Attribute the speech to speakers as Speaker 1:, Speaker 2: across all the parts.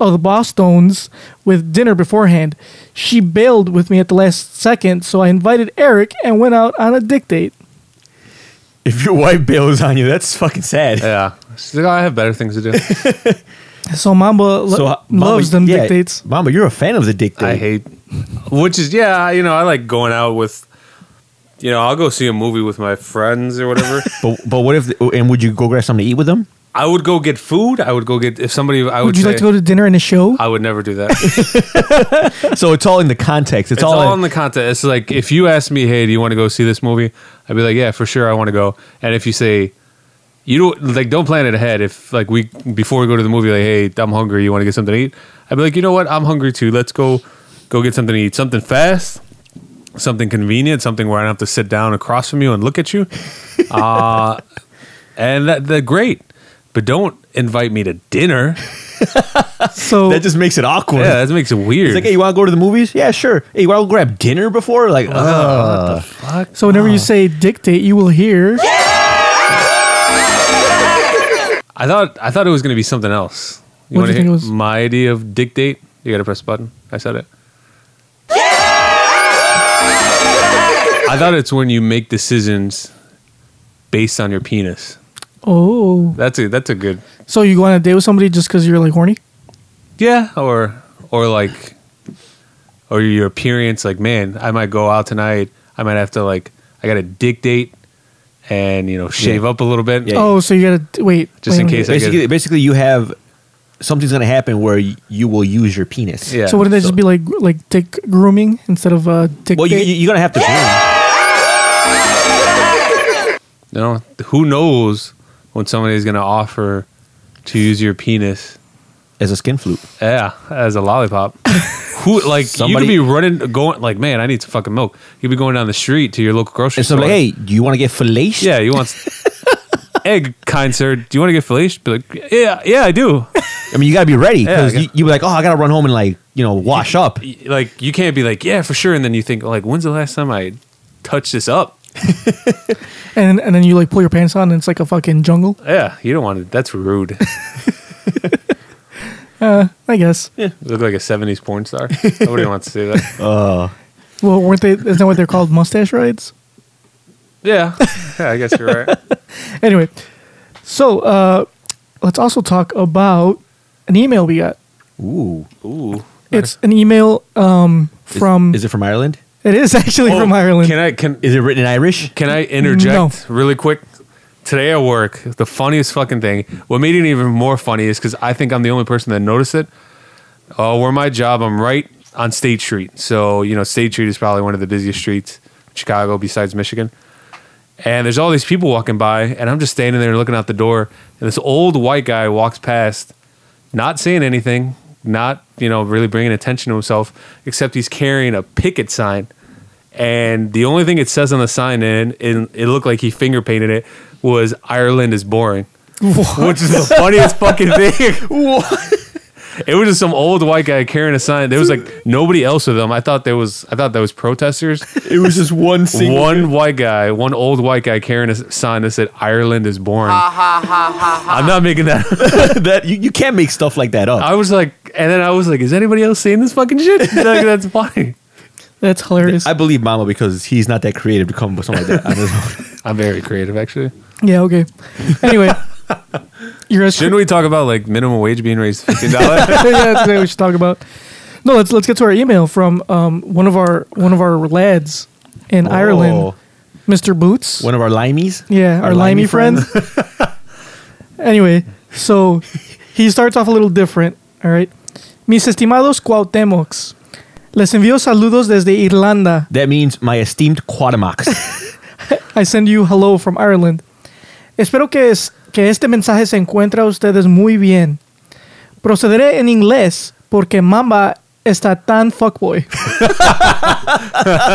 Speaker 1: oh the Boston's with dinner beforehand. She bailed with me at the last second, so I invited Eric and went out on a dictate.
Speaker 2: if your wife bails on you, that's fucking sad.
Speaker 3: Yeah. She's like, oh, I have better things to do.
Speaker 1: So Mamba lo-
Speaker 2: uh,
Speaker 1: loves them
Speaker 2: yeah,
Speaker 1: dictates.
Speaker 2: Mamba, you're a fan of the dictate.
Speaker 3: I hate which is yeah, you know, I like going out with you know, I'll go see a movie with my friends or whatever.
Speaker 2: But but what if and would you go grab something to eat with them?
Speaker 3: I would go get food. I would go get if somebody I would,
Speaker 1: Would you
Speaker 3: say,
Speaker 1: like to go to dinner and a show?
Speaker 3: I would never do that. it's,
Speaker 2: So it's all in the context. It's,
Speaker 3: all,
Speaker 2: all,
Speaker 3: in the content. It's like if you ask me, "Hey, do you want to go see this movie?" I'd be like, "Yeah, for sure, I want to go." And if you say, "You don't like," don't plan it ahead. If like we before we go to the movie, like, "Hey, I'm hungry. You want to get something to eat?" I'd be like, "You know what? I'm hungry too. Let's go, go get something to eat. Something fast, something convenient, something where I don't have to sit down across from you and look at you." Uh, and that they're great, but don't invite me to dinner.
Speaker 1: so
Speaker 2: that just makes it awkward.
Speaker 3: Yeah, that makes it weird.
Speaker 2: It's like, hey, you want to go to the movies? Yeah, sure. Hey, you want to grab dinner before? Like, uh,
Speaker 1: so whenever you say dictate, you will hear
Speaker 3: I thought I thought it was going to be something else. You
Speaker 1: What do
Speaker 3: wanna
Speaker 1: you think
Speaker 3: hear
Speaker 1: it was?
Speaker 3: My idea of dictate. You got to press the button. I said it. I thought it's when you make decisions based on your penis.
Speaker 1: oh.
Speaker 3: That's a that's a good
Speaker 1: So you go on a date with somebody just because you're like horny?
Speaker 3: yeah. Or or like or your appearance. Like man, I might go out tonight. I might have to like I got to dictate and you know shave up a little bit.
Speaker 2: Yeah.
Speaker 1: Oh, so you gotta d- wait. wait
Speaker 3: Just in
Speaker 1: a minute.
Speaker 3: case I- It's like
Speaker 2: basically,
Speaker 3: a-
Speaker 2: basically, you have something's gonna happen where y- you will use your penis.
Speaker 3: Yeah.
Speaker 1: so wouldn't that just be like like dick grooming instead of uh, dick?
Speaker 2: Well, you,
Speaker 1: date?
Speaker 2: you- you're gonna have to. groom.
Speaker 3: You know, who knows when somebody's going to offer to use your penis?
Speaker 2: As a skin flute,
Speaker 3: Yeah, as a lollipop. who like
Speaker 2: Somebody-
Speaker 3: you could be running, going like, man, I need some fucking milk. You'd be going down the street to your local grocery
Speaker 2: and so
Speaker 3: store.
Speaker 2: like, hey, do you want to get fellation?
Speaker 3: yeah, you want s- egg, kind sir? Do you want to get filleted? Be like, yeah, yeah, I do.
Speaker 2: I mean, you gotta be ready because
Speaker 3: Yeah, I
Speaker 2: you, you be like, oh, I gotta run home and like, you know, wash up.
Speaker 3: like you can't be like, yeah, for sure, and then you think like, when's the last time I touched this up?
Speaker 1: and and then you like pull your pants on and it's like a fucking jungle.
Speaker 3: Yeah, you don't want to. That's rude.
Speaker 1: Uh, I guess.
Speaker 3: Yeah, look like a '70s porn star. Nobody wants to see that.
Speaker 1: Well, weren't they? Isn't that what they're called? Mustache rides.
Speaker 3: Yeah, yeah, I guess you're right.
Speaker 1: Anyway, so uh, let's also talk about an email we got.
Speaker 2: Ooh.
Speaker 3: Ooh,
Speaker 1: It's an email um,
Speaker 2: Is-
Speaker 1: from.
Speaker 2: Is it from Ireland?
Speaker 1: it is actually from
Speaker 3: Oh,
Speaker 1: Ireland.
Speaker 3: Can I can
Speaker 2: Is it written in Irish?
Speaker 3: Can I interject really quick? Today at work, the funniest fucking thing, what made it even more funny is because I think I'm the only person that noticed it. Oh, where my job, I'm right on State Street. So, you know, State Street is probably one of the busiest streets in Chicago besides Michigan. And there's all these people walking by, and I'm just standing there looking out the door. And this old white guy walks past, not saying anything, not, you know, really bringing attention to himself, except he's carrying a picket sign and the only thing it says on the sign in and it looked like he finger painted it was Ireland is boring. Which is the funniest fucking thing. It was just some old white guy carrying a sign. There was like nobody else with him. I thought there was I thought that was protesters.
Speaker 2: It was just one
Speaker 3: one white guy, one old white guy carrying a s- sign that said Ireland is boring. I'm not making that up.
Speaker 2: that you, you can't make stuff like that up.
Speaker 3: I was like and then I was like, is anybody else seeing this fucking shit? Like, that's funny.
Speaker 1: That's hilarious.
Speaker 2: I believe Mama because he's not that creative to come up with something like that on his own.
Speaker 3: I'm very creative actually.
Speaker 1: yeah. Okay. Anyway, you're as
Speaker 3: Shouldn't we talk about like minimum wage being raised to fifteen dollars?
Speaker 1: yeah, that's what we should talk about. No, let's let's get to our email from um, one of our one of our lads in Ireland,
Speaker 2: Oh.
Speaker 1: Mr. Boots.
Speaker 2: One of our limeys.
Speaker 1: yeah, our, limey, friend. anyway, so he starts off a little different. All right, mis estimados Cuauhtemocs, les envío saludos desde Irlanda.
Speaker 2: That means my esteemed Quadamax.
Speaker 1: I send you hello from Ireland. Espero que, es- que este mensaje se encuentra a ustedes muy bien. Procederé en inglés porque Mamba está tan fuckboy.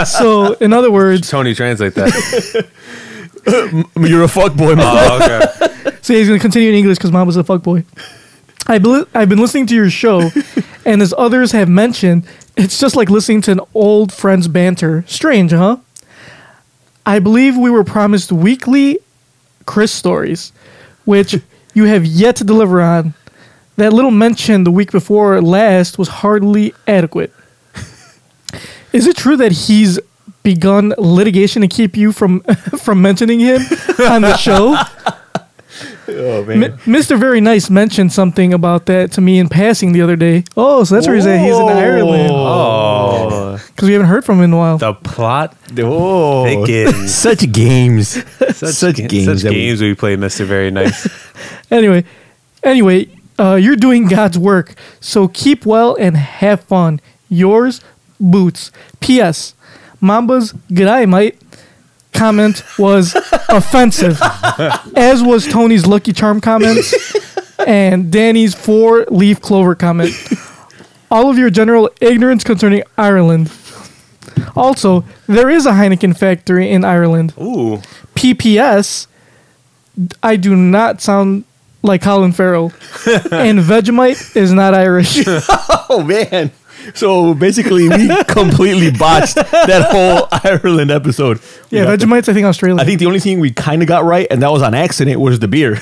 Speaker 1: so, in other words,
Speaker 3: Tony, translate that.
Speaker 2: You're a fuckboy, Mama.
Speaker 3: oh, okay.
Speaker 1: so he's going to continue in English because Mamba's a fuckboy. I bel I've been listening to your show, and as others have mentioned, it's just like listening to an old friend's banter. Strange, huh? I believe we were promised weekly Chris stories, which you have yet to deliver on. That little mention the week before last was hardly adequate. Is it true that he's begun litigation to keep you from from mentioning him on the show? Mi- Mr. Very Nice mentioned something about that to me in passing the other day. Oh, so that's where he's at. He's in Ireland.
Speaker 3: Oh,
Speaker 1: Because we haven't heard from him in a while.
Speaker 3: the plot
Speaker 2: Oh,
Speaker 3: thickens.
Speaker 2: such games, such, games,
Speaker 3: Such
Speaker 2: that we-
Speaker 3: games we, play, Mister. Very nice.
Speaker 1: Anyway, anyway, uh, you're doing God's work. So keep well and have fun. Yours, Boots. P.S. Mamba's G'day, mate comment was offensive, as was Tony's Lucky Charm comments and Danny's four leaf clover comment. All of your general ignorance concerning Ireland. Also, there is a Heineken factory in Ireland.
Speaker 3: Ooh,
Speaker 1: PPS, I do not sound like Colin Farrell. and Vegemite is not Irish.
Speaker 2: Oh man! So basically, we completely botched that whole Ireland episode. We
Speaker 1: yeah,
Speaker 2: got the-
Speaker 1: Vegemite's, I think, Australian.
Speaker 2: I think the only thing we kind of got right, and that was on accident, was the beer.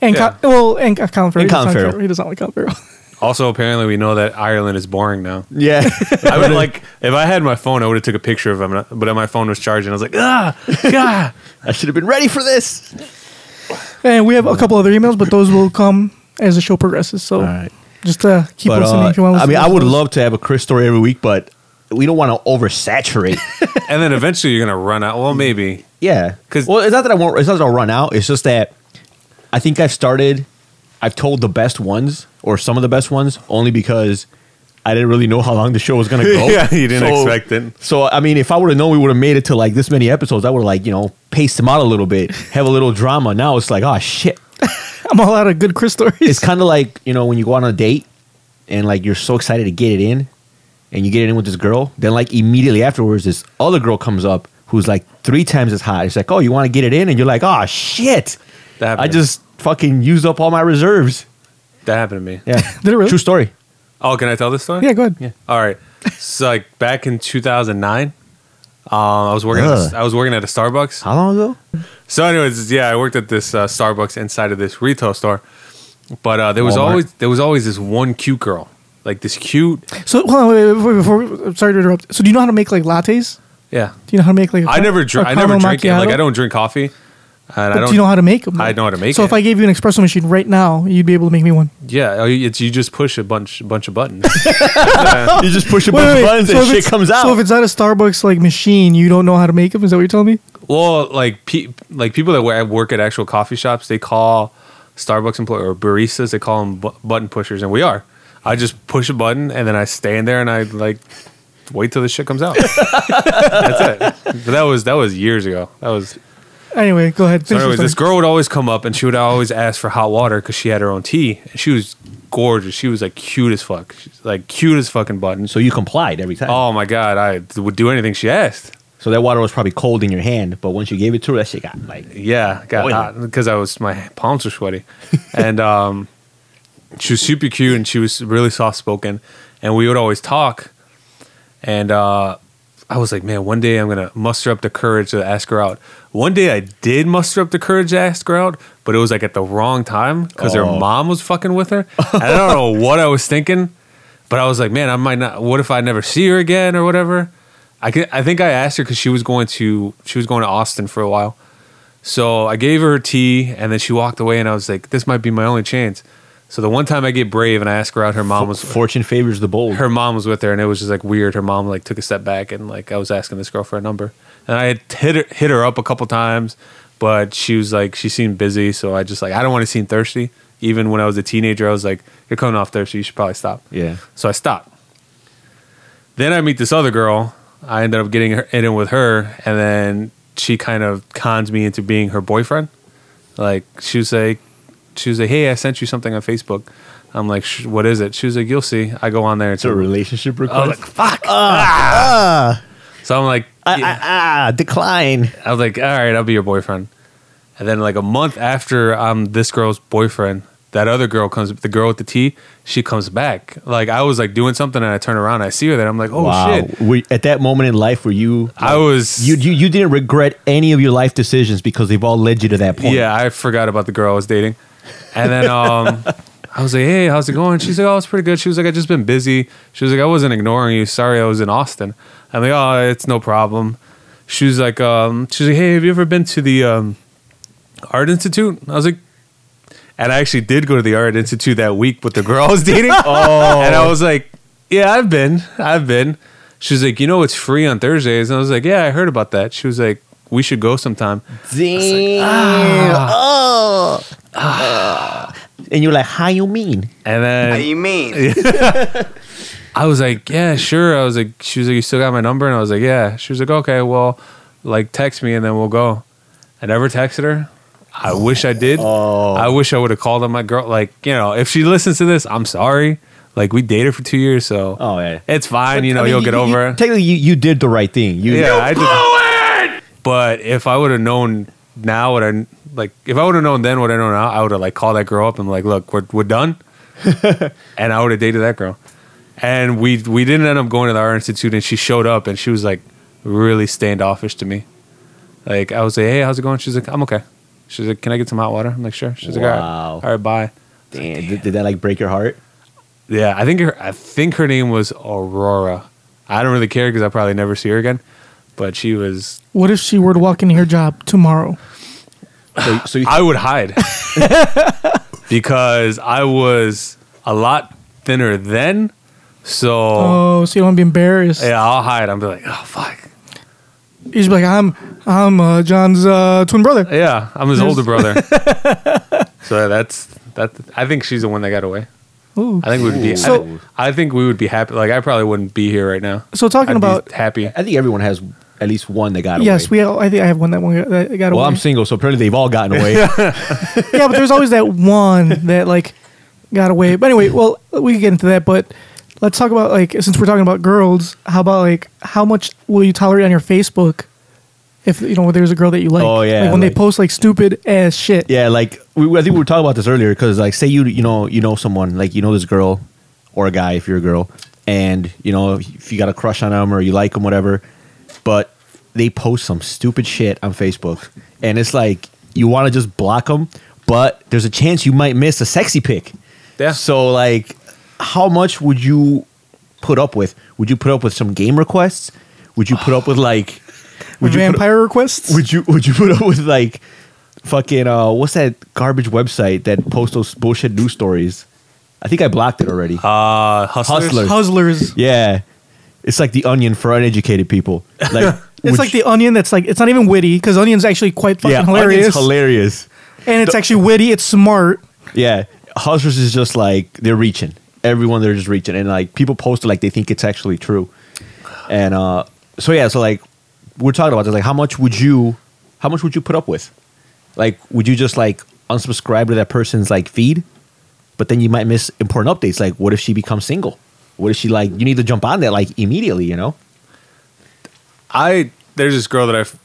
Speaker 1: and
Speaker 3: yeah.
Speaker 1: Co- well, and uh, Colin Farrell.
Speaker 2: And
Speaker 1: He doesn't
Speaker 2: Colin
Speaker 1: sound
Speaker 2: Farrell.
Speaker 1: Farrell. He doesn't like Colin Farrell.
Speaker 3: Also, apparently, we know that Ireland is boring now.
Speaker 2: yeah,
Speaker 3: I would like if I had my phone, I would have took a picture of him, but my phone was charging. I was like, ah, god.
Speaker 2: I should have been ready for this.
Speaker 1: and we have a couple other emails, but those will come as the show progresses. So
Speaker 2: right.
Speaker 1: just uh, keep
Speaker 2: But
Speaker 1: listening
Speaker 2: uh,
Speaker 1: if you want to
Speaker 2: I
Speaker 1: listen.
Speaker 2: mean,
Speaker 1: to
Speaker 2: I would
Speaker 1: those.
Speaker 2: love to have a Chris story every week, but we don't want to oversaturate.
Speaker 3: And then eventually, you're gonna run out. Well, maybe.
Speaker 2: Yeah,
Speaker 3: 'Cause-
Speaker 2: well, it's not that I won't. It's not that I'll run out. It's just that I think I've started. I've told the best ones or some of the best ones only because I didn't really know how long the show was going to go.
Speaker 3: Yeah, you didn't expect it.
Speaker 2: So I mean, if I would have known we would have made it to like this many episodes, I would have like you know paced them out a little bit, have a little drama. Now it's like, oh shit,
Speaker 1: I'm all out of good Chris stories.
Speaker 2: it's kind of like you know when you go on a date and like you're so excited to get it in and you get it in with this girl then like immediately afterwards this other girl comes up who's like three times as hot it's like oh you want to get it in and you're like oh shit
Speaker 3: That happened.
Speaker 2: i just fucking used up all my reserves
Speaker 3: That happened to me.
Speaker 2: yeah
Speaker 1: Did it really?
Speaker 2: true story
Speaker 3: Oh, can I tell this story?
Speaker 1: Yeah, go ahead. Yeah.
Speaker 3: All right. So, like back in 2009, um, I was working. At
Speaker 2: Ugh.
Speaker 3: a, I was working at a Starbucks.
Speaker 2: how long ago
Speaker 3: So, anyways, yeah, I worked at this uh, Starbucks inside of this retail store, But uh, there was
Speaker 2: Walmart.
Speaker 3: always there was always this one cute girl, like this cute.
Speaker 1: So hold on, wait, wait, before, before I'm sorry to interrupt. So do you know how to make like lattes?
Speaker 3: Yeah,
Speaker 1: Do you know how to make like? I
Speaker 3: I never drink. I never drink it. Like I don't drink coffee, and I
Speaker 1: But
Speaker 3: don't.
Speaker 1: do you know how to make them?
Speaker 3: I know how to make
Speaker 1: So
Speaker 3: it.
Speaker 1: if I gave you an espresso machine right now, you'd be able to make me one.
Speaker 3: yeah, it's you just push a bunch a bunch of buttons.
Speaker 2: You just push a
Speaker 1: Oh. Wait, wait,
Speaker 2: bunch of
Speaker 1: wait.
Speaker 2: buttons
Speaker 1: So
Speaker 2: and
Speaker 1: if
Speaker 2: shit
Speaker 1: it's-
Speaker 2: comes out.
Speaker 1: So if it's not a Starbucks like machine, you don't know how to make them. Is that what you're telling me?
Speaker 3: Well, like pe- like people that wa- work at actual coffee shops, they call Starbucks employees or baristas, they call them bu- button pushers, and we are. I just push a button and then I stand there and I like wait till the shit comes out. That's it. But that was that was years ago. That was.
Speaker 1: Anyway, go ahead.
Speaker 3: So
Speaker 1: Finish your
Speaker 3: anyways, this
Speaker 1: story.
Speaker 3: girl would always come up and she would always ask for hot water because she had her own tea and she was gorgeous. She was like cute as fuck, She's, like cute as fucking buttons.
Speaker 2: so you complied every time.
Speaker 3: Oh my god, I would do anything she asked.
Speaker 2: So that water was probably cold in your hand, but once you gave it to her, that shit got like.
Speaker 3: Yeah, got
Speaker 2: Oh, yeah.
Speaker 3: hot because I was my palms were sweaty, and um, she was super cute and she was really soft spoken, and we would always talk, and uh, I was like, man, one day I'm gonna muster up the courage to ask her out. One day I did muster up the courage to ask her out, but it was like at the wrong time because her
Speaker 2: Oh.
Speaker 3: mom was fucking with her. And I don't know what I was thinking, but I was like, man, I might not. What if I never see her again or whatever? I could, I think I asked her because she was going to she was going to Austin for a while. So I gave her her tea, and then she walked away, and I was like, "This might be my only chance." So the one time I get brave and I ask her out, her mom was
Speaker 2: Fortune favors the bold.
Speaker 3: her mom was with her, and it was just like weird. Her mom like took a step back, and like I was asking this girl for a number, and I had hit her hit her up a couple times, but she was like she seemed busy, so I just like I don't want to seem thirsty. Even when I was a teenager, I was like, "You're coming off thirsty. You should probably stop."
Speaker 2: yeah.
Speaker 3: So I stopped. Then I meet this other girl. I ended up getting her, in it with her, and then she kind of cons me into being her boyfriend. Like she was like, she was like, "Hey, I sent you something on Facebook." I'm like, "Sh- "What is it?" She was like, "You'll see." I go on there.
Speaker 2: It's a relationship
Speaker 3: I was
Speaker 2: request.
Speaker 3: Oh, like, "Fuck!" so I'm like,
Speaker 2: Ah,
Speaker 3: yeah.
Speaker 2: ah, ah, decline.
Speaker 3: I was like, all right, I'll be your boyfriend. And then like a month after I'm this girl's boyfriend, that other girl comes, the girl with the T, she comes back. Like I was like doing something and I turn around, and I see her there. I'm like, oh
Speaker 2: wow.
Speaker 3: shit.
Speaker 2: Were- at that moment in life, were you
Speaker 3: I was,
Speaker 2: you, you you didn't regret any of your life decisions because they've all led you to that point.
Speaker 3: yeah, I forgot about the girl I was dating. And then um, I was like, hey, how's it going? She's like, oh, it's pretty good. She was like, I just been busy. She was like, I wasn't ignoring you. Sorry, I was in Austin. I'm like, oh, it's no problem. She was like, um, she's like, hey, have you ever been to the um, art institute? I was like, and I actually did go to the art institute that week with the girl I was dating. oh, and I was like, yeah, I've been, I've been. She was like, you know, it's free on Thursdays, and I was like, yeah, I heard about that. She was like, we should go sometime.
Speaker 2: Damn. oh. Ah. And you're like, how you mean?
Speaker 3: And then I was like, yeah, sure. I was like, she was like, you still got my number? And I was like, yeah. She was like, okay, well, like text me and then we'll go. I never texted her. I wish I did.
Speaker 2: Oh.
Speaker 3: I wish I would have called on my girl. Like, you know, if she listens to this, I'm sorry. Like, we dated for two years, so
Speaker 2: Oh, yeah.
Speaker 3: it's fine. you know,
Speaker 2: I mean,
Speaker 3: you'll get over it.
Speaker 2: Technically, you, you did the right thing. You,
Speaker 3: Yeah, I did. But if I would have known now what I like, if I would have known then what I know now, I would have like called that girl up and like, look, we're we're done, and I would have dated that girl. And we we didn't end up going to the art institute, and she showed up, and she was like really standoffish to me. Like I was like, hey, how's it going? She's like, I'm okay. She's like, can I get some hot water? I'm like, sure. She's like, all
Speaker 2: Wow.
Speaker 3: right, all right, bye.
Speaker 2: Damn, did, did that like break your heart?
Speaker 3: Yeah, I think her. I think her name was Aurora. I don't really care because I probably never see her again. But she was
Speaker 1: What if she were to walk into your job tomorrow?
Speaker 2: So, so you,
Speaker 3: I would hide because I was a lot thinner then. So
Speaker 1: Oh, so you don't want to be embarrassed.
Speaker 3: yeah, I'll hide. I'm be like, oh fuck.
Speaker 1: You should be like, I'm, I'm uh, John's uh, twin brother.
Speaker 3: Yeah, I'm his older brother. so that's that. I think she's the one that got away.
Speaker 1: Ooh.
Speaker 3: I think we would be.
Speaker 1: So-
Speaker 3: I, I think we would be happy. Like I probably wouldn't be here right now.
Speaker 1: So talking
Speaker 3: I'd be
Speaker 1: about-
Speaker 3: happy.
Speaker 2: I think everyone has at least one that got
Speaker 1: Yes,
Speaker 2: away.
Speaker 1: we. I think I have one that one that got
Speaker 2: Well,
Speaker 1: away.
Speaker 2: I'm single, so apparently they've all gotten away.
Speaker 1: yeah, but there's always that one that like got away. But anyway, well, we can get into that. But let's talk about like since we're talking about girls, how about like how much will you tolerate on your Facebook if you know there's a girl that you like?
Speaker 2: Oh, yeah,
Speaker 1: like when
Speaker 2: like-
Speaker 1: they post like stupid ass shit.
Speaker 2: Yeah, like we, I think we were talking about this earlier because, like, say you you know you know someone like you know this girl or a guy if you're a girl, and you know if you got a crush on them or you like them, whatever, but they post some stupid shit on Facebook, and it's like you want to just block them, but there's a chance you might miss a sexy pick.
Speaker 3: Yeah.
Speaker 2: So like, how much would you put up with? Would you put up with some game requests? Would you put up with like? Would you put-
Speaker 1: Vampire requests?
Speaker 2: would you would you put up with like fucking uh what's that garbage website that posts those bullshit news stories? I think I blocked it already.
Speaker 3: Uh, hustlers.
Speaker 2: Hustlers.
Speaker 1: Puzzlers.
Speaker 2: yeah. It's like the onion for uneducated people. Like
Speaker 1: It's
Speaker 2: would
Speaker 1: like
Speaker 2: you-
Speaker 1: the onion that's like, it's not even witty because onion's actually quite fucking
Speaker 2: yeah,
Speaker 1: hilarious.
Speaker 2: Onion's hilarious.
Speaker 1: and it's actually witty, it's smart.
Speaker 2: Yeah. Hustlers is just like they're reaching. Everyone they're just reaching and like people post it like they think it's actually true. And uh so yeah, so like we're talking about this like how much would you how much would you put up with? Like would you just like unsubscribe to that person's like feed? But then you might miss important updates like what if she becomes single? What if she like you need to jump on that like immediately, you know?
Speaker 3: I there's this girl that I f-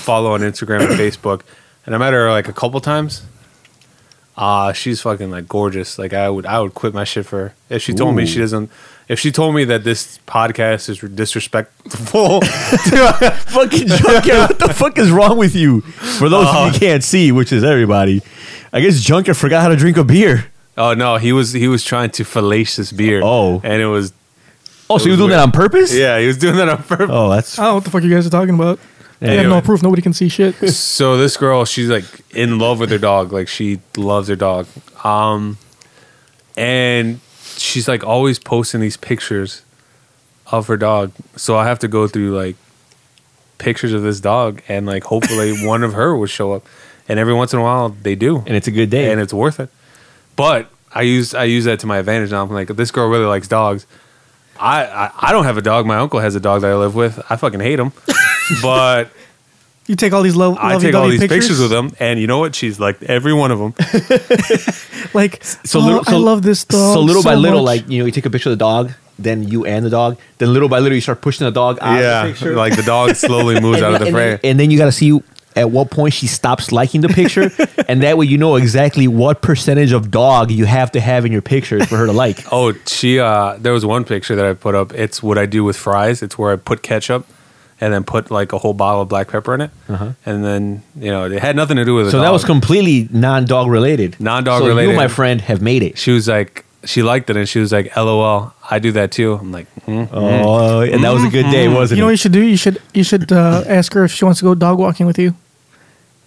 Speaker 3: follow on Instagram and Facebook, and I met her like a couple times. Ah, she's fucking like gorgeous. Like I would, I would quit my shit for her if she told me she
Speaker 2: Ooh.
Speaker 3: doesn't. If she told me that this podcast is disrespectful,
Speaker 2: fucking Junker, what the fuck is wrong with you? For those of you can't see, which is everybody, I guess Junker forgot how to drink a beer.
Speaker 3: oh no, he was he was trying to fallacious beer.
Speaker 2: Oh.
Speaker 3: and it was
Speaker 2: Oh, so
Speaker 3: It
Speaker 2: you were
Speaker 3: was
Speaker 2: doing that
Speaker 3: weird.
Speaker 2: on purpose?
Speaker 3: yeah, he was doing that on purpose.
Speaker 2: Oh, that's
Speaker 1: I don't know what the fuck you guys are talking about. I have no
Speaker 3: Anyway.
Speaker 1: proof. Nobody can see shit.
Speaker 3: so this girl, she's like in love with her dog. Like she loves her dog. Um, and she's like always posting these pictures of her dog. So I have to go through like pictures of this dog, and like hopefully one of her will show up. And every once in a while, they do,
Speaker 2: and it's a good day.
Speaker 3: and it's worth it. But I use I use that to my advantage now. I'm like, this girl really likes dogs. I, I I don't have a dog. My uncle has a dog that I live with. I fucking hate him, but.
Speaker 1: You take all these lo-
Speaker 3: I take all
Speaker 1: lovey-dovey
Speaker 3: these pictures? with them, and you know what? She's liked every one of them.
Speaker 1: Like,
Speaker 2: so
Speaker 1: oh,
Speaker 2: little,
Speaker 1: I
Speaker 2: so-
Speaker 1: love this dog.
Speaker 2: So little by little,
Speaker 1: much.
Speaker 2: like you know, you take a picture of the dog, then you and the dog, then little by little, you start pushing the dog out of the picture.
Speaker 3: like the dog slowly moves
Speaker 2: and,
Speaker 3: out of the
Speaker 2: and
Speaker 3: frame.
Speaker 2: Then, and then you got to see at what point she stops liking the picture, and that way you know exactly what percentage of dog you have to have in your pictures for her to like.
Speaker 3: Oh, she. Uh, there was one picture that I put up. It's what I do with fries. It's where I put ketchup, and then put like a whole bottle of black pepper in it, and then you know it had nothing to do with. the
Speaker 2: Uh-huh. So that
Speaker 3: dog.
Speaker 2: was completely non-dog related.
Speaker 3: Non-dog
Speaker 2: so
Speaker 3: related.
Speaker 2: You, my friend, have made it.
Speaker 3: She was like, she liked it, and she was like, "LOL, I do that too." I'm like, hmm.
Speaker 2: Oh, and that was a good day, wasn't
Speaker 1: You know what you
Speaker 2: it?
Speaker 1: should do? You should you should uh, ask her if she wants to go dog walking with you.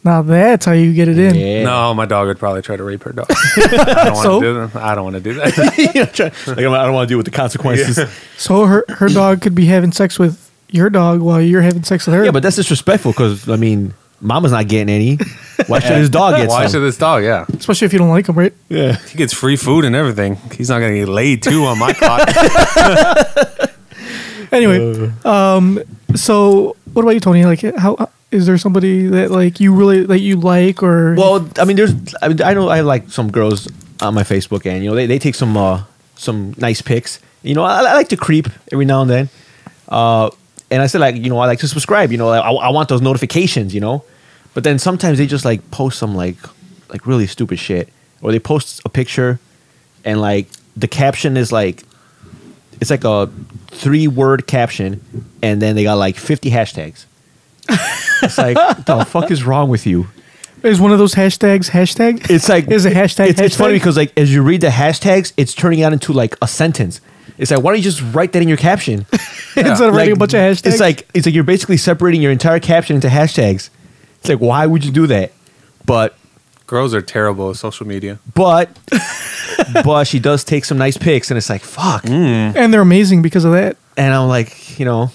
Speaker 1: Now that's how you get it in.
Speaker 2: Yeah.
Speaker 3: no, my dog would probably try to rape her dog. I don't want
Speaker 1: So?
Speaker 3: to do that. I don't want to do that.
Speaker 2: You know, try- like, I'm- I don't want to deal with the consequences. Yeah,
Speaker 1: So her her dog could be having sex with your dog while you're having sex with her.
Speaker 2: but that's disrespectful because I mean, Mama's not getting any. Why should his dog get
Speaker 3: Why
Speaker 2: some?
Speaker 3: should this dog? Yeah.
Speaker 1: especially if you don't like him, right?
Speaker 2: yeah.
Speaker 3: He gets free food and everything. He's not going to get laid too on my clock.
Speaker 1: Anyway, um, so what about you, Tony? Like, how is there somebody that like you really that you like or
Speaker 2: Well, I mean, there's. I, mean, I know I like some girls on my Facebook, and you know they, they take some uh, some nice pics. You know, I, I like to creep every now and then. Uh, and I said like, you know, I like to subscribe. You know, I, I want those notifications. You know, but then sometimes they just like post some like like really stupid shit, or they post a picture, and like the caption is like. It's like a three-word caption, and then they got like fifty hashtags. it's like, what the fuck is wrong with you?
Speaker 1: is one of those hashtags hashtag?
Speaker 2: It's like
Speaker 1: is a hashtag.
Speaker 2: It's, it's
Speaker 1: hashtag?
Speaker 2: funny because like as you read the hashtags, it's turning out into like a sentence. It's like why don't you just write that in your caption?
Speaker 1: instead of writing
Speaker 2: Like,
Speaker 1: a bunch of hashtags,
Speaker 2: It's like it's like you're basically separating your entire caption into hashtags. It's like why would you do that? But
Speaker 3: Girls are terrible at social media.
Speaker 2: but but she does take some nice pics, and it's like fuck.
Speaker 1: and they're amazing because of that.
Speaker 2: And I'm like you know,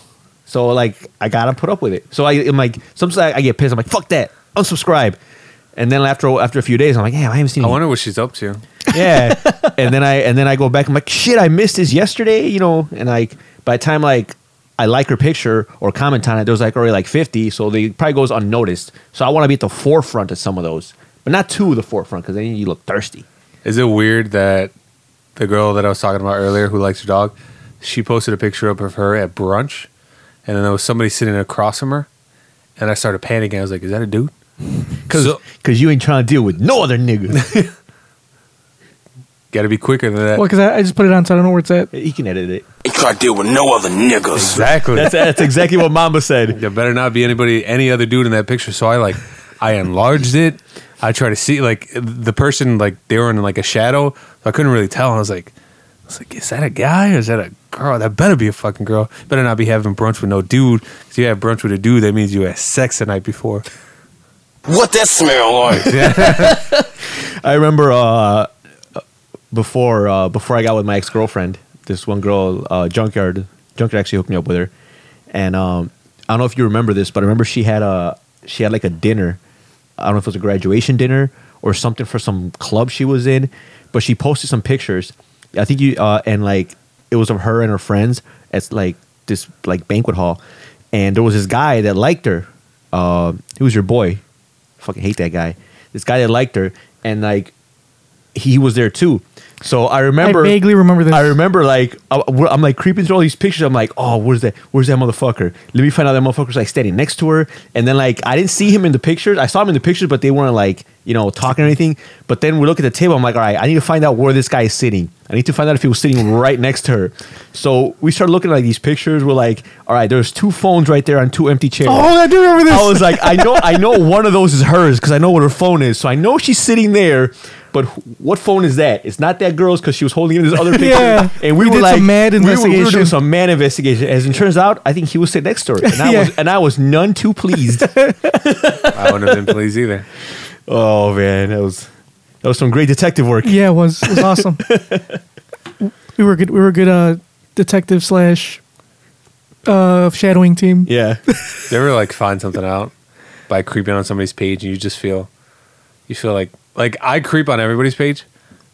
Speaker 2: so like I gotta put up with it. So I, I'm like sometimes I, I get pissed. I'm like fuck that, unsubscribe. And then after after a few days, I'm like, yeah, I haven't seen.
Speaker 3: I
Speaker 2: any
Speaker 3: wonder what she's up to.
Speaker 2: yeah and then i and then i go back i'm like shit i missed this yesterday you know and like by the time like i like her picture or comment on it there was like already like 50 so they probably goes unnoticed so i want to be at the forefront of some of those but not to the forefront because then you look thirsty
Speaker 3: Is it weird that the girl that I was talking about earlier who likes her dog, she posted a picture up of her at brunch and then there was somebody sitting across from her and I started panicking. I was like, is that a dude?
Speaker 2: because
Speaker 3: So-
Speaker 2: you ain't trying to deal with no other nigga
Speaker 3: Got to be quicker than that.
Speaker 1: Well, because I, I just put it on, so I don't know where it's at.
Speaker 2: he can edit it
Speaker 4: Ain't trying to deal with no other niggas.
Speaker 3: Exactly.
Speaker 2: that's, that's exactly what mama said
Speaker 3: there better not be anybody, any other dude in that picture. So I like, I enlarged it. I tried to see like the person like they were in like a shadow. I couldn't really tell. And I was like, I was like, is that a guy or is that a girl? That better be a fucking girl. Better not be having brunch with no dude. If you have brunch with a dude, that means you had sex the night before.
Speaker 5: What that smell like?
Speaker 2: I remember uh, before uh, before I got with my ex girlfriend, this one girl, uh, junkyard junkyard actually hooked me up with her, and um, I don't know if you remember this, but I remember she had a she had like a dinner. I don't know if it was a graduation dinner or something for some club she was in, but she posted some pictures. I think you uh, and like it was of her and her friends at like this like banquet hall, and there was this guy that liked her. Uh, he was your boy. Fucking hate that guy. This guy that liked her, and like he was there too. So I remember.
Speaker 1: vaguely remember this.
Speaker 2: I remember like I, am like creeping through all these pictures. I'm like, oh, where's that? Where's that motherfucker? Let me find out that motherfucker's like standing next to her. And then like I didn't see him in the pictures. I saw him in the pictures, but they weren't like you know talking or anything. But then we look at the table. I'm like, all right, I need to find out where this guy is sitting. I need to find out if he was sitting right next to her. So we start looking at like these pictures. We're like, all right, there's two phones right there on two empty chairs.
Speaker 1: Oh, I do remember this.
Speaker 2: I was like, I know, I know one of those is hers because I know what her phone is. So I know she's sitting there. But wh- what phone is that? It's not that girl's because she was holding this other picture.
Speaker 1: Yeah.
Speaker 2: And we,
Speaker 1: We
Speaker 2: were
Speaker 1: did
Speaker 2: like,
Speaker 1: some mad
Speaker 2: we were- We were, doing
Speaker 1: investigation.
Speaker 2: some mad investigation. As it turns out, I think he was sitting next to her, and I
Speaker 1: Yeah.
Speaker 2: was and I was none too pleased.
Speaker 3: I wouldn't have been pleased either.
Speaker 2: oh man, that was that was some great detective work.
Speaker 1: yeah, it was it was awesome. we were good. We were good. Uh, detective slash uh shadowing team.
Speaker 2: Yeah,
Speaker 3: They ever like find something out by creeping on somebody's page and you just feel you feel like like I creep on everybody's page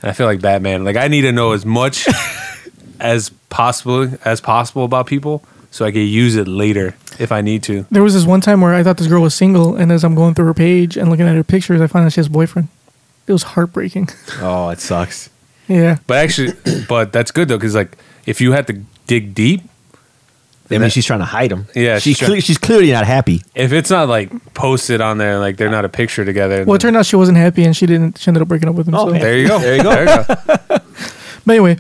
Speaker 3: and I feel like Batman. Like I need to know as much as possible as possible about people so I can use it later if I need to.
Speaker 1: There was this one time where I thought this girl was single, and as I'm going through her page and looking at her pictures, I find out she has a boyfriend. It was heartbreaking.
Speaker 2: Oh, it sucks.
Speaker 1: yeah.
Speaker 3: But actually but that's good though cuz like if you had to dig deep
Speaker 2: I mean, she's trying to hide him.
Speaker 3: Yeah,
Speaker 2: she's
Speaker 3: she's trying-
Speaker 2: cle- she's clearly not happy.
Speaker 3: if it's not like posted on there like they're not a picture together
Speaker 1: Well, it
Speaker 3: then-
Speaker 1: turned out she wasn't happy, and she didn't. She ended up breaking up with him. so.
Speaker 2: man.
Speaker 3: there you go. There you go. There you go.
Speaker 1: But anyway,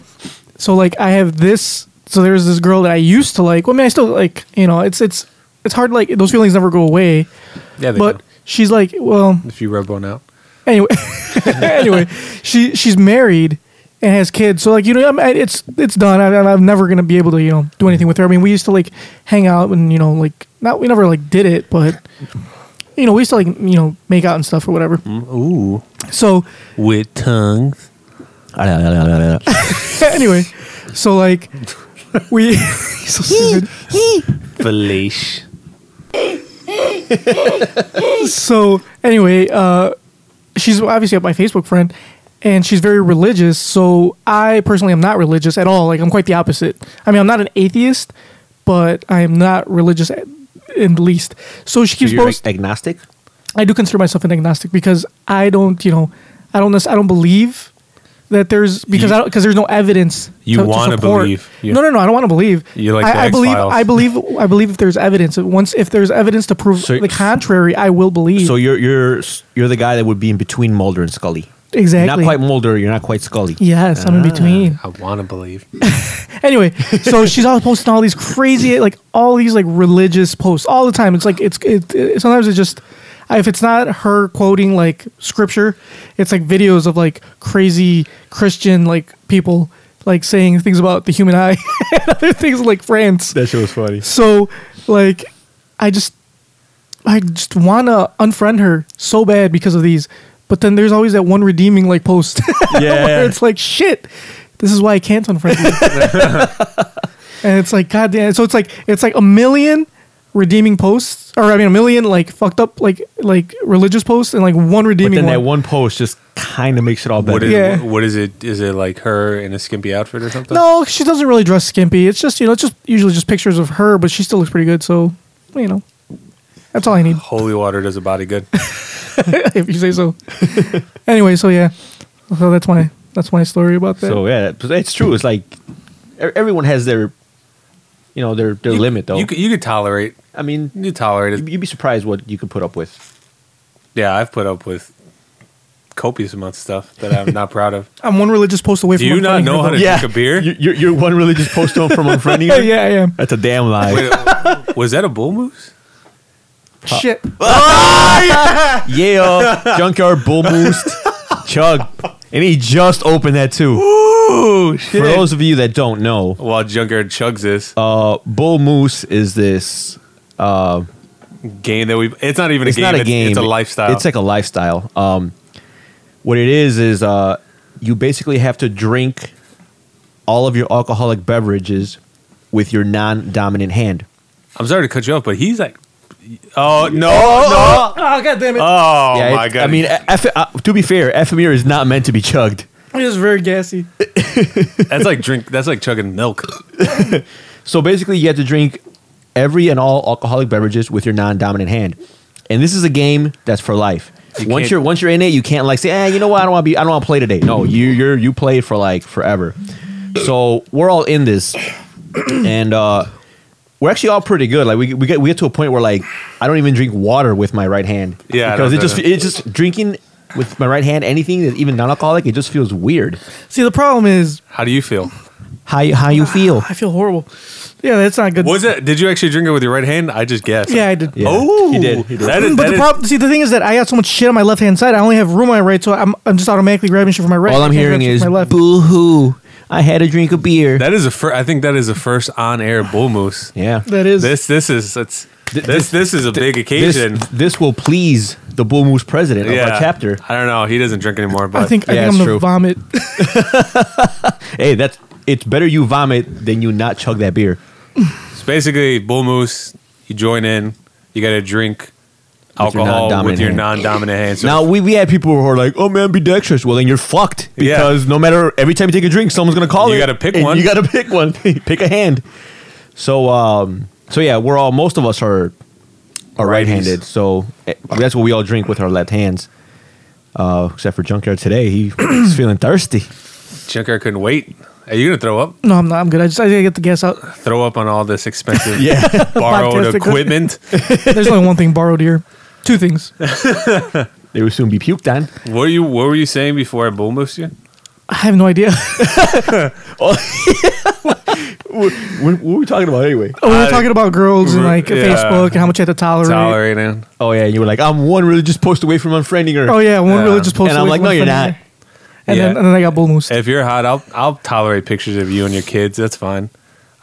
Speaker 1: so like I have this. So there's this girl that I used to like. Well, I mean, I still like. You know, it's it's it's hard. Like those feelings never go away.
Speaker 3: Yeah, they
Speaker 1: But
Speaker 3: do.
Speaker 1: she's like, well,
Speaker 3: if you rub one out.
Speaker 1: anyway, anyway, she she's married and has kids. So like you know, I'm, I- it's it's done. I, I'm never gonna be able to you know do anything with her. I mean, we used to like hang out and you know like not we never like did it, but you know we used to like you know make out and stuff or whatever.
Speaker 3: Ooh,
Speaker 1: So
Speaker 3: with tongues.
Speaker 1: anyway, so like we so stupid.
Speaker 3: Felish.
Speaker 1: so anyway, uh, she's obviously my Facebook friend, and she's very religious. So I personally am not religious at all. Like I'm quite the opposite. I mean, I'm not an atheist, but I am not religious at, in the least. So she keeps
Speaker 2: You're
Speaker 1: posting.
Speaker 2: agnostic.
Speaker 1: I do consider myself an agnostic because I don't, you know, I don't nec- I don't believe that there's because
Speaker 3: You-
Speaker 1: I don't because there's no evidence.
Speaker 3: You wanna
Speaker 1: support-
Speaker 3: believe. You-
Speaker 1: no, no, no. I don't want to believe.
Speaker 3: You like
Speaker 1: I,
Speaker 3: the
Speaker 1: I believe.
Speaker 3: X-Files.
Speaker 1: I believe. I believe if there's evidence. If Once if there's evidence to prove
Speaker 2: So-
Speaker 1: the contrary, I will
Speaker 3: Mm.
Speaker 1: believe.
Speaker 2: So you're you're you're the guy that would be in between Mulder and Scully. You're
Speaker 1: exactly.
Speaker 2: Not quite Ah. Mulder. You're not quite Scully.
Speaker 1: Yes, I'm in between.
Speaker 3: I want to believe.
Speaker 1: Anyway, so she's always posting all these crazy, like all these like religious posts all the time. It's like it's it, it- sometimes it's just if it's not her quoting like scripture, it's like videos of like crazy Christian like people like saying things about the human eye and other things like France.
Speaker 2: That shit was funny.
Speaker 1: So like I just I just wanna unfriend her so bad because of these. But then there's always that one redeeming like post.
Speaker 2: Yeah.
Speaker 1: where it's like shit. This is why I can't unfriend you. and it's like goddamn. So it's like it's like a million redeeming posts, or I mean a million like fucked up like like religious posts, and like one
Speaker 2: But
Speaker 1: redeeming
Speaker 2: then that
Speaker 1: one.
Speaker 2: one post just kind of makes it all
Speaker 3: What
Speaker 2: better.
Speaker 3: is,
Speaker 1: Yeah.
Speaker 3: what is it? Is it like her in a skimpy outfit or something?
Speaker 1: No, she doesn't really dress skimpy. It's just you know it's just usually just pictures of her, but she still looks pretty good. So you know that's all I need.
Speaker 3: Holy water does a body good.
Speaker 1: if you say so. anyway, so yeah, so that's my that's my story about that.
Speaker 2: So yeah, but it's true. It's like e- everyone has their, you know, their their
Speaker 3: You-
Speaker 2: limit though.
Speaker 3: You, could- you could tolerate.
Speaker 2: I mean,
Speaker 3: You tolerate
Speaker 2: you'd
Speaker 3: it.
Speaker 2: you'd be surprised what you could put up with.
Speaker 3: Yeah, I've put up with copious amounts of stuff that I'm not proud of.
Speaker 1: I'm one religious post away
Speaker 3: Do
Speaker 1: from.
Speaker 3: you not
Speaker 1: unfriending her,
Speaker 3: know how
Speaker 1: though.
Speaker 3: to- Yeah. Drink a beer?
Speaker 2: You- You're, you're one religious post on from unfriending.
Speaker 1: Yeah,
Speaker 2: her?
Speaker 1: yeah, I am.
Speaker 2: that's a damn lie.
Speaker 3: Wait, was that a bull moose?
Speaker 1: Shit.
Speaker 2: Yeah, junkyard bull boost, chug, and he just opened that too.
Speaker 3: Ooh,
Speaker 2: For those of you that don't know,
Speaker 3: While Junkyard chugs this
Speaker 2: uh, bull moose is this. Uh,
Speaker 3: game that we, it's not even a
Speaker 2: it's
Speaker 3: game.
Speaker 2: not a
Speaker 3: it's,
Speaker 2: game.
Speaker 3: It's a lifestyle.
Speaker 2: It's like a lifestyle. Um, what it is is uh, you basically have to drink all of your alcoholic beverages with your non-dominant hand.
Speaker 3: I'm sorry to cut you off, but he's like, oh no,
Speaker 1: Oh, god damn it.
Speaker 3: no, oh
Speaker 2: Yeah,
Speaker 3: my
Speaker 2: it-
Speaker 3: god.
Speaker 2: I mean, F- uh, to be fair, Ephemera is not meant to be chugged.
Speaker 1: it is very gassy.
Speaker 3: that's like drink. That's like chugging milk.
Speaker 2: So basically, you have to drink every and all alcoholic beverages with your non-dominant hand, and this is a game that's for life.
Speaker 3: You
Speaker 2: once
Speaker 3: can't-
Speaker 2: you're once you're in it, you can't like say, "Ah, you know what? I don't want to be. I don't want to play today." No, you you're you play for like forever. So we're all in this, and uh, we're actually all pretty good. Like we we get we get to a point where like I don't even drink water with my right hand.
Speaker 3: Yeah, I
Speaker 2: because
Speaker 3: don't
Speaker 2: it just
Speaker 3: do
Speaker 2: it just drinking with my right hand anything that's even non-alcoholic it just feels weird.
Speaker 1: See, the problem is
Speaker 3: How do you feel?
Speaker 2: How you- how you feel?
Speaker 1: I feel horrible. Yeah, that's not good.
Speaker 3: Was it? Did you actually drink it with your right hand? I just guessed.
Speaker 1: Yeah, I did. Mm,
Speaker 2: Yeah.
Speaker 3: Oh,
Speaker 2: He did, he did.
Speaker 3: That is,
Speaker 1: but
Speaker 3: that
Speaker 1: the
Speaker 3: is-
Speaker 1: problem, see, the thing is that I got so much shit on my left hand side. I only have room on my right, so I'm, I'm just automatically grabbing shit from my right.
Speaker 2: All
Speaker 1: I
Speaker 2: I'm
Speaker 1: can't
Speaker 2: hearing
Speaker 1: grab shit
Speaker 2: is
Speaker 1: from my left.
Speaker 2: boo hoo. I had a drink of beer.
Speaker 3: that is a fir- I think that is the first on-air bull moose.
Speaker 2: yeah.
Speaker 1: That is
Speaker 3: This this is it's,
Speaker 2: Th-
Speaker 3: this this is a big
Speaker 2: This,
Speaker 3: occasion.
Speaker 2: this will please the Bull Moose president of
Speaker 3: yeah.
Speaker 2: our chapter.
Speaker 3: I don't know. He doesn't drink anymore, but
Speaker 1: I think I
Speaker 2: Yeah,
Speaker 1: think
Speaker 2: it's
Speaker 1: I'm
Speaker 2: true.
Speaker 1: gonna vomit.
Speaker 2: Hey, that's it's better you vomit than you not chug that beer.
Speaker 3: it's basically bull moose. You join in. You got to drink
Speaker 2: your
Speaker 3: alcohol
Speaker 2: non-dominant
Speaker 3: with your
Speaker 2: hand.
Speaker 3: non-dominant hand. So
Speaker 2: now we, we had people who are like, "Oh man, ambidextrous." Well, then you're fucked
Speaker 3: Yeah.
Speaker 2: because no matter every time you take a drink, someone's gonna call
Speaker 3: You
Speaker 2: it.
Speaker 3: gotta pick
Speaker 2: and
Speaker 3: one.
Speaker 2: You gotta pick one. pick a hand. So um, so yeah, we're all most of us are are right-handed. So eh, that's what we all drink with our left hands. Uh, except for Junkyard today, he he's feeling thirsty.
Speaker 3: Junker couldn't wait. Are you gonna throw up?
Speaker 1: No, I'm not. I'm good. I just I gotta get the gas out.
Speaker 3: Throw up on all this expensive
Speaker 2: Yeah,
Speaker 3: borrowed
Speaker 1: Podcast equipment.
Speaker 3: equipment?
Speaker 1: There's only one thing borrowed here. Two things.
Speaker 2: they will soon be puked on.
Speaker 3: what were you What were you saying before I bull moose you?
Speaker 1: I have no idea.
Speaker 2: What, what were we talking about anyway?
Speaker 1: Oh, we were talking about girls and like
Speaker 3: yeah.
Speaker 1: Facebook and how much you had to tolerate.
Speaker 3: Tolerating.
Speaker 2: Oh yeah, and you were like, "I'm one religious post away from unfriending her."
Speaker 1: Oh yeah, one
Speaker 3: Yeah.
Speaker 1: religious post.
Speaker 2: And I'm
Speaker 1: away
Speaker 2: like,
Speaker 1: from
Speaker 2: "No, you're
Speaker 1: offending
Speaker 2: not."
Speaker 1: her. And,
Speaker 3: Yeah.
Speaker 1: then, and then I got bull moose.
Speaker 3: If you're hot, I'll I'll tolerate pictures of you and your kids. That's fine.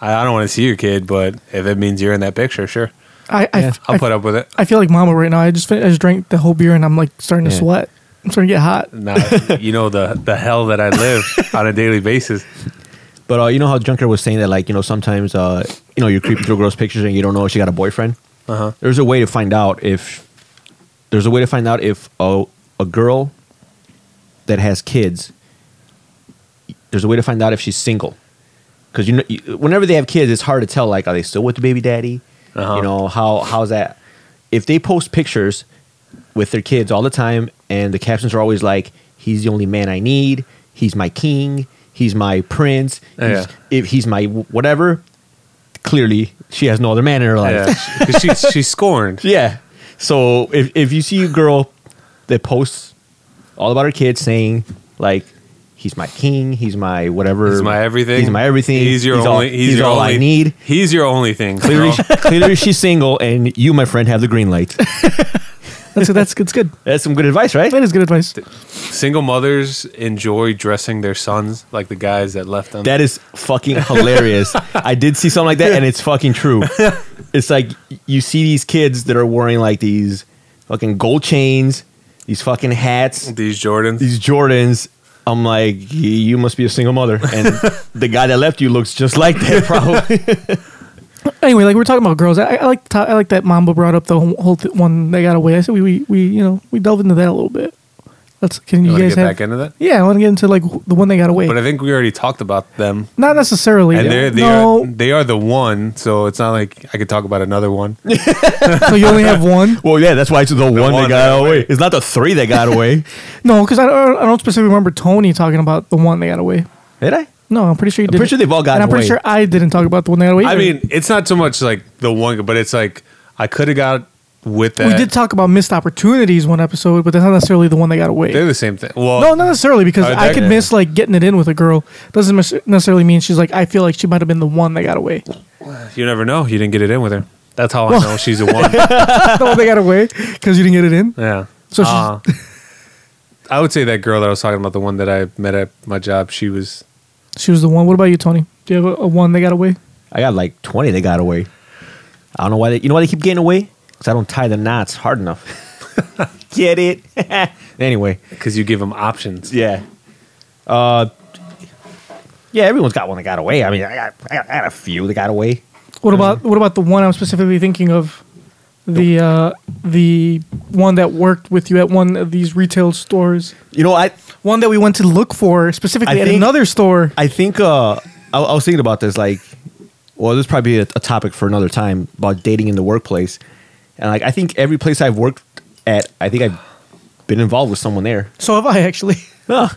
Speaker 3: I, I don't want to see your kid, but if it means you're in that picture, sure,
Speaker 1: I I,
Speaker 3: I'll
Speaker 1: I,
Speaker 3: put up with it.
Speaker 1: I feel like mama right now. I just fin- I just drank the whole beer and I'm like starting to
Speaker 2: Yeah.
Speaker 1: sweat. I'm starting to get hot.
Speaker 3: Nah, you know the the hell that I live on a daily basis.
Speaker 2: But uh, you know how Junker was saying that, like, you know, sometimes, uh, you know, you're creeping through girls' pictures and you don't know if she got a boyfriend.
Speaker 3: Uh-huh.
Speaker 2: There's a way to find out if there's a way to find out if a a girl that has kids. There's a way to find out if she's single, because you know, you, whenever they have kids, it's hard to tell. Like, are they still with the baby daddy?
Speaker 3: Uh-huh.
Speaker 2: You know how how's that? If they post pictures with their kids all the time, and the captions are always like, "He's the only man I need. He's my king. He's my prince. He's,
Speaker 3: Yeah.
Speaker 2: If he's my w- whatever." Clearly, she has no other man in her life.
Speaker 3: Yeah, She- she's she's scorned.
Speaker 2: Yeah. So if if you see a girl that posts all about her kids saying like he's my king, he's my whatever,
Speaker 3: He's my everything.
Speaker 2: he's my everything,
Speaker 3: He's your
Speaker 2: all-
Speaker 3: only. he's your
Speaker 2: all
Speaker 3: only,
Speaker 2: I need.
Speaker 3: He's your only thing.
Speaker 2: Clearly,
Speaker 3: girl.
Speaker 2: clearly she's single, and you, my friend, have the green light.
Speaker 1: That's that's it's good.
Speaker 2: That's some good advice, right?
Speaker 1: That is good advice.
Speaker 3: Single mothers enjoy dressing their sons like the guys that left them.
Speaker 2: That is fucking hilarious. I did see something like that, and it's fucking true. It's like you see these kids that are wearing like these fucking gold chains, these fucking hats,
Speaker 3: These Jordans.
Speaker 2: these Jordans. I'm like, "Y- you must be a single mother, and the guy that left you looks just like that, probably.
Speaker 1: Anyway, like we're talking about girls. I, I like to, I like that Mamba brought up the whole th- one that got away. I said we, we we you know we delve into that a little bit. Let's can
Speaker 3: you
Speaker 1: you,
Speaker 3: want to
Speaker 1: guys
Speaker 3: get
Speaker 1: have
Speaker 3: back into that?
Speaker 1: yeah? I want to get into like wh- the one that got away.
Speaker 3: But I think we already talked about them,
Speaker 1: Not necessarily.
Speaker 3: and they're they
Speaker 1: no,
Speaker 3: are they are the one. So it's not like I could talk about another one.
Speaker 1: so you only have one.
Speaker 2: well, yeah, that's why it's the, one,
Speaker 3: one
Speaker 2: that got away. It's not the three that got away.
Speaker 1: No, because I don't I don't specifically remember Tony talking about the one that got away.
Speaker 2: Did I?
Speaker 1: No, I'm pretty sure you did.
Speaker 2: pretty sure they've all gotten
Speaker 1: And I'm pretty
Speaker 2: away.
Speaker 1: sure I didn't talk about the one that got away.
Speaker 3: I
Speaker 1: either.
Speaker 3: mean, it's not so much like the one, but it's like I could have got with that.
Speaker 1: we did talk about missed opportunities one episode, but that's not necessarily the one that got away.
Speaker 3: They're the same thing. Well,
Speaker 1: No, not necessarily because
Speaker 3: Oh,
Speaker 1: I
Speaker 3: that-
Speaker 1: could miss like getting it in with a girl. Doesn't mes- necessarily mean she's like I feel like she might have been the one that got away.
Speaker 3: you never know. You didn't get it in with her. That's how I know she's a one.
Speaker 1: no, they got away because you didn't get it in.
Speaker 3: Yeah.
Speaker 1: So she's-
Speaker 3: Uh, I would say that girl that I was talking about, the one that I met at my job, she was.
Speaker 1: She was the one. What about you, Tony? Do you have a, a one that got away?
Speaker 2: I got like 20 they got away. I don't know why they, you know why they keep getting away? Because I don't tie the knots hard enough. Get it? anyway,
Speaker 3: Because you give them options.
Speaker 2: yeah. Uh, yeah, everyone's got one that got away. I mean, I got, I got, I got a few that got away.
Speaker 1: What about what about the one I'm specifically thinking of? The uh, the one that worked with you at one of these retail stores.
Speaker 2: You know, I,
Speaker 1: One that we went to look for specifically
Speaker 2: I
Speaker 1: at
Speaker 2: think-
Speaker 1: another store.
Speaker 2: I think uh, I, I was thinking about this. Like, well, this is probably a, a topic for another time about dating in the workplace. And like, I think every place I've worked at, I think I've been involved with someone there.
Speaker 1: So have I actually.
Speaker 2: Huh.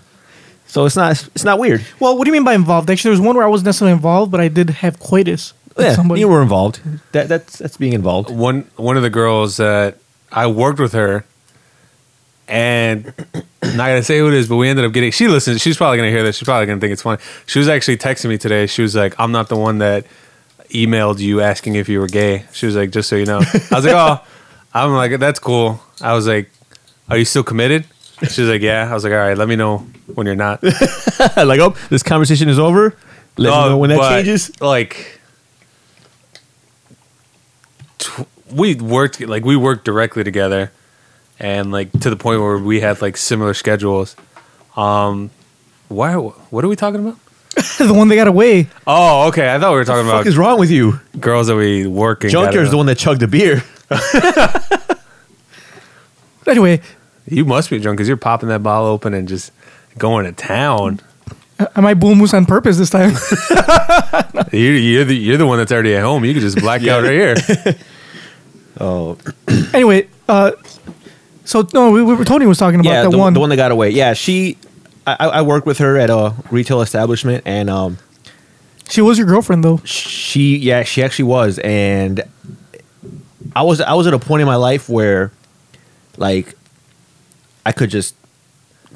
Speaker 2: So it's not it's not weird.
Speaker 1: Well, what do you mean by involved? Actually, there was one where I wasn't necessarily involved, but I did have coitus. with
Speaker 2: Yeah,
Speaker 1: somebody.
Speaker 2: you were involved. That that's that's being involved.
Speaker 3: One one of the girls that I worked with her, and I'm not gonna say who it is, but we ended up getting. She listens. She's probably gonna hear this. She's probably gonna think it's funny. She was actually texting me today. She was like, "I'm not the one that emailed you asking if you were gay." She was like, "Just so you know." I was like, "Oh, I'm like that's cool." I was like, "Are you still committed?" She was like, "Yeah." I was like, "All right, let me know when you're not."
Speaker 2: like, oh, this conversation is over. Let me
Speaker 3: No,
Speaker 2: know when that
Speaker 3: Oh, but,
Speaker 2: changes.
Speaker 3: Like, tw- we worked like we worked directly together, and like to the point where we had like similar schedules. Um, why? What are we talking about?
Speaker 1: the one that got away.
Speaker 3: Oh, okay. I thought we were talking
Speaker 2: What
Speaker 3: about
Speaker 2: is wrong with you?
Speaker 3: girls that we work. and got
Speaker 2: Junker's
Speaker 3: it.
Speaker 2: the one that chugged the beer.
Speaker 1: Anyway,
Speaker 3: You must be drunk because you're popping that bottle open and just going to town.
Speaker 1: uh, am I bull moose on purpose this time?
Speaker 3: You're, you're the you're the one that's already at home. You could just black out right here.
Speaker 2: Oh,
Speaker 1: anyway, uh, so no, we, we were Tony was talking about
Speaker 2: yeah,
Speaker 1: that
Speaker 2: the
Speaker 1: one.
Speaker 2: the one that got away. Yeah, she. I, I I worked with her at a retail establishment, and um,
Speaker 1: She was your girlfriend though.
Speaker 2: she yeah she actually was and i was i was at a point in my life where like i could just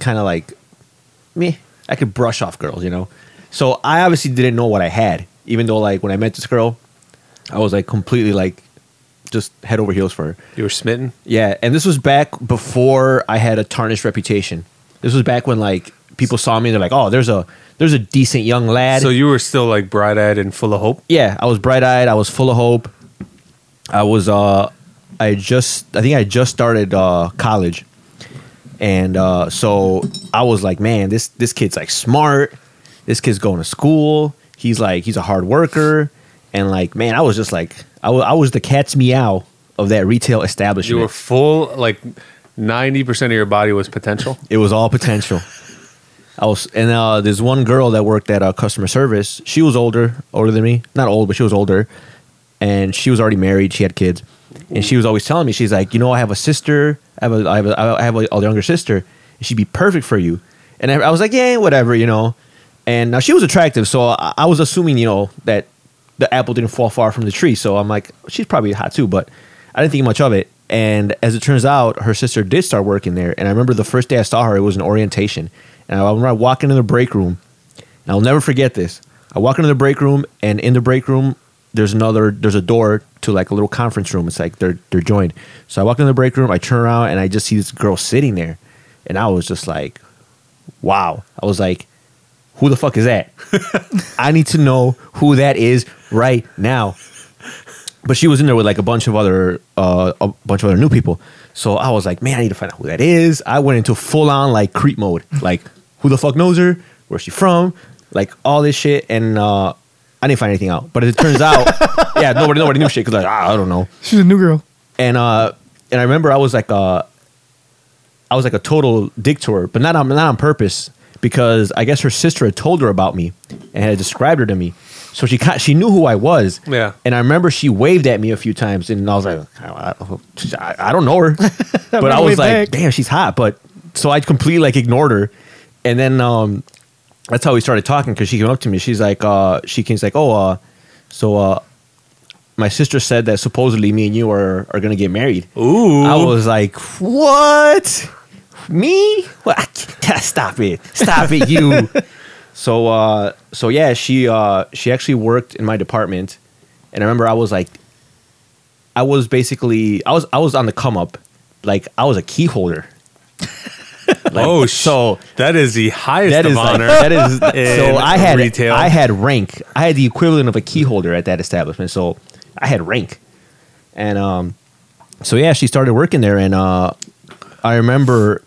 Speaker 2: kind of like me i could brush off girls you know so i obviously didn't know what i had even though like when i met this girl i was like completely like just head over heels for her
Speaker 3: You were smitten.
Speaker 2: yeah, and this was back before I had a tarnished reputation. This was back when like people saw me and they're like, "Oh, there's a there's a decent young lad."
Speaker 3: So you were still like bright eyed and full of hope.
Speaker 2: yeah, I was bright eyed. I was full of hope. I was uh, I just I think I just started uh college, and uh, so I was like, man, this this kid's like smart. This kid's going to school. He's like he's a hard worker, and like man, I was just like I wa- I was the cat's meow of that retail establishment.
Speaker 3: You were full, like 90% of your body was potential.
Speaker 2: It was all potential. I was, and uh, there's one girl that worked at uh, customer service. She was older, older than me. Not old, but she was older, and she was already married. She had kids, and she was always telling me, she's like, you know, I have a sister. I have a, I have a, I have a, a younger sister. And she'd be perfect for you. And I, I was like, yeah, whatever, you know. And now she was attractive, so I, I was assuming, you know, that the apple didn't fall far from the tree. So I'm like, she's probably hot too, but I didn't think much of it. And as it turns out, her sister did start working there. And I remember the first day I saw her, it was an orientation. And I remember I walking into the break room, and I'll never forget this. I walk into the break room, and in the break room, there's another, there's a door to like a little conference room. It's like they're they're joined. So I walk into the break room, I turn around, and I just see this girl sitting there, and I was just like, wow. I was like, who the fuck is that? I need to know who that is right now. But she was in there with like a bunch of other uh, a bunch of other new people. So I was like, man, I need to find out who that is. I went into full on like creep mode. Like, who the fuck knows her? Where's she from? Like all this shit. And uh, I didn't find anything out. But as it turns out, yeah, nobody nobody knew shit because like, ah, I don't know
Speaker 1: She's a new girl.
Speaker 2: and uh and I remember I was like uh I was like a total dick to her, but not on not on purpose because I guess her sister had told her about me and had described her to me, so she ki- she knew who I was.
Speaker 3: Yeah.
Speaker 2: and I remember she waved at me a few times, and I was like, I, I, I don't know her, but I
Speaker 1: Way
Speaker 2: was like,
Speaker 1: back.
Speaker 2: damn, she's hot. But so I completely like ignored her, and then um that's how we started talking because she came up to me. She's like, uh, she came she's like, oh, uh, so uh, my sister said that supposedly me and you are are gonna get married.
Speaker 3: Ooh.
Speaker 2: I was like, what? Me? Well, I can't- stop it! Stop it, you. so, uh, so yeah, she uh, she actually worked in my department, and I remember I was like, I was basically I was I was on the come up, like I was a key holder.
Speaker 3: oh,
Speaker 2: so-
Speaker 3: so that is the highest
Speaker 2: That
Speaker 3: of
Speaker 2: is like,
Speaker 3: honor.
Speaker 2: that is
Speaker 3: in
Speaker 2: so I had
Speaker 3: retail.
Speaker 2: I had rank. I had the equivalent of a key holder at that establishment. So I had rank, and um, so yeah, she started working there, and uh, I remember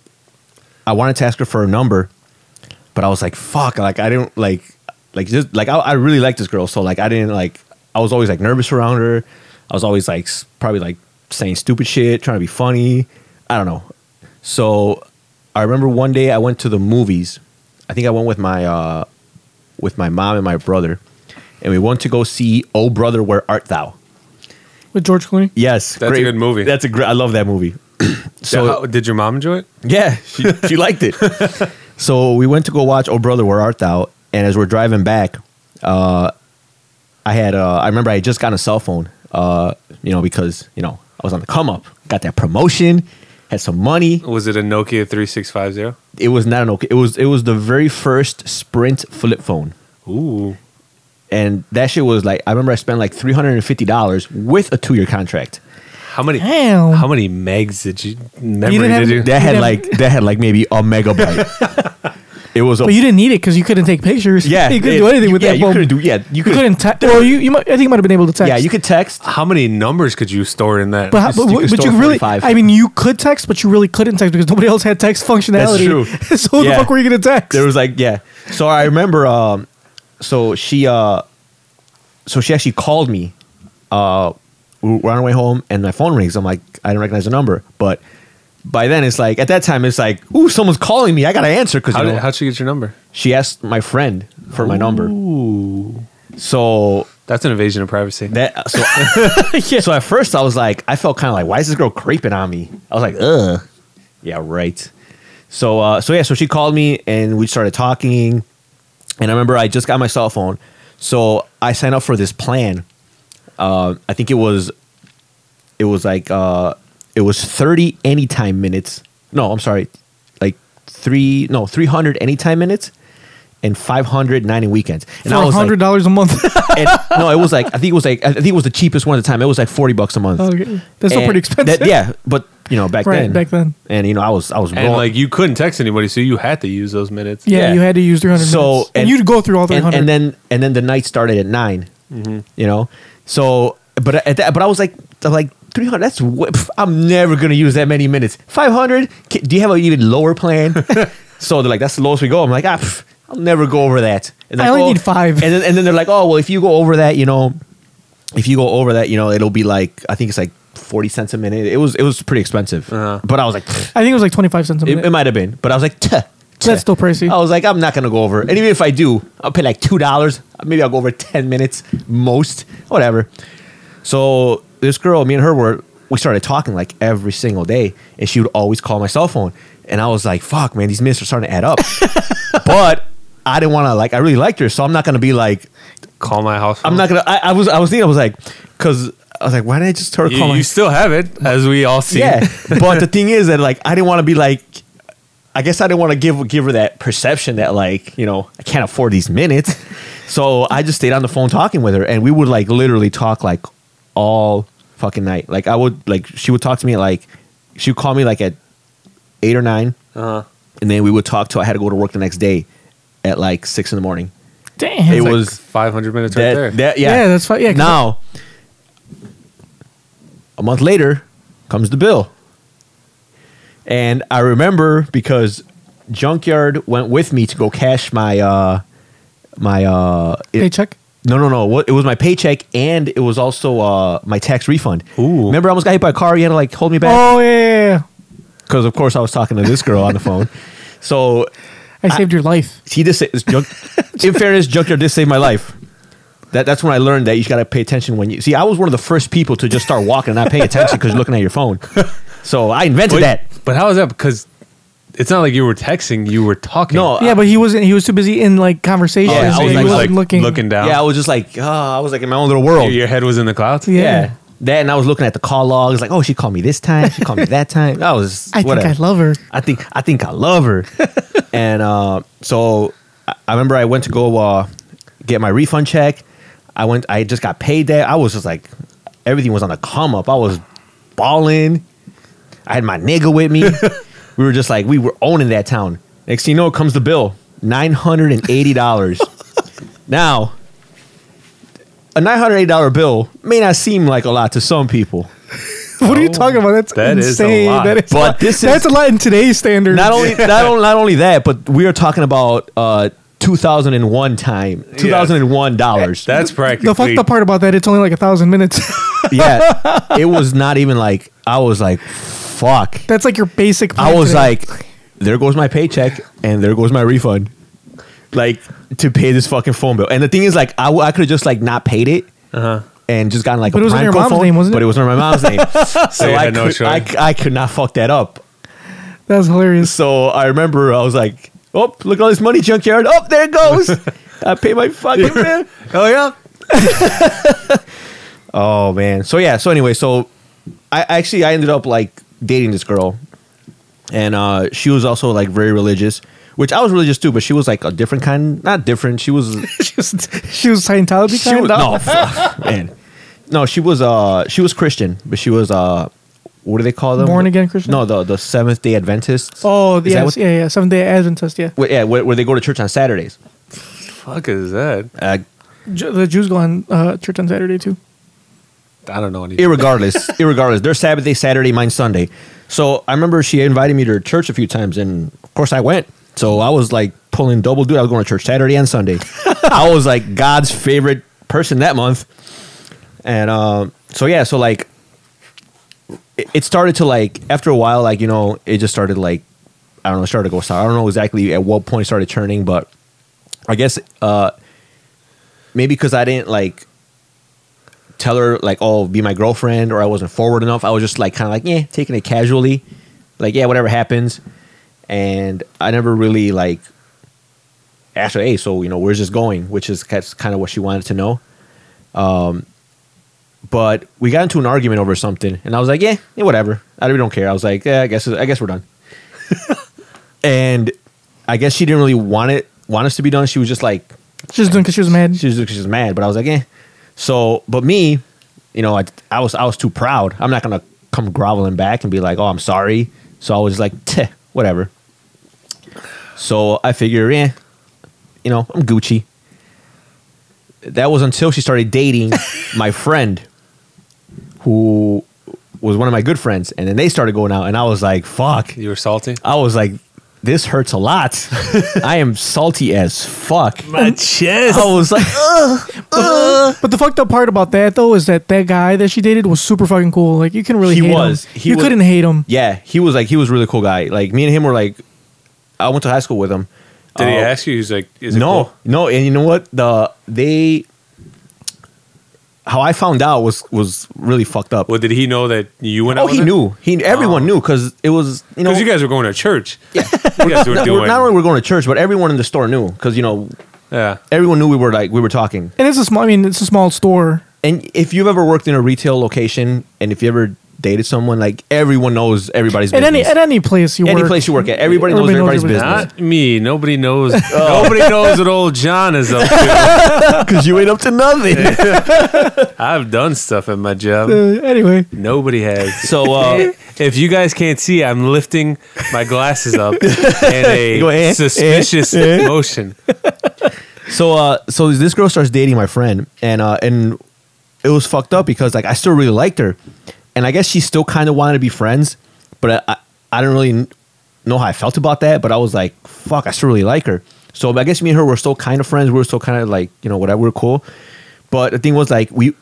Speaker 2: I wanted to ask her for her number, but I was like, fuck, like I didn't like like just like I, I really like this girl, so like I didn't like I was always like nervous around her. I was always like s- probably like saying stupid shit, trying to be funny. I don't know. So I remember one day I went to the movies. I think I went with my uh with my mom and my brother, and we went to go see Oh Brother Where Art Thou.
Speaker 1: with George Clooney.
Speaker 2: Yes,
Speaker 3: That's a good movie.
Speaker 2: That's a great. I love that movie.
Speaker 3: so, how- did your mom enjoy it?
Speaker 2: Yeah, she, she liked it. so we went to go watch Oh Brother, Where Art Thou? And as we're driving back, uh, I had uh, I remember I had just gotten a cell phone, uh, you know, because you know I was on the come up, got that promotion, had some money.
Speaker 3: Was it a Nokia three six five zero?
Speaker 2: It was not an okay. It was it was the very first Sprint flip phone,
Speaker 3: Ooh,
Speaker 2: and that shit was like I remember I spent like three hundred and fifty dollars with a two year contract.
Speaker 3: how many?
Speaker 1: Damn.
Speaker 3: How many megs did you? Memory
Speaker 1: didn't have-
Speaker 3: did you?
Speaker 2: That had
Speaker 1: Yeah.
Speaker 2: like that had like maybe a megabyte. it was a
Speaker 1: But you didn't need it because you couldn't take pictures.
Speaker 2: yeah.
Speaker 1: you couldn't
Speaker 2: it-
Speaker 1: do anything with
Speaker 2: yeah,
Speaker 1: that
Speaker 2: You
Speaker 1: phone.
Speaker 2: couldn't do yeah. You
Speaker 1: You
Speaker 2: couldn't.
Speaker 1: couldn't text. Well, you, you might, I think you might have been able to text.
Speaker 2: Yeah, you could text.
Speaker 3: how many numbers could you store in that?
Speaker 1: But, how,
Speaker 2: Just-
Speaker 1: but,
Speaker 2: you
Speaker 1: you
Speaker 2: could
Speaker 1: but
Speaker 2: store
Speaker 1: you really,
Speaker 2: 45.
Speaker 1: I mean, you could text, but you really couldn't text because nobody else had text functionality.
Speaker 2: true.
Speaker 1: so who
Speaker 2: Yeah.
Speaker 1: the fuck were you gonna text?
Speaker 2: There was like yeah. So I remember. Um, so she. Uh, so she actually called me. Uh, we we're on our way home, and my phone rings. I'm like, I didn't recognize the number, but by then it's like at that time it's like, ooh, someone's calling me. I gotta answer because
Speaker 3: how did, how'd she get your number?
Speaker 2: she asked my friend for my number. So
Speaker 3: That's an invasion of privacy.
Speaker 2: that uh, so so at first I was like, I felt kind of like, why is this girl creeping on me? I was like, ugh, yeah, right. So uh, so yeah, so she called me and we started talking, and I remember I just got my cell phone, so I signed up for this plan. Uh, I think it was, it was like uh, it was thirty anytime minutes. No, I'm sorry, like three no three hundred anytime minutes. And 590 weekends.
Speaker 1: for
Speaker 2: And I was like,
Speaker 1: hundred dollars a month.
Speaker 2: and, no, it was like I think it was like I think it was the cheapest one at the time. It was like forty bucks a month.
Speaker 1: Okay. That's still
Speaker 2: And
Speaker 1: pretty expensive.
Speaker 2: that- yeah, but you know back
Speaker 1: Right,
Speaker 2: then,
Speaker 1: back then.
Speaker 2: and you know I was I was
Speaker 3: and
Speaker 2: rolling-
Speaker 3: like you couldn't text anybody, so you had to use those minutes.
Speaker 1: yeah,
Speaker 2: yeah.
Speaker 1: you had to use three hundred.
Speaker 2: so
Speaker 1: and, you'd go through all three
Speaker 2: and-
Speaker 1: hundred.
Speaker 2: and, then and then the night started at 9 You know, so but at that, but I was like I'm like three hundred. That's wh- pff, I'm never gonna use that many minutes. Five hundred. Do you have an even lower plan? so they're like that's the lowest we go. I'm like ah. pff, I'll never go over that. And
Speaker 1: I
Speaker 2: like,
Speaker 1: only
Speaker 2: oh-
Speaker 1: need five.
Speaker 2: And then, and then they're like, oh well, if you go over that, you know, if you go over that, you know, it'll be like I think it's like forty cents a minute. It was it was pretty expensive.
Speaker 3: Uh-huh.
Speaker 2: But I was like, pff,
Speaker 1: I think it was like twenty five cents a
Speaker 2: it,
Speaker 1: minute.
Speaker 2: it might have been. But I was like, tuh, tuh.
Speaker 1: That's still pricey.
Speaker 2: I was like, I'm not gonna go over. And even if I do, I'll pay like two dollars. Maybe I'll go over ten minutes most, whatever. So this girl, me and her were we started talking like every single day, and she would always call my cell phone, and I was like, fuck, man, these minutes are starting to add up. but I didn't want to like. I really liked her, so I'm not gonna be like.
Speaker 3: Call my house.
Speaker 2: I'm not gonna. I, I was. I was thinking. I was like, because I was like, why didn't I just start
Speaker 3: You,
Speaker 2: calling?
Speaker 3: you still have it, as we all see.
Speaker 2: Yeah, but the thing is that like I didn't want to be like, I guess I didn't want to give give her that perception that like you know I can't afford these minutes, so I just stayed on the phone talking with her, and we would like literally talk like all fucking night. Like I would like she would talk to me at, like she would call me like at eight or nine,
Speaker 3: Uh-huh.
Speaker 2: and then we would talk till I had to go to work the next day at like six in the morning.
Speaker 1: Damn.
Speaker 2: it
Speaker 3: It was
Speaker 2: was-
Speaker 3: 500 minutes
Speaker 2: That,
Speaker 3: right there.
Speaker 2: that
Speaker 1: yeah.
Speaker 2: yeah,
Speaker 1: that's fine. Yeah, 'cause
Speaker 2: now, a month later comes the bill. And I remember because Junkyard went with me to go cash my uh my uh it-
Speaker 1: paycheck.
Speaker 2: No, no, no. What it was my paycheck and it was also uh my tax refund.
Speaker 3: Ooh.
Speaker 2: Remember I almost got hit by a car, you had to like hold me back
Speaker 1: Oh yeah, yeah, yeah. Oh.
Speaker 2: because of course I was talking to this girl on the phone. So
Speaker 1: I saved your life.
Speaker 2: he just said, junk, in fairness, Junkyard did save my life. That, that's when I learned that you got to pay attention when you see. I was one of the first people to just start walking and not pay attention because you're looking at your phone. So I invented
Speaker 3: But-
Speaker 2: that.
Speaker 3: But how is that? Because it's not like you were texting; you were talking.
Speaker 2: No,
Speaker 1: Yeah, but he wasn't. He was too busy in like conversations.
Speaker 2: Yeah, I
Speaker 3: So
Speaker 2: was
Speaker 1: he
Speaker 2: like-
Speaker 3: you
Speaker 1: wasn't
Speaker 3: was
Speaker 2: like,
Speaker 1: looking.
Speaker 3: down.
Speaker 2: yeah, I was just like, uh, I was like in my own little world.
Speaker 3: Your- your head was in the clouds.
Speaker 1: Yeah.
Speaker 2: Yeah. that and I was looking at the call logs. Like, oh, she called me this time. She called me that time. I was.
Speaker 1: I
Speaker 2: whatever.
Speaker 1: think I love her.
Speaker 2: I think I think I love her. and uh, so I, I remember I went to go uh, get my refund check. I went. I just got paid there. I was just like, everything was on the come up. I was balling. I had my nigga with me. we were just like we were owning that town. Next thing you know, comes the bill, nine hundred and eighty dollars. now, a nine hundred eighty dollar bill may not seem like a lot to some people.
Speaker 1: What are
Speaker 2: Oh,
Speaker 1: you talking about? That's
Speaker 3: That is a
Speaker 1: insane.
Speaker 3: lot.
Speaker 1: That is,
Speaker 2: But
Speaker 1: a lot.
Speaker 2: this is-
Speaker 1: that's a lot in today's standards.
Speaker 2: Not only not only not only that, but we are talking about uh, two thousand and one time, two thousand and one dollars.
Speaker 3: That's
Speaker 1: the
Speaker 3: practically.
Speaker 1: fucked up part about that, it's only like a thousand minutes.
Speaker 2: yeah, it was not even like I was like, fuck.
Speaker 1: that's like your basic.
Speaker 2: I
Speaker 1: plan
Speaker 2: was
Speaker 1: today.
Speaker 2: like, there goes my paycheck and there goes my refund. Like to pay this fucking phone bill. And the thing is, like, I, w- I could have just like not paid it.
Speaker 3: Uh-huh.
Speaker 2: And just gotten like
Speaker 1: But
Speaker 2: a
Speaker 1: it was in
Speaker 2: Prime
Speaker 1: your
Speaker 2: Pro
Speaker 1: mom's
Speaker 2: phone,
Speaker 1: name, wasn't
Speaker 2: but
Speaker 1: it?
Speaker 2: it was under my mom's name, so
Speaker 3: you
Speaker 2: I,
Speaker 3: had no
Speaker 2: could, I,
Speaker 3: choice.
Speaker 2: I could not fuck that up.
Speaker 1: that's hilarious.
Speaker 2: So I remember I was like, "Oh, look at all this money, junkyard! Oh, there it goes! I pay my fucking bill."
Speaker 3: oh yeah.
Speaker 2: Oh man. So yeah. So anyway, so I actually I ended up like dating this girl, and uh, she was also like very religious, which I was religious too, but she was like a different kind. Not different. She was.
Speaker 1: she was, she was Scientology
Speaker 2: she
Speaker 1: kind
Speaker 2: was
Speaker 1: of?
Speaker 2: no fuck, man. No, she was uh she was Christian, but she was uh what do they call them?
Speaker 1: Born again Christian?
Speaker 2: No, the the Seventh Day Adventists.
Speaker 1: Oh,
Speaker 2: Is that
Speaker 1: yes,
Speaker 2: what-
Speaker 1: yeah, yeah. Seventh Day Adventist, yeah.
Speaker 2: wh- yeah, where, where they go to church on Saturdays.
Speaker 3: Fuck is that?
Speaker 2: Uh,
Speaker 1: Ju- the Jews go on uh, church on Saturday too.
Speaker 3: I don't know any.
Speaker 2: irregardless, irregardless. Their Sabbath day Saturday, mine Sunday. So I remember she invited me to her church a few times, and of course I went. So I was like pulling double duty. I was going to church Saturday and Sunday. I was like God's favorite person that month, and um, so yeah, so like it, it started to like after a while, like you know, it just started like I don't know, it started to go south. I don't know exactly at what point it started turning, but I guess uh, maybe because I didn't like tell her like oh be my girlfriend or i wasn't forward enough i was just like kind of like yeah taking it casually like yeah whatever happens and i never really like asked her hey so you know where's this going which is kind of what she wanted to know um but we got into an argument over something and i was like yeah, yeah whatever i really don't care i was like yeah i guess i guess we're done and i guess she didn't really want it want us to be done she was just like
Speaker 1: She was doing because she was mad.
Speaker 2: she was, she was mad, but I was like, eh. So, but me, you know, I, I was I was too proud. I'm not gonna come groveling back and be like, oh, I'm sorry. So I was like, "Teh, whatever. So I figure, eh, you know, I'm Gucci. That was until she started dating my friend, who was one of my good friends, and then they started going out, and I was like, fuck.
Speaker 3: You were salty.
Speaker 2: I was like, this hurts a lot. I am salty as fuck.
Speaker 3: My chest.
Speaker 2: I was like,
Speaker 1: But the fucked up part about that though is that that guy that she dated was super fucking cool. Like you couldn't really
Speaker 2: He
Speaker 1: hate
Speaker 2: was.
Speaker 1: him.
Speaker 2: He
Speaker 1: you
Speaker 2: was-
Speaker 1: couldn't hate him.
Speaker 2: Yeah, he was like he was a really cool guy. Like me and him were like, I went to high school with him.
Speaker 3: Did he
Speaker 2: Uh,
Speaker 3: ask you? He's like, is it
Speaker 2: no,
Speaker 3: cool?
Speaker 2: no, and you know what? The they how I found out was was really fucked up.
Speaker 3: Well, did he know that you went? out
Speaker 2: oh, he
Speaker 3: with her?
Speaker 2: knew. He everyone
Speaker 3: Oh.
Speaker 2: knew because it was you know
Speaker 3: Because you guys were going to church. Yeah. you guys were
Speaker 2: not,
Speaker 3: doing.
Speaker 2: not only were we going to church, but everyone in the store knew because you know
Speaker 3: yeah.
Speaker 2: everyone knew we were like we were talking.
Speaker 1: And it's a small. I mean, it's a small store.
Speaker 2: And if you've ever worked in a retail location, and if you ever dated someone, like everyone knows everybody's
Speaker 1: At
Speaker 2: business.
Speaker 1: any at any place you
Speaker 2: Any
Speaker 1: work.
Speaker 2: place you work at, everybody knows everybody's
Speaker 1: everybody.
Speaker 2: business. Oh.
Speaker 3: Not me. Nobody knows. Nobody knows what old John is up to.
Speaker 2: because you ain't up to nothing.
Speaker 3: I've done stuff at my job.
Speaker 1: Uh, anyway,
Speaker 3: Nobody has.
Speaker 2: So, uh,
Speaker 3: if you guys can't see, I'm lifting my glasses up in a
Speaker 2: Go, eh, eh,
Speaker 3: suspicious motion.
Speaker 2: So uh so this girl starts dating my friend and uh and it was fucked up because like I still really liked her and I guess she still kind of wanted to be friends but I, I I didn't really kn- know how I felt about that but I was like fuck I still really like her. So I guess me and her were still kind of friends we were still kind of like you know whatever we are cool. But the thing was like we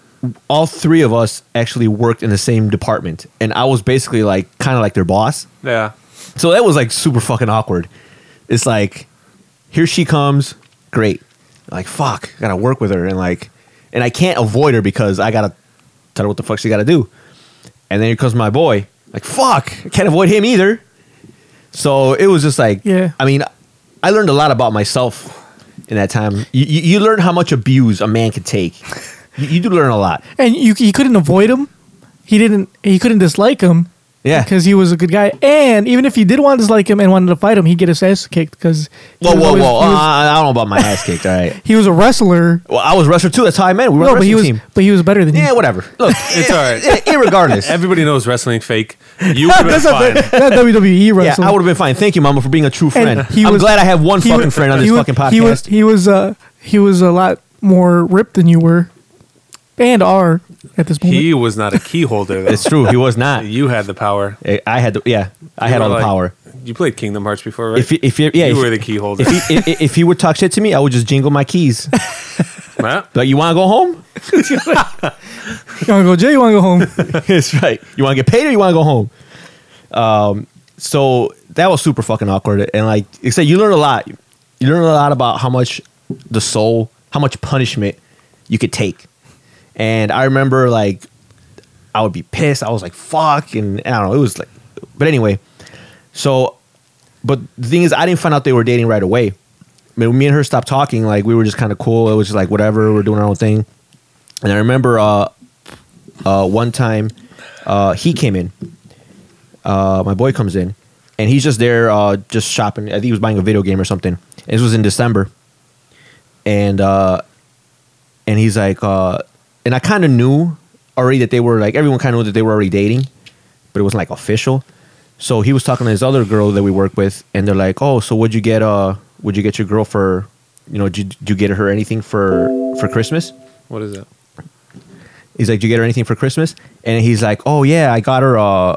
Speaker 2: all three of us actually worked in the same department and I was basically like kind of like their boss.
Speaker 3: Yeah.
Speaker 2: So that was like super fucking awkward. It's like, here she comes, great. Like fuck, gotta work with her and like, and I can't avoid her because I gotta tell her what the fuck she gotta do. And then here comes my boy. Like fuck, I can't avoid him either. So it was just like,
Speaker 1: Yeah.
Speaker 2: I mean, I learned a lot about myself in that time. You you, you learn how much abuse a man can take. you, you do learn a lot.
Speaker 1: and you you couldn't avoid him. He didn't. He couldn't dislike him.
Speaker 2: Yeah.
Speaker 1: because he was a good guy. And even if he did want to dislike him and wanted to fight him, he'd get his ass kicked because
Speaker 2: Whoa,
Speaker 1: he was
Speaker 2: whoa,
Speaker 1: always-
Speaker 2: whoa!
Speaker 1: He was,
Speaker 2: Uh, I don't know about my ass kicked. All right.
Speaker 1: he was a wrestler.
Speaker 2: Well, I was wrestler too. That's how I met. We were
Speaker 1: No,
Speaker 2: a
Speaker 1: but he
Speaker 2: wrestling
Speaker 1: was,
Speaker 2: team.
Speaker 1: but he was better than
Speaker 2: Yeah,
Speaker 1: you.
Speaker 2: whatever. Look,
Speaker 3: It's all right.
Speaker 2: irregardless.
Speaker 3: Everybody knows wrestling fake. You would have been
Speaker 1: That's not,
Speaker 3: fine.
Speaker 1: that WWE
Speaker 2: yeah,
Speaker 1: wrestler.
Speaker 2: I would have been fine. Thank you, Mama, for being a true friend.
Speaker 1: And he
Speaker 2: I'm
Speaker 1: was-
Speaker 2: glad I have one
Speaker 1: he
Speaker 2: fucking
Speaker 1: wa-
Speaker 2: friend on this
Speaker 1: he wa-
Speaker 2: fucking podcast.
Speaker 1: He was he was uh, he was a lot more ripped than you were, and are at this moment.
Speaker 3: He was not a key holder. Though.
Speaker 2: it's true. He was not.
Speaker 3: You had the power.
Speaker 2: I I had the yeah. I
Speaker 3: You
Speaker 2: had
Speaker 3: were
Speaker 2: all the
Speaker 3: like-
Speaker 2: power.
Speaker 3: You played Kingdom Hearts before, right?
Speaker 2: If he- if he- yeah,
Speaker 3: you
Speaker 2: if-
Speaker 3: were the key holder.
Speaker 2: If he, if, if he would talk shit to me, I would just jingle my keys.
Speaker 3: Huh?
Speaker 2: Like, you want to go home?
Speaker 1: you want to go, Jay? You want to go home?
Speaker 2: That's right. You want to get paid or you want to go home? Um, so that was super fucking awkward. And like, except you learn a lot. You learn a lot about how much the soul, how much punishment you could take. And I remember like, I would be pissed. I was like, fuck. And, and I don't know. It was like, but anyway. So, but the thing is, I didn't find out they were dating right away. I mean, me and her stopped talking. Like, we were just kind of cool. It was just like, whatever. We're doing our own thing. And I remember uh, uh, one time uh, he came in. Uh, my boy comes in, and he's just there, uh, just shopping. I think he was buying a video game or something. And this was in December, and uh, and he's like, uh, and I kind of knew already that they were like everyone kind of knew that they were already dating, but it wasn't like official. So he was talking to this other girl that we work with, and they're like, "Oh, so would you get uh, would you get your girl for, you know, did you, did you get her anything for for Christmas?"
Speaker 3: What is that?
Speaker 2: He's like, "Do you get her anything for Christmas?" And he's like, "Oh yeah, I got her. Uh,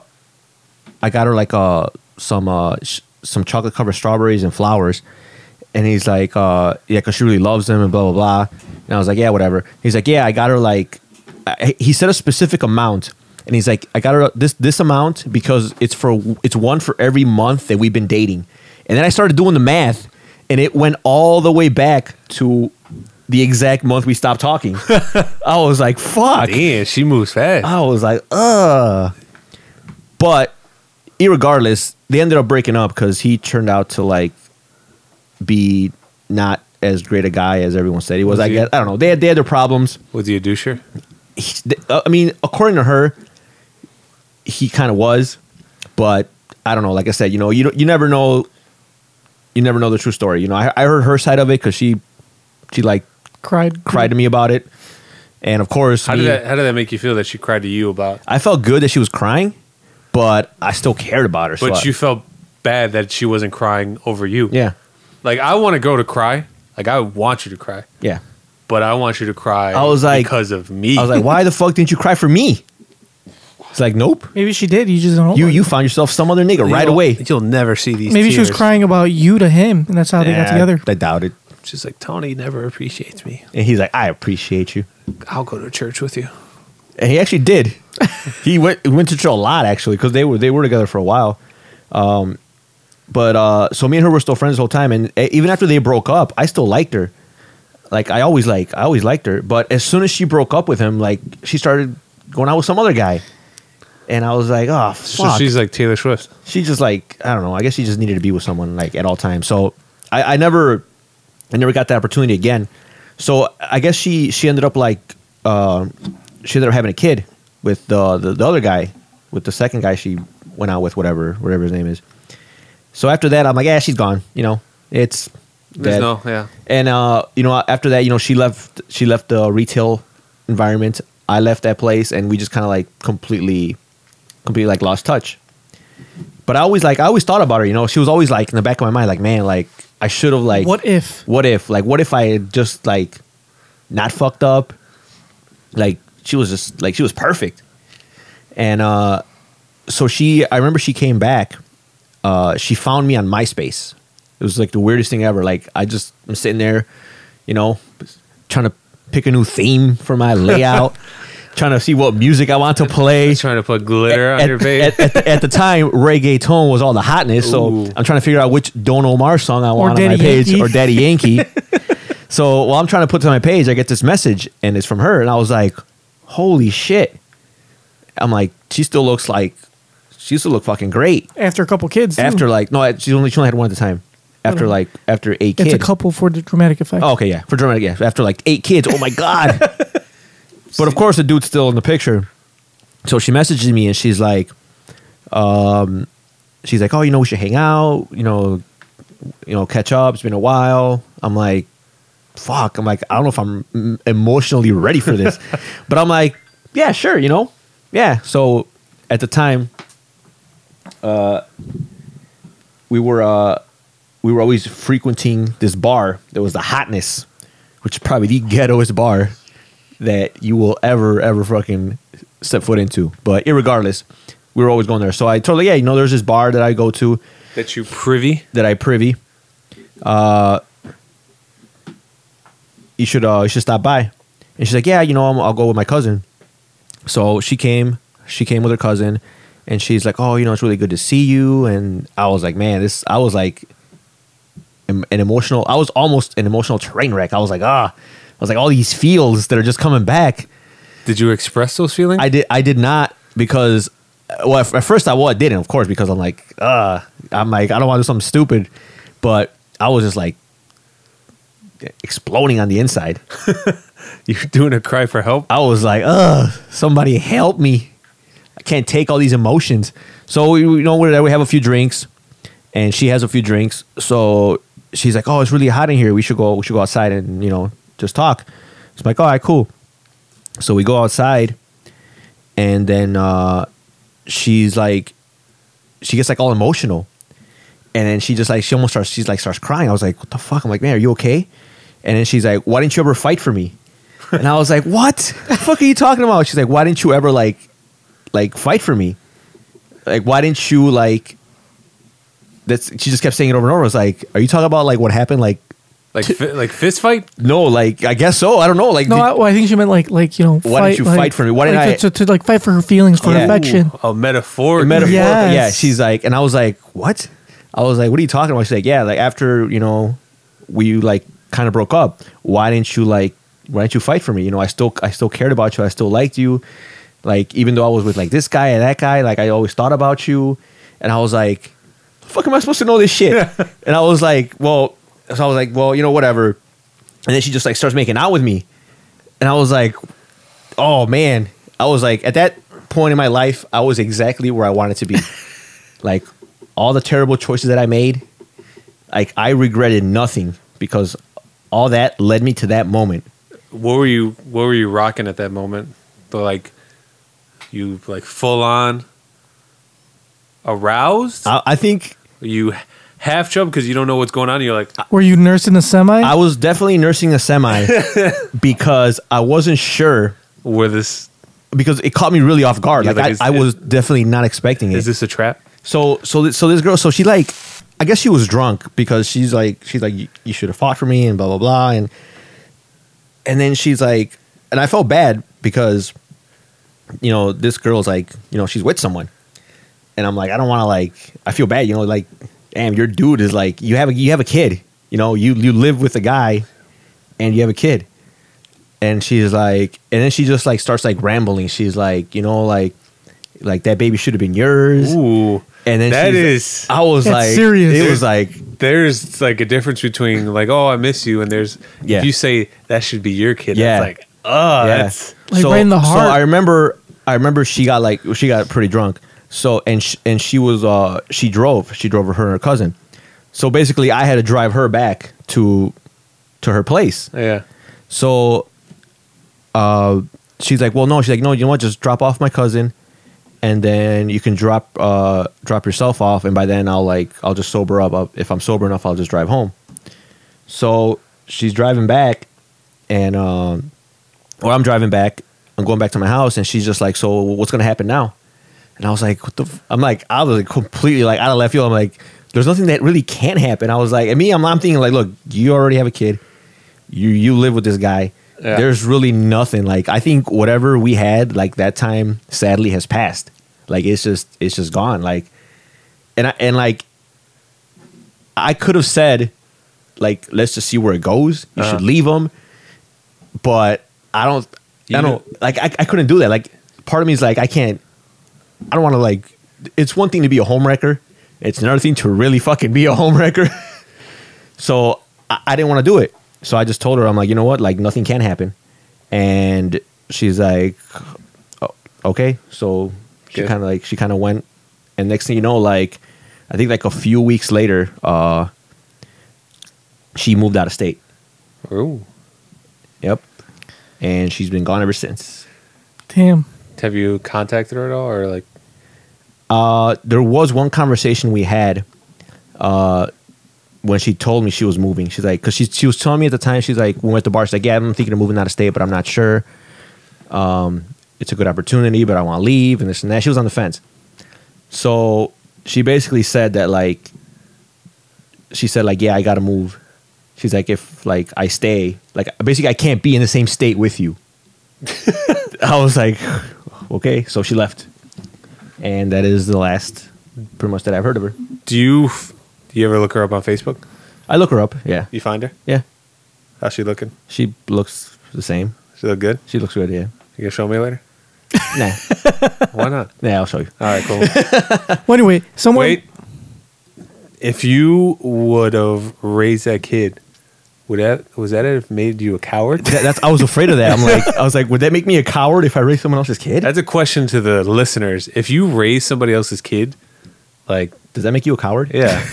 Speaker 2: I got her like uh some uh sh- some chocolate covered strawberries and flowers." And he's like, uh, "Yeah, because she really loves them and blah blah blah." And I was like, "Yeah, whatever." He's like, "Yeah, I got her like," I, he said a specific amount, and he's like, "I got her uh, this this amount because it's for it's one for every month that we've been dating." And then I started doing the math, and it went all the way back to the exact month we stopped talking. I Uh, was like, "Fuck!"
Speaker 3: Damn, she moves fast.
Speaker 2: I was like, ugh. But irregardless, they ended up breaking up because he turned out to like be not as great a guy as everyone said he was.
Speaker 3: Was
Speaker 2: I
Speaker 3: he?
Speaker 2: guess I don't know. They had they had their problems.
Speaker 3: Was he a doucher?
Speaker 2: He- th- uh, I mean, according to her, he kind of was, but I don't know. Like I said, you know, you don't, you never know. You never know the true story. You know, I, I heard her side of it because she she like
Speaker 1: Cried,
Speaker 2: cried to me about it, and of course,
Speaker 3: How did
Speaker 2: me-
Speaker 3: that? How did that make you feel that she cried to you about?
Speaker 2: I felt good that she was crying, but I still cared about her. so
Speaker 3: But
Speaker 2: I-
Speaker 3: you felt bad that she wasn't crying over you.
Speaker 2: yeah,
Speaker 3: Like I want to go to cry. Like I want you to cry,
Speaker 2: yeah.
Speaker 3: but I want you to cry.
Speaker 2: I was like-
Speaker 3: because of me.
Speaker 2: I was like, why the fuck didn't you cry for me? It's like, nope.
Speaker 1: Maybe she did. You just don't.
Speaker 2: You
Speaker 1: like
Speaker 2: you found yourself some other nigga right
Speaker 3: You'll-
Speaker 2: away.
Speaker 3: You'll never see these.
Speaker 1: it. Maybe she was
Speaker 3: tears.
Speaker 1: crying about you to him, and that's how they
Speaker 2: Nah,
Speaker 1: got together.
Speaker 2: I doubt it.
Speaker 3: She's like, Tony never appreciates me.
Speaker 2: And he's like, I appreciate you.
Speaker 3: I'll go to church with you.
Speaker 2: And he actually did. he went went to church a lot actually because they were they were together for a while. Um, but uh, so me and her were still friends the whole time, and e- even after they broke up, I still liked her. Like I always like I always liked her, but as soon as she broke up with him, like she started going out with some other guy, and I was like, oh
Speaker 3: So
Speaker 2: fuck.
Speaker 3: she's like Taylor Swift.
Speaker 2: she just like I don't know. I guess she just needed to be with someone like at all times. So I, I never, I never got that opportunity again. So I guess she she ended up like uh, she ended up having a kid with the, the the other guy, with the second guy she went out with, whatever whatever his name is. So after that, I'm like, yeah, she's gone. You know, it's
Speaker 3: There's
Speaker 2: dead.
Speaker 3: no, yeah.
Speaker 2: And uh, you know, after that, you know, she left. She left the retail environment. I left that place, and we just kind of like completely, completely like lost touch. But I always like I always thought about her. You know, she was always like in the back of my mind, like man, like I should have like
Speaker 1: what if?
Speaker 2: what if like what if I had just like not fucked up? Like she was just like she was perfect. And uh so she I remember she came back. Uh she found me on MySpace. It was like the weirdest thing ever. Like I just I'm sitting there, you know, trying to pick a new theme for my layout, trying to see what music I want to play.
Speaker 3: She's trying to put glitter on
Speaker 2: At-
Speaker 3: your face.
Speaker 2: At, at- at the time, reggae tone was all the hotness,
Speaker 3: Ooh.
Speaker 2: so I'm trying to figure out which Don Omar song I want on my
Speaker 1: Daddy
Speaker 2: page
Speaker 1: Yankee.
Speaker 2: or Daddy Yankee. so while I'm trying to put to my page, I get this message and it's from her, and I was like, "Holy shit!" I'm like, she still looks like she used to look fucking great
Speaker 1: After a couple kids, too.
Speaker 2: after like no, she only she only had one at the time. After
Speaker 1: Whatever.
Speaker 2: like after eight
Speaker 1: it's
Speaker 2: kids,
Speaker 1: a couple for the dramatic effect.
Speaker 2: Oh, okay, yeah. For dramatic, yeah. After like eight kids, oh my god. but of course, the dude's still in the picture. So she messages me and she's like, um, she's like, "Oh, you know, we should hang out. You know, you know, catch up. It's been a while." I'm like, "Fuck!" I'm like, I don't know if I'm mm, emotionally ready for this, but I'm like, "Yeah, sure." You know, yeah. So at the time, uh, we were uh, we were always frequenting this bar. There was the hotness, which is probably the ghettoest bar that you will ever ever fucking step foot into. But irregardless, we were always going there. So I told her, yeah, you know, there's this bar that I go to
Speaker 3: That you privy?
Speaker 2: that I privy. Uh, you should uh, you should stop by. And she's like, yeah, you know, I'm, I'll go with my cousin. So she came, she came with her cousin, and she's like, oh, you know, it's really good to see you. And I was like, man, this. I was like, em- an emotional. I was almost an emotional train wreck. I was like, ah, I was like, all these feels that are just coming back.
Speaker 3: Did you express those feelings?
Speaker 2: I did. I did not because. Well, at at first I well I didn't, of course, because I'm like, uh, I'm like, I don't want to do something stupid, but I was just like exploding on the inside.
Speaker 3: You're doing a cry for help?
Speaker 2: I was like, ugh, somebody help me. I can't take all these emotions. So, we- you know, we're there, we have a few drinks, and she has a few drinks. So she's like, oh, it's really hot in here. We should go, we should go outside and, you know, just talk. It's like, all right, cool. So we go outside, and then uh, she's like, she gets like all emotional. And then she just like, she almost starts, she's like, starts crying. I was like, what the fuck? I'm like, man, are you okay? And then she's like, why didn't you ever fight for me? And I was like, "What? The fuck are you talking about?" She's like, "Why didn't you ever like, like fight for me? Like, why didn't you like?" That's she just kept saying it over and over. I was like, "Are you talking about like what happened? Like,
Speaker 3: Like fi- like fist fight?
Speaker 2: no, like I guess so. I don't know. Like,
Speaker 1: No,
Speaker 2: did-
Speaker 1: I, well, I think she meant like, like you know,
Speaker 2: Why
Speaker 1: fight,
Speaker 2: didn't you
Speaker 1: like-
Speaker 2: fight for me? Why didn't
Speaker 1: like,
Speaker 2: I-
Speaker 1: to, to, to, like fight for her feelings, for
Speaker 2: Yeah.
Speaker 1: affection?
Speaker 3: Ooh, a metaphor.
Speaker 2: metaphor.
Speaker 1: Yes.
Speaker 2: Yeah, she's like, and I was like, what? I was like, what are you talking about? She's like, yeah, like after you know, we like kind of broke up. Why didn't you like? Why didn't you fight for me? You know, I still I still cared about you. I still liked you. Like even though I was with like this guy and that guy, like I always thought about you. And I was like, the fuck am I supposed to know this shit? and I was like, well, so I was like, well, you know, whatever. And then she just like starts making out with me, and I was like, oh man, I was like at that point in my life, I was exactly where I wanted to be. like all the terrible choices that I made, like I regretted nothing because all that led me to that moment.
Speaker 3: What were you what were you rocking at that moment? The like you like full on aroused?
Speaker 2: I, I think
Speaker 3: you half chub because you don't know what's going on. and you're like,
Speaker 1: Were you nursing the semi?
Speaker 2: I was definitely nursing a semi because I wasn't sure
Speaker 3: where this
Speaker 2: because it caught me really off guard.
Speaker 3: Yeah,
Speaker 2: like
Speaker 3: like,
Speaker 2: I,
Speaker 3: is-
Speaker 2: I was definitely not expecting it.
Speaker 3: is this a trap?
Speaker 2: So so th- so this girl so she like I guess she was drunk because she's like she's like "You- you should have fought for me and blah blah blah and and then she's like and I felt bad because you know this girl's like you know she's with someone and I'm like I don't want to like I feel bad you know like damn your dude is like you have a you have a kid you know you you live with a guy and you have a kid and she's like and then she just like starts like rambling she's like you know like like that baby should have been yours
Speaker 3: Ooh,
Speaker 2: and then
Speaker 3: that
Speaker 2: she's-
Speaker 3: is
Speaker 2: I was
Speaker 1: That's
Speaker 2: like,
Speaker 1: serious.
Speaker 2: It was like,
Speaker 3: there's like a difference between like, oh, I miss you, and there's
Speaker 2: Yeah.
Speaker 3: if you say that should be your kid,
Speaker 2: Yeah.
Speaker 3: yeah. like, oh,
Speaker 2: yeah.
Speaker 3: that's
Speaker 1: Like, right in the heart.
Speaker 2: So I remember, I remember she got like, she got pretty drunk. So and sh- and she was, uh, she drove, she drove her and her cousin. So basically, I had to drive her back to, to her place.
Speaker 3: yeah.
Speaker 2: So, uh, she's like, well, no, she's like, no, you know what? Just drop off my cousin, and then you can drop, uh, drop yourself off, and by then I'll like, I'll just sober up. I'll, if I'm sober enough, I'll just drive home. So she's driving back, and um, or I'm driving back. I'm going back to my house, and she's just like, "So what's gonna happen now?" And I was like, "What the?" F-? I'm like, I was like completely like out of left field. I'm like, "There's nothing that really can happen." I was like, and me, I'm, I'm thinking like, "Look, you already have a kid. You you live with this guy.
Speaker 3: Yeah.
Speaker 2: There's really nothing. Like, I think whatever we had like that time, sadly, has passed. Like, it's just it's just gone. Like, and I and like, I could have said." Like, let's just see where it goes. You should leave him but I don't, I
Speaker 3: You know-
Speaker 2: don't like. I, I couldn't do that. Like, part of me is like, I can't. I don't want to like. It's one thing to be a homewrecker. It's another thing to really fucking be a homewrecker. so I, I didn't want to do it. So I just told her, I'm like, you know what? Like, nothing can happen. And she's like, oh, okay. So she
Speaker 3: Okay.
Speaker 2: kind of like she kind of went And next thing you know, like I think like a few weeks later, uh, she moved out of state.
Speaker 3: Ooh.
Speaker 2: Yep, and she's been gone ever since.
Speaker 1: Damn.
Speaker 3: Have you contacted her at all, or like?
Speaker 2: Uh, there was one conversation we had uh, when she told me she was moving. She's like, because she, she was telling me at the time, she's like, when we went to bar, she's like, yeah, I'm thinking of moving out of state, but I'm not sure. Um, it's a good opportunity, but I want to leave and this and that. She was on the fence. So she basically said that, like, she said, like, yeah, I got to move. She's like, if, like, I stay, like, basically, I can't be in the same state with you. I was like, okay. So she left and that is the last pretty much that I've heard of her.
Speaker 3: Do you f- do you ever look her up on Facebook?
Speaker 2: I look her up. Yeah,
Speaker 3: You find her?
Speaker 2: yeah.
Speaker 3: How's she looking?
Speaker 2: She looks the same.
Speaker 3: She look good?
Speaker 2: She looks good. Yeah.
Speaker 3: You gonna show me later?
Speaker 2: Nah.
Speaker 3: Why not?
Speaker 2: nah. I'll show you.
Speaker 3: All right, cool.
Speaker 1: Well, anyway, someone.
Speaker 3: Wait. If you would have raised that kid, would that was that have made you a coward?
Speaker 2: That, that's. I was afraid of that. I'm like. I was like, would that make me a coward if I raise someone else's kid?
Speaker 3: That's a question to the listeners. If you raise somebody else's kid, like
Speaker 2: Does that make you a coward?
Speaker 3: yeah,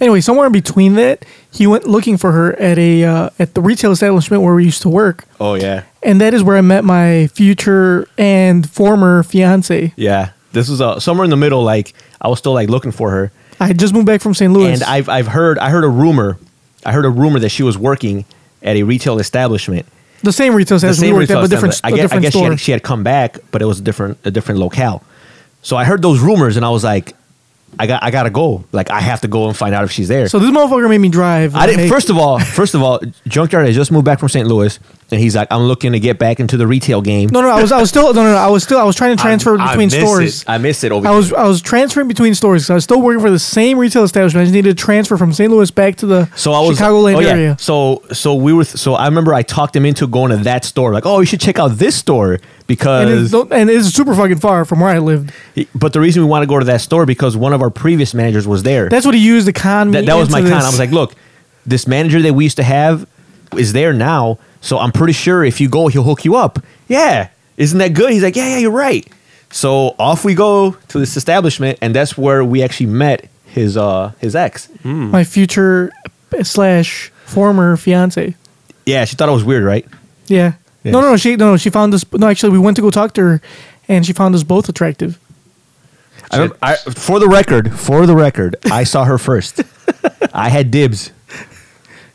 Speaker 1: Anyway, somewhere in between that, he went looking for her at a uh, at the retail establishment where we used to work,
Speaker 2: Oh yeah.
Speaker 1: and that is where I met my future and former fiance.
Speaker 2: Yeah. This was uh, somewhere in the middle. Like I was still like looking for her,
Speaker 1: I had just moved back from St. Louis.
Speaker 2: and I've I've heard I heard a rumor, I heard a rumor that she was working at a retail establishment.
Speaker 1: the same retail
Speaker 2: the
Speaker 1: establishment
Speaker 2: same
Speaker 1: we worked at,
Speaker 2: retail
Speaker 1: but different,
Speaker 2: establishment. I
Speaker 1: a
Speaker 2: guess, I
Speaker 1: different
Speaker 2: guess she,
Speaker 1: store.
Speaker 2: had, she had come back, but it was different a different locale. So I heard those rumors, and I was like, I got I gotta go. Like I have to go and find out if she's there.
Speaker 1: so this motherfucker made me drive.
Speaker 2: I didn't.
Speaker 1: like,
Speaker 2: First of all, first of all, Junkyard had just moved back from St. Louis, and he's like, I'm looking to get back into the retail game.
Speaker 1: No, no, I was, I was still, no, no, no, I was still, I was trying to transfer
Speaker 3: I
Speaker 1: between
Speaker 3: miss
Speaker 1: stores.
Speaker 2: I miss it over.
Speaker 1: I was, I was transferring between stores because I was still working for the same retail establishment. I just needed to transfer from St. Louis back to the
Speaker 2: So I was
Speaker 1: Chicagoland
Speaker 2: oh, yeah.
Speaker 1: area.
Speaker 2: So so we were so I remember I talked him into going to that store like oh you should check out this store
Speaker 1: And
Speaker 2: because
Speaker 1: it's, don't- and it's super fucking far from where I lived.
Speaker 2: but the reason we want to go to that store because one of our previous managers was there.
Speaker 1: That's what he used to con me.
Speaker 2: that, that was my
Speaker 1: into
Speaker 2: con.
Speaker 1: this.
Speaker 2: I was like, look, this manager that we used to have is there now, so I'm pretty sure if you go, he'll hook you up. Yeah, isn't that good? He's like, yeah, yeah, you're right. So off we go to this establishment, and that's where we actually met his uh his ex.
Speaker 1: my future uh, slash former fiance.
Speaker 2: Yeah, she thought it was weird, right?
Speaker 1: Yeah.
Speaker 2: Yeah.
Speaker 1: No, no, no. She no, no, she found us. No, actually, we went to go talk to her, and she found us both attractive.
Speaker 2: I, remember, I for the record, for the record, I saw her first. I had dibs.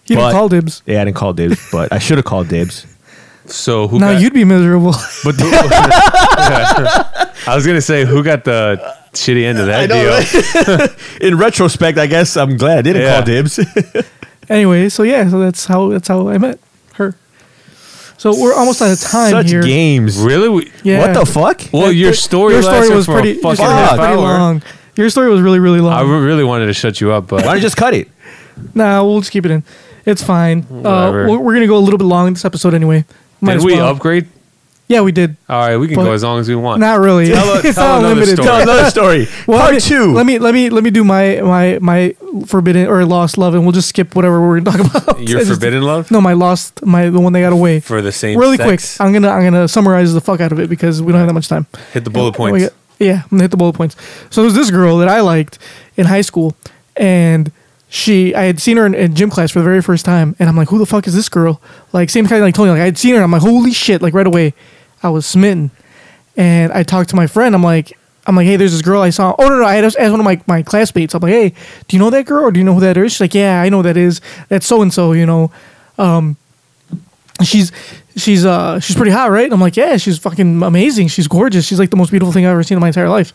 Speaker 1: You didn't
Speaker 2: But-
Speaker 1: call dibs.
Speaker 2: Yeah, I didn't call dibs, but I should have called dibs.
Speaker 3: So who?
Speaker 1: Now
Speaker 3: got,
Speaker 1: you'd be miserable.
Speaker 3: But I was gonna say who got the shitty end of that
Speaker 2: know,
Speaker 3: deal?
Speaker 2: In retrospect, I guess I'm glad I didn't
Speaker 3: Yeah.
Speaker 2: call dibs.
Speaker 1: anyway, so yeah, so that's how that's how I met her. So we're almost out of time
Speaker 2: Such
Speaker 1: here.
Speaker 2: games.
Speaker 3: Really? We-
Speaker 1: Yeah.
Speaker 2: What the fuck?
Speaker 3: Well, your story.
Speaker 1: Your story
Speaker 3: lasted
Speaker 1: was
Speaker 3: for a
Speaker 1: pretty, your
Speaker 3: fucking
Speaker 1: story was
Speaker 3: half
Speaker 2: fucking
Speaker 1: pretty
Speaker 3: hour.
Speaker 1: long. Your story was really really
Speaker 3: I
Speaker 1: long.
Speaker 3: re- really wanted to shut you up, but
Speaker 2: Why don't you just cut it?
Speaker 1: nah, we'll just keep it in. It's fine. Uh,
Speaker 3: Whatever.
Speaker 1: we're, we're gonna go a little bit long this episode anyway. Might
Speaker 3: did
Speaker 1: as
Speaker 3: we
Speaker 1: well.
Speaker 3: upgrade?
Speaker 1: Yeah, we did.
Speaker 3: All right, we can
Speaker 1: But-
Speaker 3: go as long as we want.
Speaker 1: Not really.
Speaker 3: Tell a-
Speaker 1: it's
Speaker 3: tell
Speaker 1: not
Speaker 3: another
Speaker 1: limited.
Speaker 3: story.
Speaker 2: Tell another story.
Speaker 1: Well,
Speaker 2: Part
Speaker 1: let me,
Speaker 2: two.
Speaker 1: Let me let me let me do my my my forbidden or lost love, and we'll just skip whatever we're talking about.
Speaker 3: Your
Speaker 1: I just-
Speaker 3: forbidden love?
Speaker 1: No, my lost my the one that got away.
Speaker 3: For the same
Speaker 1: really
Speaker 3: sex?
Speaker 1: quick, I'm gonna I'm gonna summarize the fuck out of it because we don't have that much time.
Speaker 3: Hit the bullet
Speaker 1: Oh my
Speaker 3: points.
Speaker 1: God. Yeah, I'm gonna hit the bullet points. So there's this girl that I liked in high school, and she I had seen her in, in gym class for the very first time, and I'm like, who the fuck is this girl? Like same kind of like Tony. Like I had seen her, and I'm like, holy shit! Like right away, I was smitten, and I talked to my friend. I'm like. I'm like, hey, there's this girl I saw. Oh no, no, I had asked one of my, my classmates. I'm like, hey, do you know that girl or do you know who that is? She's like, yeah, I know who that is. That's so and so, you know she's she's uh she's pretty hot, right? And I'm like, yeah, she's fucking amazing. She's gorgeous. She's like the most beautiful thing I've ever seen in my entire life.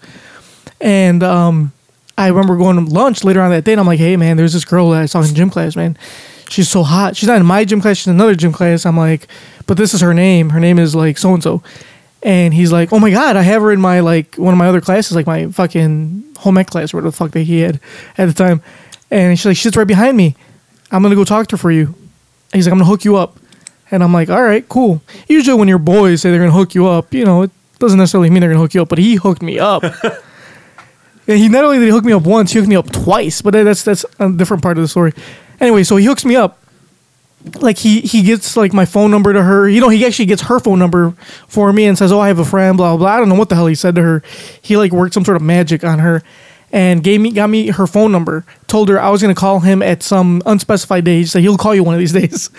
Speaker 1: And um, I remember going to lunch later on that day, and I'm like, hey man, there's this girl that I saw in gym class, man. She's so hot. She's not in my gym class. She's in another gym class. I'm like, but this is her name. Her name is like so and so. And he's like, oh my god, I have her in my like one of my other classes, like my fucking home ec class, or whatever the fuck that he had at the time. And she's like, she sits right behind me. I'm gonna go talk to her for you. He's like, I'm gonna hook you up. And I'm like, all right, cool. Usually when your boys say they're gonna hook you up, you know, it doesn't necessarily mean they're gonna hook you up, but he hooked me up. and he not only did he hook me up once, he hooked me up twice. But that's that's a different part of the story. Anyway, so he hooks me up like he he gets like my phone number to her. You know, he actually gets her phone number for me and says, "Oh, I have a friend." Blah blah. blah. I don't know what the hell he said to her. He like worked some sort of magic on her, and gave me got me her phone number. Told her I was gonna call him at some unspecified day. He said he'll call you one of these days.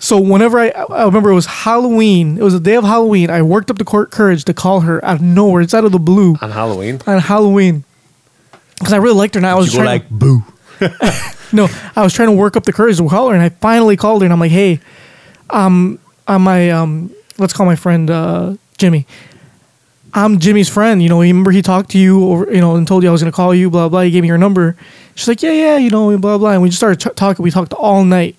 Speaker 1: so whenever I I remember it was Halloween. It was the day of Halloween. I worked up the cour- courage to call her out of nowhere. It's out of the blue
Speaker 3: on Halloween.
Speaker 1: on Halloween because I really liked her. Now I was
Speaker 2: You go
Speaker 1: trying to-
Speaker 2: like boo.
Speaker 1: no, I was trying to work up the courage to call her, and I finally called her, and I'm like, "Hey, um, I'm my um, let's call my friend uh, Jimmy. I'm Jimmy's friend. You know, remember he talked to you, or you know, and told you I was gonna call you. Blah blah. He gave me your number. She's like, "Yeah, yeah, you know, and blah blah." And we just started t- talking. We talked all night.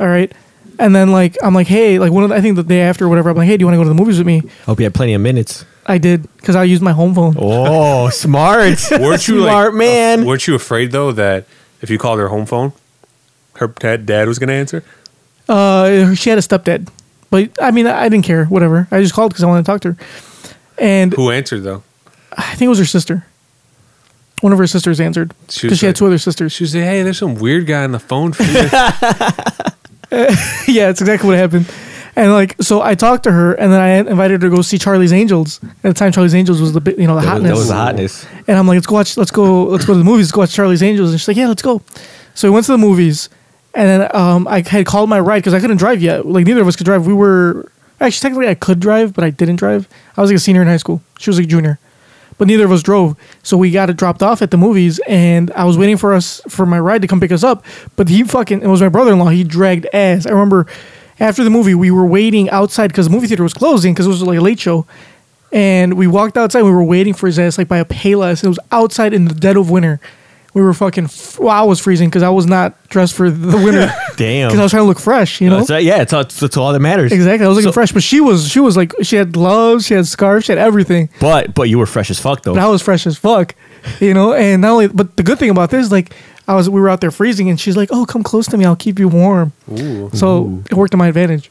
Speaker 1: All right, and then like I'm like, "Hey, like one of the, I think the day after or whatever, I'm like, "Hey, do you want to go to the movies with me?"
Speaker 2: Hope you had plenty of minutes.
Speaker 1: I did because I used my home phone.
Speaker 2: Oh, smart.
Speaker 3: Weren't you
Speaker 2: smart
Speaker 3: like,
Speaker 2: man?
Speaker 3: af- weren't you afraid though that if you called her home phone, her dad, dad was going to answer?
Speaker 1: Uh, she had a stepdad, but I mean, I didn't care. Whatever. I just called because I wanted to talk to her, and
Speaker 3: Who answered though?
Speaker 1: I think it was her sister. One of her sisters answered
Speaker 3: She
Speaker 1: because
Speaker 3: was
Speaker 1: she had
Speaker 3: like-
Speaker 1: two other sisters.
Speaker 3: She was like, "Hey, there's some weird guy on the phone for you."
Speaker 1: yeah, it's exactly what happened. And like, so I talked to her, and then I invited her to go see Charlie's Angels. At the time, Charlie's Angels was the bi- you know the
Speaker 2: That
Speaker 1: hotness.
Speaker 2: was- That was the hotness.
Speaker 1: And I'm like, let's go watch, let's go, let's go to the movies, let's go watch Charlie's Angels. And she's like, yeah, let's go. So we went to the movies, and then um, I had called my ride because I couldn't drive yet. Like neither of us could drive. We were actually technically I could drive, but I didn't drive. I was like a senior in high school. She was like a junior, but neither of us drove. So we got it dropped off at the movies, and I was waiting for us for my ride to come pick us up. But he fucking it was my brother in law. He dragged ass. I remember after the movie we were waiting outside because the movie theater was closing because it was like a late show. And we walked outside. We were waiting for his ass like by a Payless. It was outside in the dead of winter. We were fucking. F- well, I was freezing because I was not dressed for the winter.
Speaker 2: Damn.
Speaker 1: Because I was trying to look fresh, you know.
Speaker 2: That's right, yeah, it's all, it's all that matters.
Speaker 1: Exactly. I was looking fresh, but she was. She was like. She had gloves. She had scarves. She had everything.
Speaker 2: But but you were fresh as fuck though.
Speaker 1: But I was fresh as fuck, you know. And not only, but the good thing about this, like, I was. We were out there freezing, and she's like, "Oh, come close to me. I'll keep you warm." So it worked to my advantage.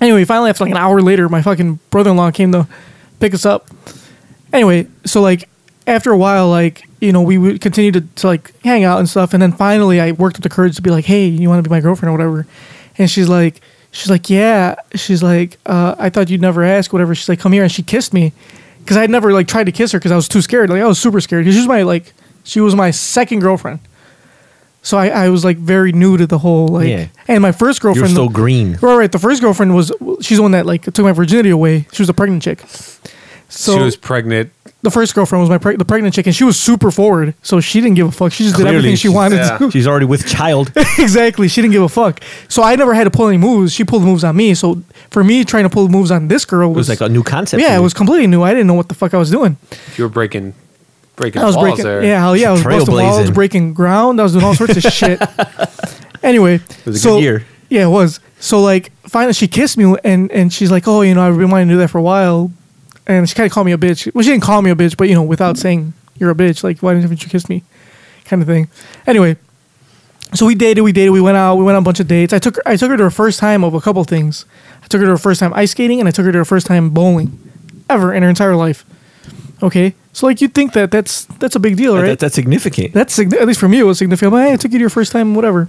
Speaker 1: Anyway, finally, after like an hour later, my fucking brother in law came to pick us up. Anyway, so like after a while, like you know, we would continue to, to like hang out and stuff, and then finally, I worked up the courage to be like, "Hey, you want to be my girlfriend or whatever?" And she's like, she's like, "Yeah." She's like, uh, "I thought you'd never ask, whatever." She's like, "Come here," and she kissed me because I had never like tried to kiss her because I was too scared. Like I was super scared because she was my like she was my second girlfriend. So I, I was like very new to the whole like,
Speaker 2: Yeah.
Speaker 1: and my first girlfriend
Speaker 2: You're so green.
Speaker 1: Right, right. The first girlfriend was she's the one that like took my virginity away. She was a pregnant chick. So
Speaker 3: she was pregnant.
Speaker 1: the first girlfriend was my preg- the pregnant chick, and she was super forward. So she didn't give a fuck. She just did
Speaker 2: Clearly,
Speaker 1: everything she
Speaker 2: she's-
Speaker 1: wanted
Speaker 3: yeah.
Speaker 1: to.
Speaker 2: She's already with child.
Speaker 1: exactly. She didn't give a fuck. So I never had to pull any moves. She pulled moves on me. So for me, trying to pull moves on this girl
Speaker 2: It was
Speaker 1: was,
Speaker 2: like a new concept. to
Speaker 1: yeah, it
Speaker 2: you.
Speaker 1: was completely new. I didn't know what the fuck I was doing.
Speaker 3: You were breaking, breaking
Speaker 1: I was
Speaker 3: walls
Speaker 1: breaking,
Speaker 3: there.
Speaker 1: yeah, hell yeah, I was busting walls,
Speaker 2: Trailblazing.
Speaker 1: breaking ground. I was doing all sorts of shit. Anyway, it
Speaker 2: was a
Speaker 1: so,
Speaker 2: good year.
Speaker 1: Yeah, it was. So like, finally, she kissed me, and and she's like, "Oh, you know, I've been wanting to do that for a while," and she kind of called me a bitch. Well, she didn't call me a bitch, but you know, without saying you're a bitch, like, why didn't you kiss me, kind of thing. Anyway, so we dated, we dated, we went out, we went on a bunch of dates. I took her, I took her to her first time of a couple things. I took her to her first time ice skating, and I took her to her first time bowling, ever in her entire life. Okay, so like you'd think that that's that's a big deal,
Speaker 2: That-
Speaker 1: right?
Speaker 2: that- that's significant.
Speaker 1: That's signi- at least for me, it was significant. I'm like, hey, I took you to your first time, whatever.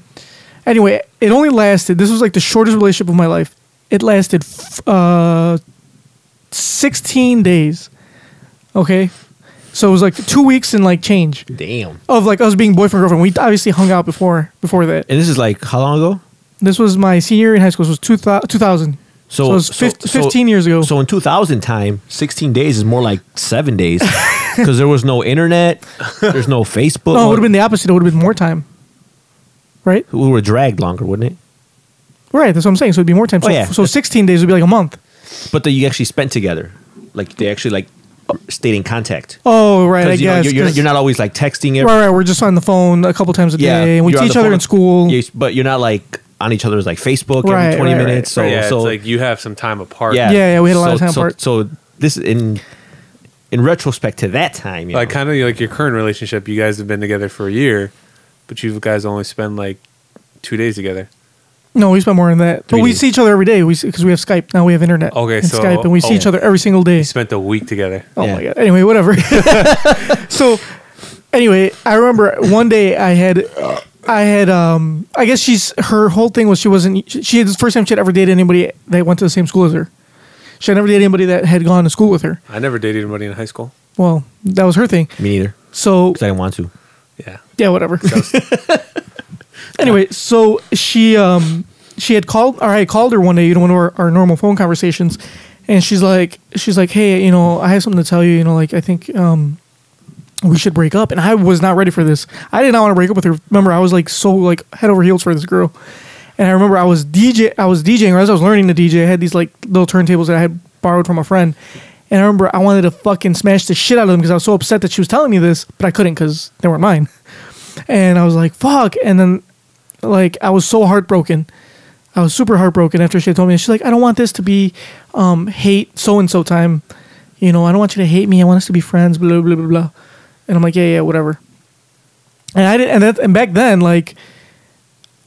Speaker 1: Anyway, it only lasted. This was like the shortest relationship of my life. It lasted f- uh, 16 days. Okay, so it was like two weeks and like change
Speaker 2: Damn.
Speaker 1: of like us being boyfriend girlfriend. We obviously hung out before before that.
Speaker 2: And this is like how long ago?
Speaker 1: This was my senior year in high school. This was 2000. 2000. So, it was fif- 15 years ago.
Speaker 2: So in 2000 time, 16 days is more like seven days because there was no internet, there's no Facebook.
Speaker 1: no, it would have been the opposite. It would have been more time. Right?
Speaker 2: We were dragged longer, wouldn't it?
Speaker 1: Right. That's what I'm saying. So it'd be more time.
Speaker 2: Oh,
Speaker 1: so,
Speaker 2: yeah.
Speaker 1: so 16 days would be like a month.
Speaker 2: But that you actually spent together, like they actually like stayed in contact.
Speaker 1: Oh, right. I
Speaker 2: you know,
Speaker 1: guess.
Speaker 2: you're, you're,
Speaker 1: 'cause-
Speaker 2: you're not always like texting. Every,
Speaker 1: Right, right. We're just on the phone a couple times a
Speaker 2: Yeah,
Speaker 1: day. and we
Speaker 2: you're
Speaker 1: see
Speaker 2: on
Speaker 1: each
Speaker 2: the
Speaker 1: other
Speaker 2: phone.
Speaker 1: in school.
Speaker 2: Yes, but you're not like on each other's like Facebook
Speaker 1: Right,
Speaker 2: every 20
Speaker 1: right,
Speaker 2: minutes.
Speaker 3: So, yeah,
Speaker 2: so
Speaker 3: it's
Speaker 2: so
Speaker 3: like you have some time apart.
Speaker 2: yeah,
Speaker 1: Yeah, yeah, we had a lot of
Speaker 2: So-
Speaker 1: time
Speaker 2: so,
Speaker 1: apart.
Speaker 2: So this in in retrospect to that time, you
Speaker 3: like
Speaker 2: know.
Speaker 3: kind of like your current relationship. You guys have been together for a year, but you guys only spend like two days together.
Speaker 1: No, we spend more than that. But
Speaker 2: Three
Speaker 1: we
Speaker 2: days.
Speaker 1: see each other every day. We because we have Skype now. We have internet.
Speaker 3: Okay,
Speaker 1: and
Speaker 3: so-
Speaker 1: Skype, and we see
Speaker 3: oh.
Speaker 1: each other every single day.
Speaker 3: You spent a week together.
Speaker 1: Oh
Speaker 2: Yeah.
Speaker 1: my god. Anyway, whatever. so, anyway, I remember one day I had I had um I guess she's her whole thing was she wasn't she, she had the first time she had ever dated anybody that went to the same school as her. She had never dated anybody that had gone to school with her.
Speaker 3: I never dated anybody in high school.
Speaker 1: Well, that was her thing.
Speaker 2: Me neither.
Speaker 1: So
Speaker 2: Because I didn't want to.
Speaker 3: Yeah.
Speaker 1: yeah, whatever. anyway, so she um she had called or I had called her one day, you know, one of our, our normal phone conversations, and she's like she's like, Hey, you know, I have something to tell you, you know, like I think um we should break up and I was not ready for this. I did not want to break up with her. Remember, I was like so like head over heels for this girl. And I remember I was DJ I was DJing or as I was learning to DJ, I had these like little turntables that I had borrowed from a friend. And I remember I wanted to fucking smash the shit out of them because I was so upset that she was telling me this, but I couldn't because they weren't mine and I was like, "Fuck!" And then, like, I was so heartbroken. I was super heartbroken after she had told me. She's like, "I don't want this to be um, hate so and so time. You know, I don't want you to hate me. I want us to be friends." Blah blah blah blah. And I'm like, "Yeah, yeah, whatever." And I didn't. And that. And back then, like,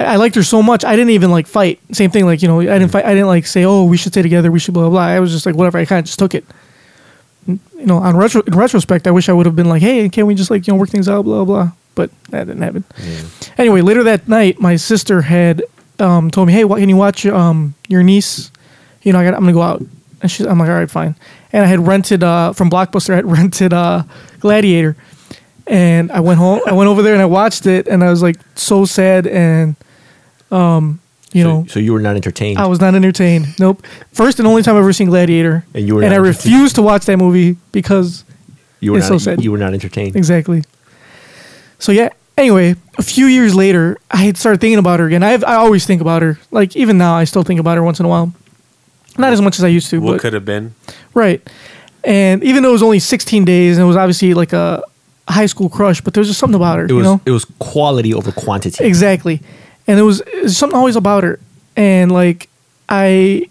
Speaker 1: I I liked her so much. I didn't even like fight. Same thing. Like, you know, I didn't fight. I didn't like say, "Oh, we should stay together. We should blah blah." blah. I was just like, whatever. I kind of just took it. You know, on retro in retrospect, I wish I would have been like, "Hey, can we just like you know work things out?" Blah blah. But that didn't happen. Anyway, later that night, my sister had um, told me, "Hey, what, can you watch um, your niece? You know, I got, I'm gonna go out." And she's, I'm like, "All right, fine." And I had rented uh, from Blockbuster. I had rented uh, Gladiator, and I went home. I went over there and I watched it, and I was like so sad, and um, you
Speaker 2: so,
Speaker 1: know,
Speaker 2: so you were not entertained.
Speaker 1: I was not entertained. Nope. First and only time I've ever seen Gladiator,
Speaker 2: And you were
Speaker 1: and
Speaker 2: not
Speaker 1: I
Speaker 2: entertained.
Speaker 1: refused to watch that movie because
Speaker 2: you were
Speaker 1: it's
Speaker 2: not,
Speaker 1: so sad.
Speaker 2: You were not entertained.
Speaker 1: Exactly. So yeah. Anyway, a few years later, I had started thinking about her again. I I always think about her. Like even now, I still think about her once in a while. Not as much as I used to,
Speaker 3: What
Speaker 1: but
Speaker 3: could have been?
Speaker 1: right. And even though it was only 16 days, and it was obviously like a high school crush, but there was just something about her.
Speaker 2: It
Speaker 1: you
Speaker 2: was
Speaker 1: know?
Speaker 2: it was quality over quantity.
Speaker 1: Exactly. And it was, it was something always about her. And like I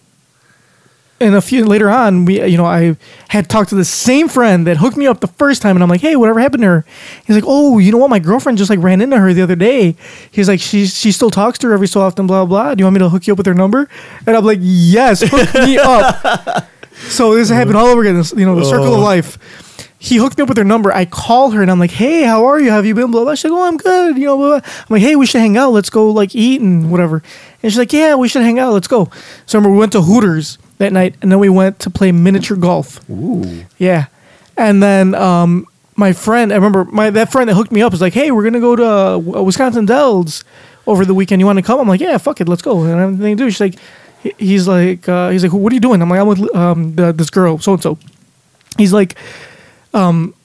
Speaker 1: and a few later on, we you know, I had talked to the same friend that hooked me up the first time and I'm like, hey, whatever happened to her? He's like, Oh, you know what? My girlfriend just like ran into her the other day. He's like, She she still talks to her every so often, blah blah. Do you want me to hook you up with her number? And I'm like, Yes, hook me up. So this happened all over again, this, you know, the circle of life he hooked me up with her number. I call her and I'm like, hey, how are you? Have you been? Blah blah. She's like, oh, I'm good. You know, blah, blah. I'm like, hey, we should hang out. Let's go like eat and whatever. And she's like, yeah, we should hang out. Let's go. So remember, we went to Hooters that night, and then we went to play miniature golf. Yeah, and then um, my friend, I remember my that friend that hooked me up was like, "Hey, we're gonna go to uh, Wisconsin Dells over the weekend. You want to come?" I'm like, "Yeah, fuck it, let's go." And I have nothing to do. She's like, he- "He's like, uh, he's like, what are you doing?" I'm like, "I'm with um, the, this girl, so and so." He's like, um,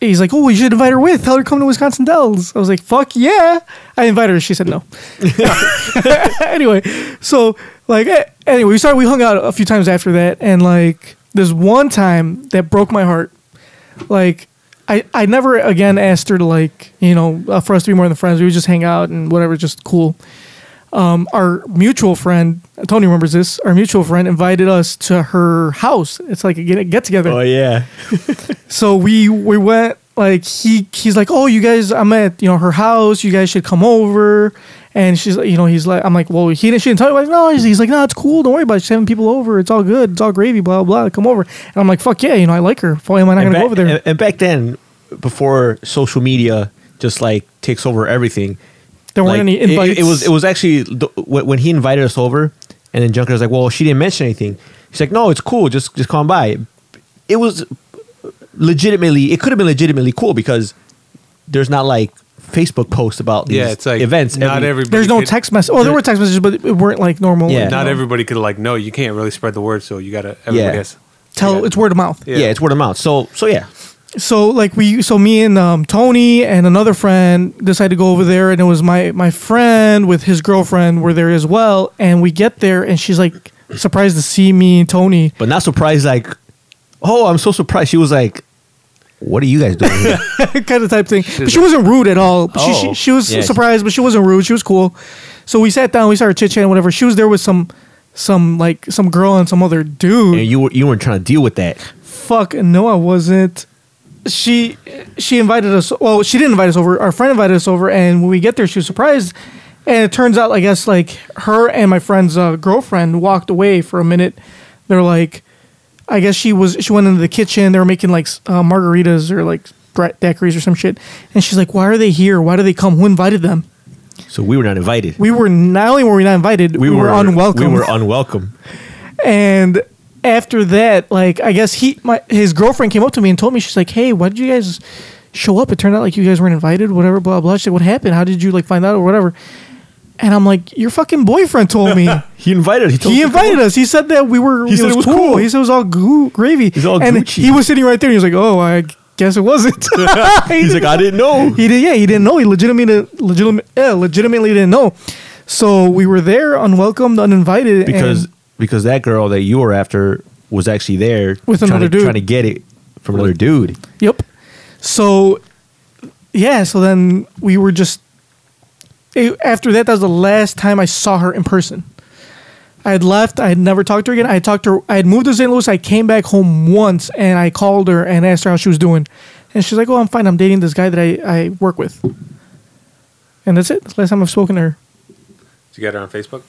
Speaker 1: he's like, "Oh, you should invite her with. Tell her to come to Wisconsin Dells." I was like, "Fuck yeah!" I invited her. She said no anyway, so like eh, anyway, we started we hung out a few times after that, and like this one time that broke my heart. Like I I never again asked her to like you know uh, for us to be more than friends. We would just hang out and whatever, just cool. Um, our mutual friend Tony remembers this. Our mutual friend invited us to her house. It's like a get, get together.
Speaker 2: Oh yeah.
Speaker 1: So we we went like he he's like, "Oh, you guys, I'm at, you know, her house. You guys should come over." And she's like, you know, he's like, I'm like, well, he didn't, she didn't tell me. Like, no, he's, he's like, no, it's cool. Don't worry about it. She's having people over. It's all good. It's all gravy, blah, blah, blah. Come over. And I'm like, fuck yeah, you know, I like her. Why am I not going to
Speaker 2: and back,
Speaker 1: go over there?
Speaker 2: And, and back then, before social media just like takes over everything,
Speaker 1: there weren't
Speaker 2: like,
Speaker 1: any
Speaker 2: it-
Speaker 1: invites.
Speaker 2: It, it was it was actually the, when when he invited us over, and then Junker was like, "Well, she didn't mention anything." She's like, "No, it's cool. Just just come by." It was legitimately. It could have been legitimately cool because there's not like Facebook posts about these
Speaker 3: Yeah, it's like
Speaker 2: events.
Speaker 3: Not
Speaker 2: every-
Speaker 3: everybody.
Speaker 1: There's no
Speaker 3: could-
Speaker 1: text message. Oh, there were text messages, but it weren't like normal.
Speaker 2: Yeah.
Speaker 1: like,
Speaker 3: Not
Speaker 1: you know,
Speaker 3: everybody could like. No, you can't really spread the word. So you gotta. Everybody
Speaker 2: Yeah.
Speaker 3: has-
Speaker 1: Tell, it's word of mouth.
Speaker 2: Yeah. it's word of mouth. So so yeah,
Speaker 1: so like we so me and um, Tony and another friend decided to go over there and it was my my friend with his girlfriend were there as well and we get there and she's like surprised to see me and Tony
Speaker 2: but not surprised. Like, oh, I'm so surprised. She was like, "What are you guys doing?" here?"
Speaker 1: kind of type thing but she wasn't rude at all but she, she
Speaker 2: Oh,
Speaker 1: she was
Speaker 2: yeah.
Speaker 1: surprised but she wasn't rude she was cool so we sat down we started chit chatting whatever she was there with some some like some girl and some other dude
Speaker 2: and you were you weren't trying to deal with that.
Speaker 1: fuck no i wasn't she she invited us well she didn't invite us over our friend invited us over and when we get there she was surprised and it turns out i guess like her and my friend's uh, girlfriend walked away for a minute they're like i guess she was she went into the kitchen they were making like s- uh, margaritas or like dra- daiquiris or some shit. And she's like, "Why are they here? Why do they come? Who invited them?"
Speaker 2: So we were not invited.
Speaker 1: We were not only were we not invited, we, were, unwelcome.
Speaker 2: We were unwelcome.
Speaker 1: and after that, like I guess he, my his girlfriend came up to me and told me she's like, "Hey, why did you guys show up? It turned out like you guys weren't invited. Whatever, blah blah." She said, "What happened? How did you like find out or whatever?" And I'm like, "Your fucking boyfriend told me."
Speaker 2: He invited. He, told
Speaker 1: He invited us. He said that we were. He
Speaker 2: said it was cool.
Speaker 1: He said it was all goo- gravy.
Speaker 2: He's all
Speaker 1: and
Speaker 2: Gucci.
Speaker 1: he was sitting right there. and He was like, "Oh, I guess it wasn't."
Speaker 2: He's like, I didn't know.
Speaker 1: He did. Yeah, he didn't know. He legitimately, legitimate, yeah, legitimately didn't know. So we were there, unwelcomed, uninvited,
Speaker 2: because
Speaker 1: and
Speaker 2: because that girl that you were after was actually there
Speaker 1: With
Speaker 2: trying
Speaker 1: another
Speaker 2: to,
Speaker 1: dude.
Speaker 2: trying to get it from another dude.
Speaker 1: yep. So yeah, so then we were just. eh, After that, that was the last time I saw her in person. I had left. I had never talked to her again. I had talked to her. I had moved to St. Louis. I came back home once, and I called her and asked her how she was doing, and she's like, "Oh, I'm fine. I'm dating this guy that I, I work with." And that's it. That's the last time I've spoken to her.
Speaker 3: you get her on Facebook?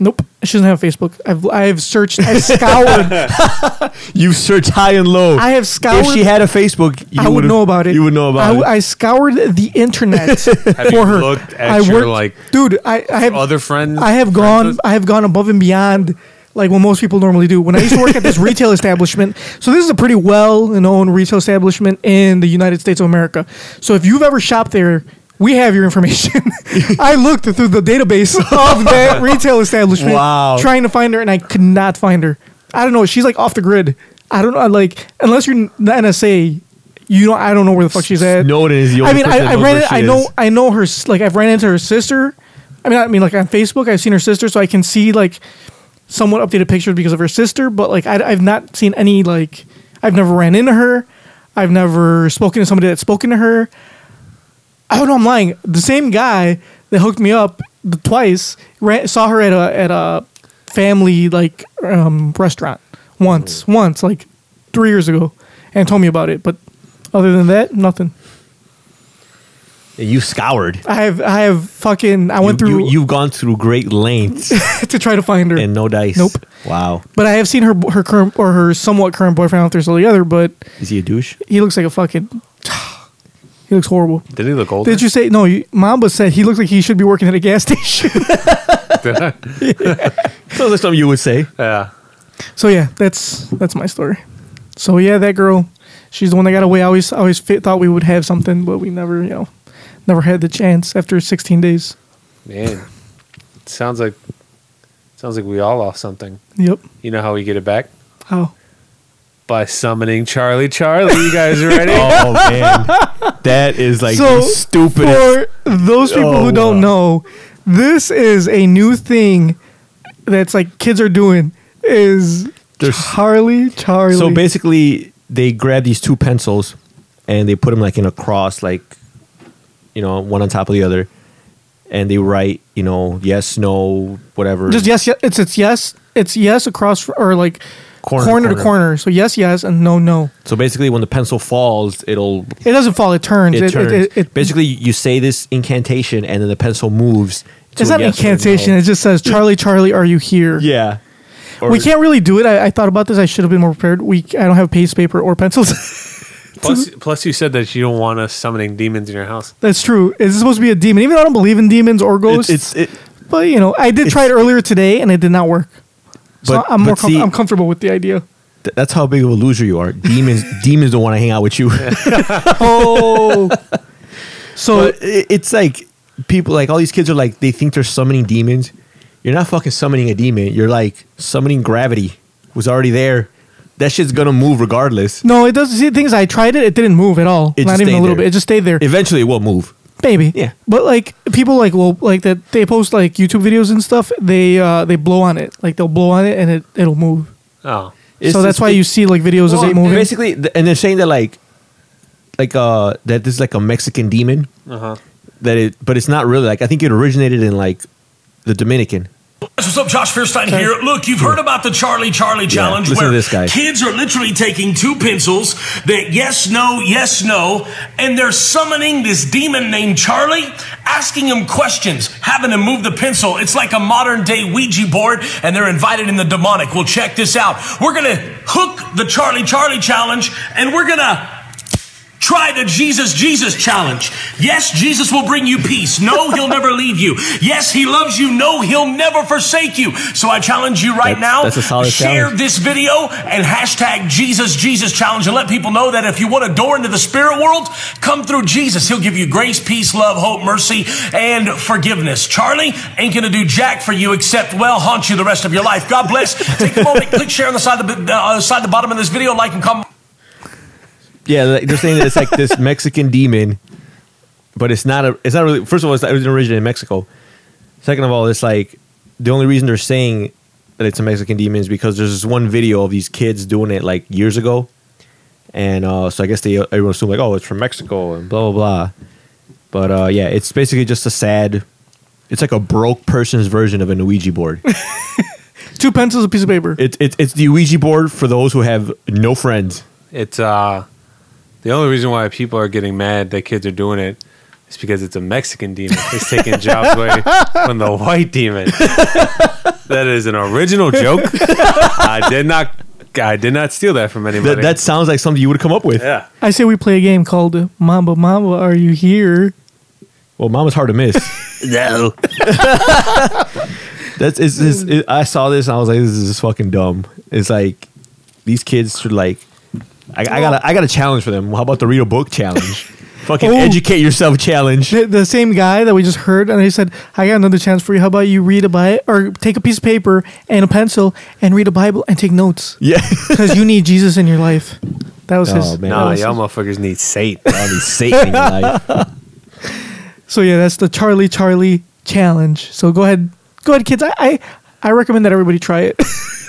Speaker 1: Nope, she doesn't have Facebook. I've I've searched, I've scoured,
Speaker 2: You searched high and low.
Speaker 1: I have scoured.
Speaker 2: If she had a Facebook, you
Speaker 1: I would
Speaker 2: would've-
Speaker 1: know about it.
Speaker 2: You would know
Speaker 1: I,
Speaker 2: about
Speaker 1: w- I scoured the internet
Speaker 3: Have
Speaker 1: for
Speaker 3: you
Speaker 1: her.
Speaker 3: looked at
Speaker 1: I
Speaker 3: your,
Speaker 1: worked-
Speaker 3: like,
Speaker 1: dude. I, I have
Speaker 3: other friends?
Speaker 1: I have
Speaker 3: friends
Speaker 1: gone.
Speaker 3: list?
Speaker 1: I have gone above and beyond, like what most people normally do. When I used to work at this retail establishment, so this is a pretty well-known retail establishment in the United States of America. So if you've ever shopped there. We have your information. I looked through the database of that retail establishment,
Speaker 2: Wow.
Speaker 1: trying to find her, and I could not find her. I don't know. She's like off the grid. I don't know. Like unless you're n- the NSA, you don't. I don't know where the fuck she's at.
Speaker 2: Snowden is the only
Speaker 1: I mean,
Speaker 2: person
Speaker 1: I,
Speaker 2: that
Speaker 1: I
Speaker 2: knows
Speaker 1: ran.
Speaker 2: where
Speaker 1: it-
Speaker 2: she
Speaker 1: I know.
Speaker 2: is.
Speaker 1: I know her. s- Like I've ran into her sister. I mean, I mean, like on Facebook, I've seen her sister, so I can see like somewhat updated pictures because of her sister. But like, I, have not seen any like. I've never ran into her. I've never spoken to somebody that's spoken to her. I don't know. I'm lying. The same guy that hooked me up the, twice ran, saw her at a at a family like um, restaurant once,
Speaker 2: Mm.
Speaker 1: once like three years ago, and told me about it. But other than that, nothing.
Speaker 2: And you scoured.
Speaker 1: I have I have fucking I went
Speaker 2: you,
Speaker 1: through
Speaker 2: You, have gone through great lengths
Speaker 1: to try to find her,
Speaker 2: and no dice.
Speaker 1: Nope.
Speaker 2: Wow.
Speaker 1: but I have seen her her current or her somewhat current boyfriend out there still together, but
Speaker 2: Is he a douche?
Speaker 1: he looks like a fucking he looks horrible.
Speaker 3: Did he look older?
Speaker 1: Did you say no? You, Mamba said he looks like he should be working at a gas station.
Speaker 2: Sounds like something you would say.
Speaker 3: Yeah.
Speaker 1: so yeah, that's that's my story. So yeah, that girl, she's the one that got away. I always I always fit, thought we would have something, but we never you know never had the chance after 16 days.
Speaker 3: Man. It sounds like sounds like we all lost something.
Speaker 1: Yep.
Speaker 3: You know how we get it back?
Speaker 1: How?
Speaker 3: By summoning Charlie Charlie. You guys are ready?
Speaker 2: Oh man, that is like
Speaker 1: so
Speaker 2: the stupidest.
Speaker 1: for those people
Speaker 2: Oh,
Speaker 1: who don't know, this is a new thing that's like kids are doing is
Speaker 2: There's-
Speaker 1: Charlie Charlie.
Speaker 2: So basically, they grab these two pencils and they put them like in a cross, like you know, one on top of the other, and they write, you know, yes, no, whatever.
Speaker 1: just yes, yes it's it's yes it's yes across fr- or like
Speaker 2: Corner
Speaker 1: corner,
Speaker 2: to
Speaker 1: to
Speaker 2: corner.
Speaker 1: corner. So yes yes and no no.
Speaker 2: So basically, when the pencil falls, it'll
Speaker 1: It doesn't fall. It turns.
Speaker 2: it, turns.
Speaker 1: It, it,
Speaker 2: basically, you say this incantation, and then the pencil moves. to
Speaker 1: it's
Speaker 2: a
Speaker 1: not an
Speaker 2: yes or no.
Speaker 1: incantation. It just says Charlie Charlie, are you here?
Speaker 2: yeah. Or-
Speaker 1: We can't really do it. I, I thought about this. I should have been more prepared. We I don't have paste paper or pencils.
Speaker 3: plus plus you said that you don't want us summoning demons in your house.
Speaker 1: That's true. Is this supposed to be a demon? Even though I don't believe in demons or
Speaker 2: It's,
Speaker 1: ghosts,
Speaker 2: it's it,
Speaker 1: But you know, I did try it earlier today, and it did not work. So
Speaker 2: But-
Speaker 1: I'm more
Speaker 2: but see-
Speaker 1: com- I'm comfortable with the idea.
Speaker 2: th- that's how big of a loser you are. Demons, demons don't want to hang out with you.
Speaker 1: Oh, so
Speaker 2: But Oh, i- it's like people like all these kids are like they think they're summoning demons. You're not fucking summoning a demon. You're like summoning gravity was already there. That shit's gonna move regardless.
Speaker 1: no, it doesn't. See, the thing is, I tried it; it didn't move at all.
Speaker 2: It
Speaker 1: not
Speaker 2: just
Speaker 1: even a
Speaker 2: stayed
Speaker 1: little
Speaker 2: there.
Speaker 1: bit. It just stayed there.
Speaker 2: Eventually, it will move.
Speaker 1: Maybe.
Speaker 2: Yeah.
Speaker 1: But like people like will like that they post like YouTube videos and stuff. They uh they blow on it. Like they'll blow on it, and it it'll move.
Speaker 3: Oh.
Speaker 2: It's
Speaker 1: so that's
Speaker 2: just-
Speaker 1: why you see like videos
Speaker 2: Well,
Speaker 1: of it moving.
Speaker 2: Basically, th- and they're saying that like, like uh, that this is like a Mexican demon.
Speaker 3: Uh-huh.
Speaker 2: That it, but it's not really like I think it originated in like the Dominican.
Speaker 6: What's up, Josh Fierstein here. Look, you've heard about the Charlie Charlie Challenge
Speaker 2: listen to
Speaker 6: where
Speaker 2: this guy.
Speaker 6: kids are literally taking two pencils that yes, no, yes, no, and they're summoning this demon named Charlie, asking him questions, having him move the pencil. It's like a modern day Ouija board, and they're invited in the demonic. Well, check this out. We're going to hook the Charlie Charlie Challenge, and we're going to Try the Jesus Jesus challenge. Yes, Jesus will bring you peace. No, he'll never leave you. Yes, he loves you. No, he'll never forsake you. So I challenge you right
Speaker 2: That's-
Speaker 6: now.
Speaker 2: that's a solid
Speaker 6: share
Speaker 2: challenge.
Speaker 6: this video and hashtag Jesus Jesus challenge and let people know that if you want a door into the spirit world, come through Jesus. He'll give you grace, peace, love, hope, mercy, and forgiveness. Charlie ain't gonna do jack for you except well haunt you the rest of your life. God bless. Take a moment, click share on the side of the uh, side the bottom of this video, like and comment.
Speaker 2: Yeah, like, they're saying that it's like this Mexican demon, but it's not a. It's not really. First of all, it's not it didn't originate in Mexico. Second of all, it's like the only reason they're saying that it's a Mexican demon is because there's this one video of these kids doing it like years ago, and uh, so I guess they everyone assumed like, oh, it's from Mexico and blah blah blah. But uh, yeah, it's basically just a sad. It's like a broke person's version of an Ouija board.
Speaker 1: Two pencils, a piece of paper.
Speaker 2: It, it, it's the Ouija board for those who have no friends.
Speaker 3: It's uh, the only reason why people are getting mad that kids are doing it is because it's a Mexican demon. It's taking jobs away from the white demon. that is an original joke. I did not. I did not steal that from anybody.
Speaker 2: That, that sounds like something you would come up with.
Speaker 3: yeah.
Speaker 1: I say we play a game called Mamba Mamba. Are you here?
Speaker 2: Well, mama's hard to miss. no. That's it's, it's, it, I saw this and I was like, this is just fucking dumb. It's like these kids should like. I, I got a, I got a challenge for them. How about the read a book challenge? fucking
Speaker 1: Oh.
Speaker 2: educate yourself challenge.
Speaker 1: The, the same guy that we just heard, and he said, "I got another chance for you. How about you read a Bible or take a piece of paper and a pencil and read a Bible and take notes
Speaker 2: Yeah.
Speaker 1: because you need Jesus in your life." That was
Speaker 2: Oh,
Speaker 1: his.
Speaker 2: man.
Speaker 1: that
Speaker 3: Nah,
Speaker 1: was
Speaker 3: y'all
Speaker 1: his-
Speaker 3: motherfuckers need Satan.
Speaker 2: Probably Satan in your life.
Speaker 1: So yeah, that's the Charlie Charlie challenge. So go ahead, go ahead, kids. I I, I recommend that everybody try it.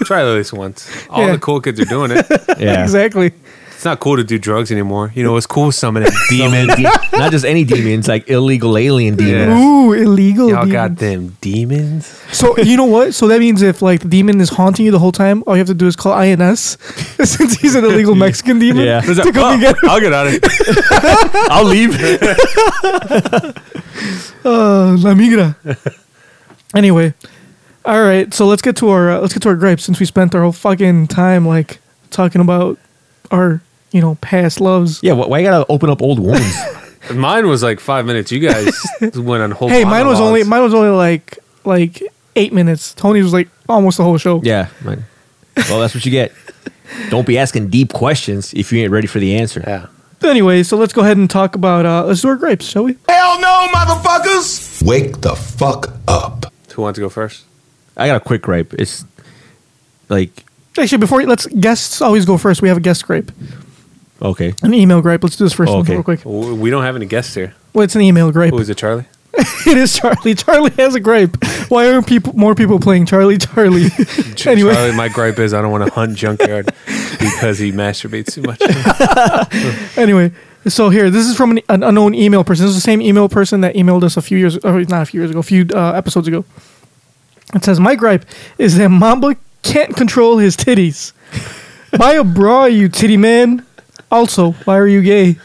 Speaker 3: Try it at least once. All
Speaker 1: Yeah.
Speaker 3: the cool kids are doing it.
Speaker 2: Yeah.
Speaker 1: exactly.
Speaker 3: It's not cool to do drugs anymore. You know, it's cool summoning demons.
Speaker 2: Not just any demons, like illegal alien
Speaker 3: Yeah.
Speaker 2: demons.
Speaker 1: Ooh, illegal.
Speaker 3: Y'all got
Speaker 1: demons.
Speaker 3: them demons.
Speaker 1: So you know what? So that means if like the demon is haunting you the whole time, all you have to do is call INS since he's an illegal Mexican demon.
Speaker 2: Yeah.
Speaker 3: Who's that?
Speaker 1: To come and get
Speaker 3: Oh, I'll get out of here.
Speaker 2: I'll leave.
Speaker 1: uh, La migra. anyway, all right. So let's get to our uh, let's get to our gripes since we spent our whole fucking time like talking about our you know past loves.
Speaker 2: yeah. Why, why you gotta open up old wounds?
Speaker 3: Mine was like five minutes. You guys went on whole.
Speaker 1: Hey, mine was only
Speaker 3: monologues.
Speaker 1: mine was only like like eight minutes. Tony's was like almost the whole show.
Speaker 2: yeah. Mine. Well, that's what you get. Don't be asking deep questions if you ain't ready for the answer.
Speaker 3: Yeah.
Speaker 1: Anyway, so let's go ahead and talk about uh, let's do our gripes, shall we?
Speaker 4: Hell no, motherfuckers! Wake the fuck up.
Speaker 3: Who wants to go first?
Speaker 2: I got a quick gripe. It's like
Speaker 1: Actually, before you- let's guests always go first. We have a guest gripe,
Speaker 2: okay,
Speaker 1: an email gripe. Let's do this first
Speaker 2: Oh,
Speaker 1: one
Speaker 2: okay.
Speaker 1: real quick.
Speaker 3: W- We don't have any guests here.
Speaker 1: Well, it's an email gripe.
Speaker 3: Who is it, Charlie?
Speaker 1: It is Charlie. Charlie has a gripe. Why aren't people more people playing Charlie? Charlie.
Speaker 3: Ch-
Speaker 1: anyway,
Speaker 3: Charlie, my gripe is I don't want to hunt Junkyard because he masturbates too much.
Speaker 1: anyway. So here, this is from an, an unknown email person. This is the same email person that emailed us a few years, or not a few years ago, a few uh, episodes ago. It says, "My gripe is that Mamba can't control his titties. Buy a bra, you titty man. Also, why are you gay?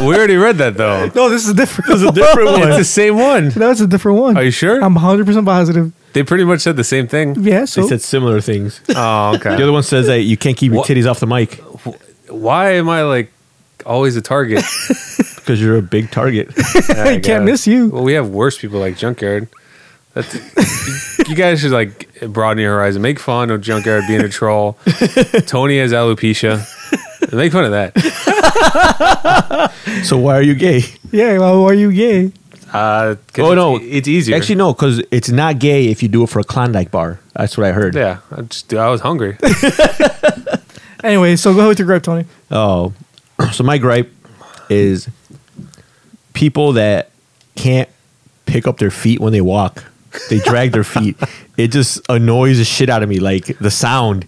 Speaker 3: we already read that though.
Speaker 1: No, this is different. This is
Speaker 3: It's the same one.
Speaker 1: That's a different one.
Speaker 3: Are you sure?
Speaker 1: I'm 100 percent positive.
Speaker 3: They pretty much said the same thing.
Speaker 1: Yeah. So
Speaker 2: they said similar things.
Speaker 3: Oh,
Speaker 2: The
Speaker 3: okay.
Speaker 2: other one says that you can't keep your
Speaker 3: What?
Speaker 2: titties off the mic
Speaker 3: Why am I like always a target?
Speaker 2: because you're a big target.
Speaker 3: I
Speaker 1: can't miss you.
Speaker 3: Well, we have worse people like Junkyard. That's, you guys should like broaden your horizon. Make fun of Junkyard being a troll. Tony has alopecia. Make fun of that.
Speaker 2: so why are you gay?
Speaker 1: yeah. Well, why are you gay?
Speaker 3: Uh, 'cause
Speaker 2: Oh,
Speaker 3: it's-
Speaker 2: no.
Speaker 3: it's easier.
Speaker 2: Actually, no, because it's not gay if you do it for a Klondike bar. That's what I heard.
Speaker 3: yeah. I just I was hungry.
Speaker 1: Anyway, so go ahead with your gripe, Tony.
Speaker 2: Oh, so my gripe is people that can't pick up their feet when they walk. They drag their feet. It just annoys the shit out of me. Like the sound,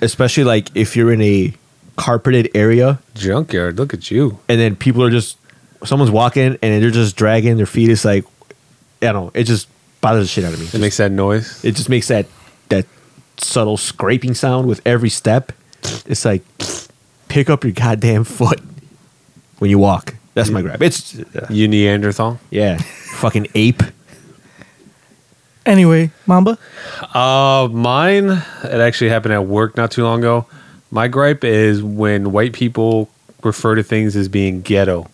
Speaker 2: especially like if you're in a carpeted area
Speaker 3: Junkyard, look at you.
Speaker 2: and then people are just someone's walking and they're just dragging their feet. It's like I don't know. It just bothers the shit out of me.
Speaker 3: It makes that noise.
Speaker 2: It just makes that that subtle scraping sound with every step. It's like pick up your goddamn foot when you walk. That's my grab. It's
Speaker 3: You Neanderthal.
Speaker 2: yeah, fucking ape.
Speaker 1: Anyway, Mamba.
Speaker 3: Uh, mine. It actually happened at work not too long ago. My gripe is when white people refer to things as being ghetto,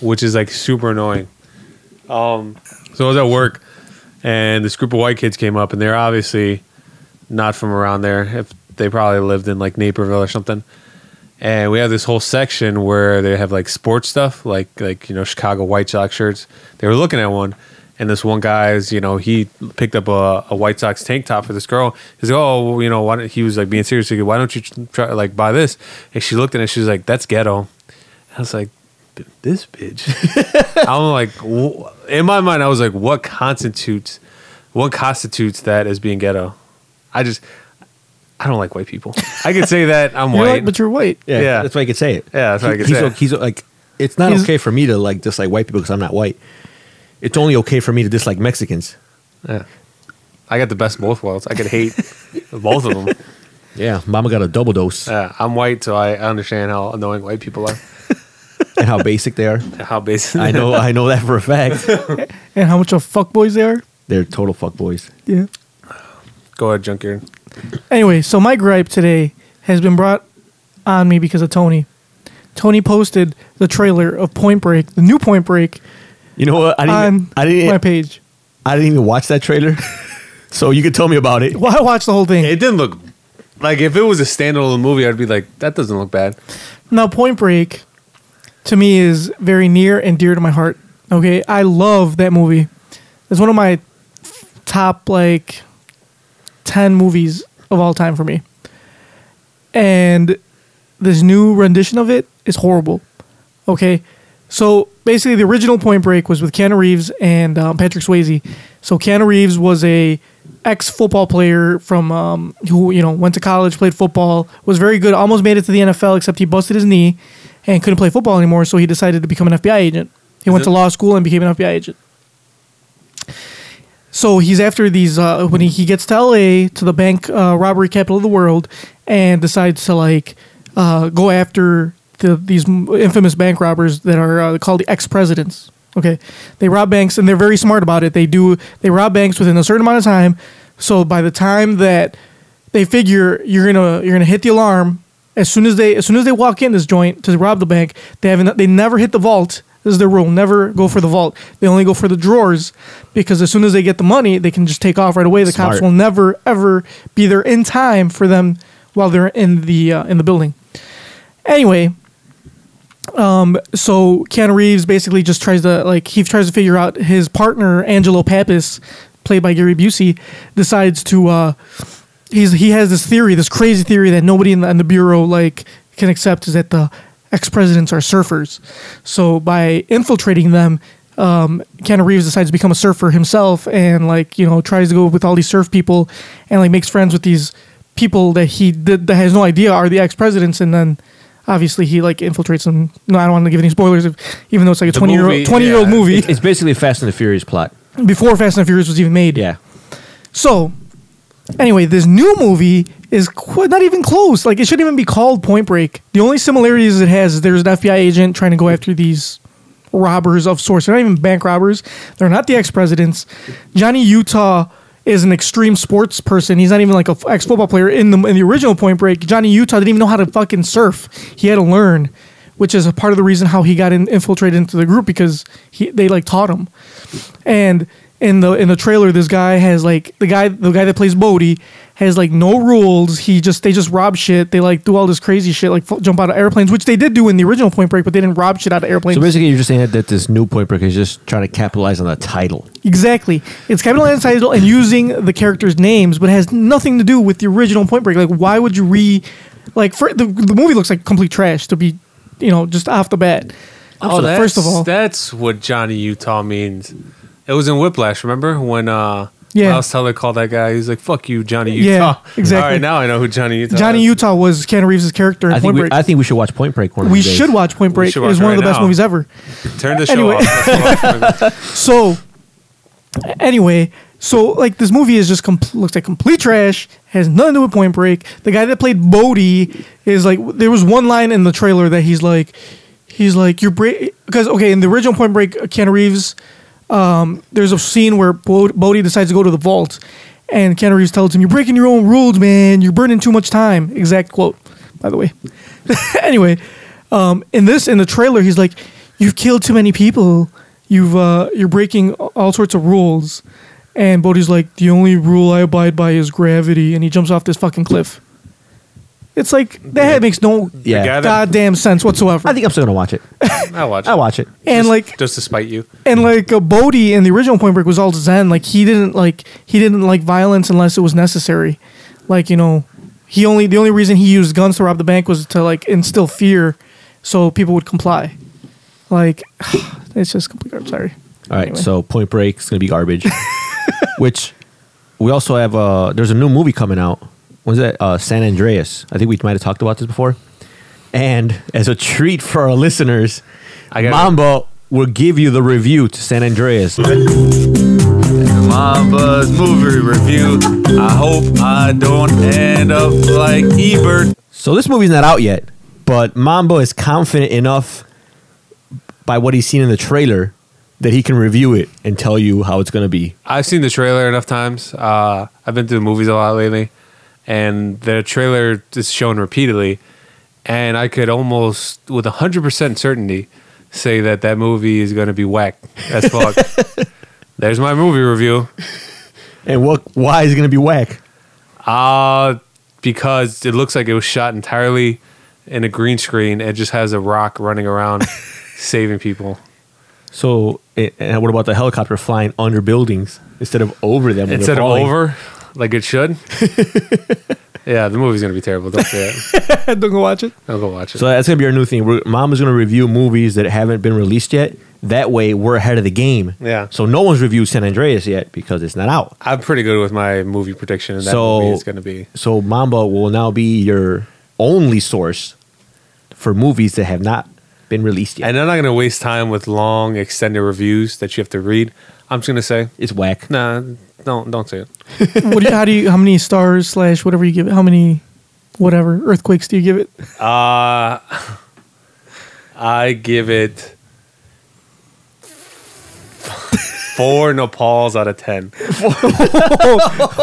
Speaker 3: which is like super annoying. Um, so I was at work, and this group of white kids came up, and they're obviously not from around there. If they probably lived in like Naperville or something. And we have this whole section where they have like sports stuff, like like you know Chicago White Sox shirts. They were looking at one, and this one guy's you know he picked up a, a White Sox tank top for this girl. He's like, oh, you know, why don't, he was like being serious. He goes, why don't you try like buy this? And she looked at it. She was like, that's ghetto. I was like, "B- this bitch. I'm like, w- in my mind, I was like, what constitutes, what constitutes that as being ghetto? I just, I don't like white people. I could say that I'm
Speaker 1: You're
Speaker 3: white.
Speaker 1: like, but you're white.
Speaker 3: Yeah.
Speaker 2: that's why I could say it.
Speaker 3: Yeah, that's why I could
Speaker 2: he's,
Speaker 3: say
Speaker 2: o-
Speaker 3: it.
Speaker 2: He's o- like, it's not
Speaker 1: He's-
Speaker 2: okay for me to like dislike white people because I'm not white. It's only okay for me to dislike Mexicans.
Speaker 3: Yeah. I got the best of both worlds. I could hate both of them.
Speaker 2: Yeah, Mama got a double dose
Speaker 3: Yeah, I'm white, so I understand how annoying white people are.
Speaker 2: and how basic they are.
Speaker 3: How basic.
Speaker 2: I know, I know that for a fact.
Speaker 1: And how much of fuckboys they are.
Speaker 2: They're total fuckboys.
Speaker 1: Yeah.
Speaker 3: Go ahead, junkyard.
Speaker 1: Anyway, so my gripe today has been brought on me because of Tony. Tony posted the trailer of Point Break, the new Point Break,
Speaker 2: You know what? I
Speaker 1: on
Speaker 2: didn't. I didn't.
Speaker 1: my page.
Speaker 2: I didn't even watch that trailer. so you could tell me about it.
Speaker 1: Well, I watched the whole thing.
Speaker 3: It didn't look like if it was a standalone movie, I'd be like, that doesn't look bad.
Speaker 1: Now, Point Break to me is very near and dear to my heart. Okay, I love that movie. It's one of my top like 10 movies of all time for me. And this new rendition of it is horrible. Okay. So basically, the original Point Break was with Keanu Reeves and um, Patrick Swayze. So Keanu Reeves was a ex football player from um, who you know went to college, played football, was very good, almost made it to the NFL, except he busted his knee and couldn't play football anymore. So he decided to become an FBI agent. He went to law school and became an FBI agent. So he's after these uh, when he, he gets to LA to the bank uh, robbery capital of the world and decides to like uh, go after the, these infamous bank robbers that are uh, called the ex presidents. Okay, they rob banks and they're very smart about it. They do they rob banks within a certain amount of time. So by the time that they figure you're gonna you're gonna hit the alarm as soon as they as soon as they walk in this joint to rob the bank, they haven't they never hit the vault. This is their rule: never go for the vault. They only go for the drawers because as soon as they get the money, they can just take off right away. The cops
Speaker 2: Smart.
Speaker 1: will never ever be there in time for them while they're in the uh, in the building. Anyway, um, so Keanu Reeves basically just tries to like he tries to figure out his partner Angelo Pappas, played by Gary Busey, decides to uh, he's he has this theory, this crazy theory that nobody in the, in the bureau like can accept is that the ex presidents are surfers. So by infiltrating them, um, Keanu Reeves decides to become a surfer himself and like you know tries to go with all these surf people and like makes friends with these people that he did, that has no idea are the ex presidents and then obviously he like infiltrates them. No, I don't want to give any spoilers, if, even though it's like a
Speaker 3: The
Speaker 1: twenty year
Speaker 3: movie,
Speaker 1: old twenty year old
Speaker 3: yeah.
Speaker 1: movie
Speaker 2: It's basically a Fast and the Furious plot.
Speaker 1: before Fast and Furious was even made.
Speaker 2: Yeah.
Speaker 1: So, anyway, this new movie is qu- not even close. Like, it shouldn't even be called Point Break. The only similarities it has is there's an FBI agent trying to go after these robbers of sorts. They're not even bank robbers. They're not the ex presidents. Johnny Utah is an extreme sports person. He's not even like a ex football player. In the in the original Point Break, Johnny Utah didn't even know how to fucking surf. He had to learn, which is a part of the reason how he got in, infiltrated into the group because he they like taught him and in the in the trailer this guy has like the guy the guy that plays Bodhi has like no rules he just they just rob shit they like do all this crazy shit like f- jump out of airplanes which they did do in the original point break but they didn't rob shit out of airplanes
Speaker 2: So basically, you're just saying that this new Point Break is just trying to capitalize on the title.
Speaker 1: exactly it's capitalized title and using the characters names but it has nothing to do with the original point break like why would you re like for the, the movie looks like complete trash to be you know just off the bat
Speaker 3: Oh, that's,
Speaker 1: first of all
Speaker 3: that's what Johnny Utah means. It was in Whiplash, remember when uh,
Speaker 1: Yeah.
Speaker 3: Miles Teller called that guy? He's like, "Fuck you, Johnny Utah."
Speaker 1: Yeah, exactly.
Speaker 3: All right, now I know who Johnny Utah.
Speaker 1: Johnny
Speaker 3: is.
Speaker 1: Utah was Keanu Reeves' character in
Speaker 2: I think
Speaker 1: Point
Speaker 2: we,
Speaker 1: Break
Speaker 2: I think we should watch Point Break. One of
Speaker 1: we
Speaker 2: these days.
Speaker 1: should watch Point Break. It
Speaker 3: should
Speaker 1: was
Speaker 3: watch
Speaker 1: one of the
Speaker 3: right
Speaker 1: best
Speaker 3: now.
Speaker 1: movies ever.
Speaker 3: Turn the show
Speaker 1: Anyway.
Speaker 3: off.
Speaker 1: So, anyway, so like this movie is just comp- looks like complete trash. Has nothing to do with Point Break. The guy that played Bodhi is like there was one line in the trailer that he's like, he's like you're because okay in the original Point Break, uh, Keanu Reeves, um, there's a scene where Bod- Bodhi decides to go to the vault, and Keanu Reeves tells him, "You're breaking your own rules, man. You're burning too much time." Exact quote, by the way. anyway, Um, in this, in the trailer, he's like, "You've killed too many people. You've uh, you're breaking all sorts of rules." And Bodhi's like, "The only rule I abide by is gravity," and he jumps off this fucking cliff. It's like that makes no
Speaker 2: Yeah.
Speaker 3: guy that-
Speaker 1: goddamn sense whatsoever.
Speaker 2: I think I'm still gonna watch it.
Speaker 3: I watch.
Speaker 2: I watch it.
Speaker 1: and like
Speaker 3: just to spite you.
Speaker 1: and like uh, Bodhi in the original Point Break was all Zen. Like he didn't like he didn't like violence unless it was necessary. Like you know, he only the only reason he used guns to rob the bank was to like instill fear, so people would comply. Like it's just complete. I'm sorry.
Speaker 2: All right,
Speaker 1: Anyway.
Speaker 2: so Point Break is gonna be garbage. Which we also have. Uh, there's a new movie coming out. When's that? Uh, San Andreas. I think we might have talked about this before. And as a treat for our listeners,
Speaker 3: I got it.
Speaker 2: Mamba will give you the review to San Andreas.
Speaker 3: Mamba's movie review. I hope I don't end up like Ebert.
Speaker 2: So this movie's not out yet, but Mambo is confident enough by what he's seen in the trailer that he can review it and tell you how it's gonna be.
Speaker 3: I've seen the trailer enough times. Uh, I've been to the movies a lot lately, and the trailer is shown repeatedly. And I could almost, with 100% certainty, say that that movie is going to be whack as fuck. There's my movie review.
Speaker 2: And what? Why is it gonna be whack?
Speaker 3: Uh, because it looks like it was shot entirely in a green screen. It just has a rock running around saving people.
Speaker 2: So, it, and what about the helicopter flying under buildings instead of over them? when they're
Speaker 3: Instead of
Speaker 2: falling?
Speaker 3: over, like it should. yeah, the movie's gonna be terrible. Don't say it.
Speaker 1: Don't go watch it.
Speaker 3: I'll go watch it.
Speaker 2: So that's gonna be our new thing. We're, Mom is gonna review movies that haven't been released yet. That way, we're ahead of the game.
Speaker 3: Yeah.
Speaker 2: So no one's reviewed San Andreas yet because it's not out.
Speaker 3: I'm pretty good with my movie prediction, and that
Speaker 2: so
Speaker 3: movie is gonna be.
Speaker 2: So Mamba will now be your only source for movies that have not been released yet.
Speaker 3: And I'm not gonna waste time with long extended reviews that you have to read. I'm just gonna say,
Speaker 2: it's whack.
Speaker 3: nah, don't don't say it.
Speaker 1: What do you, how do you how many stars slash whatever you give it? How many whatever earthquakes do you give it?
Speaker 3: I give it four Nepals out of ten.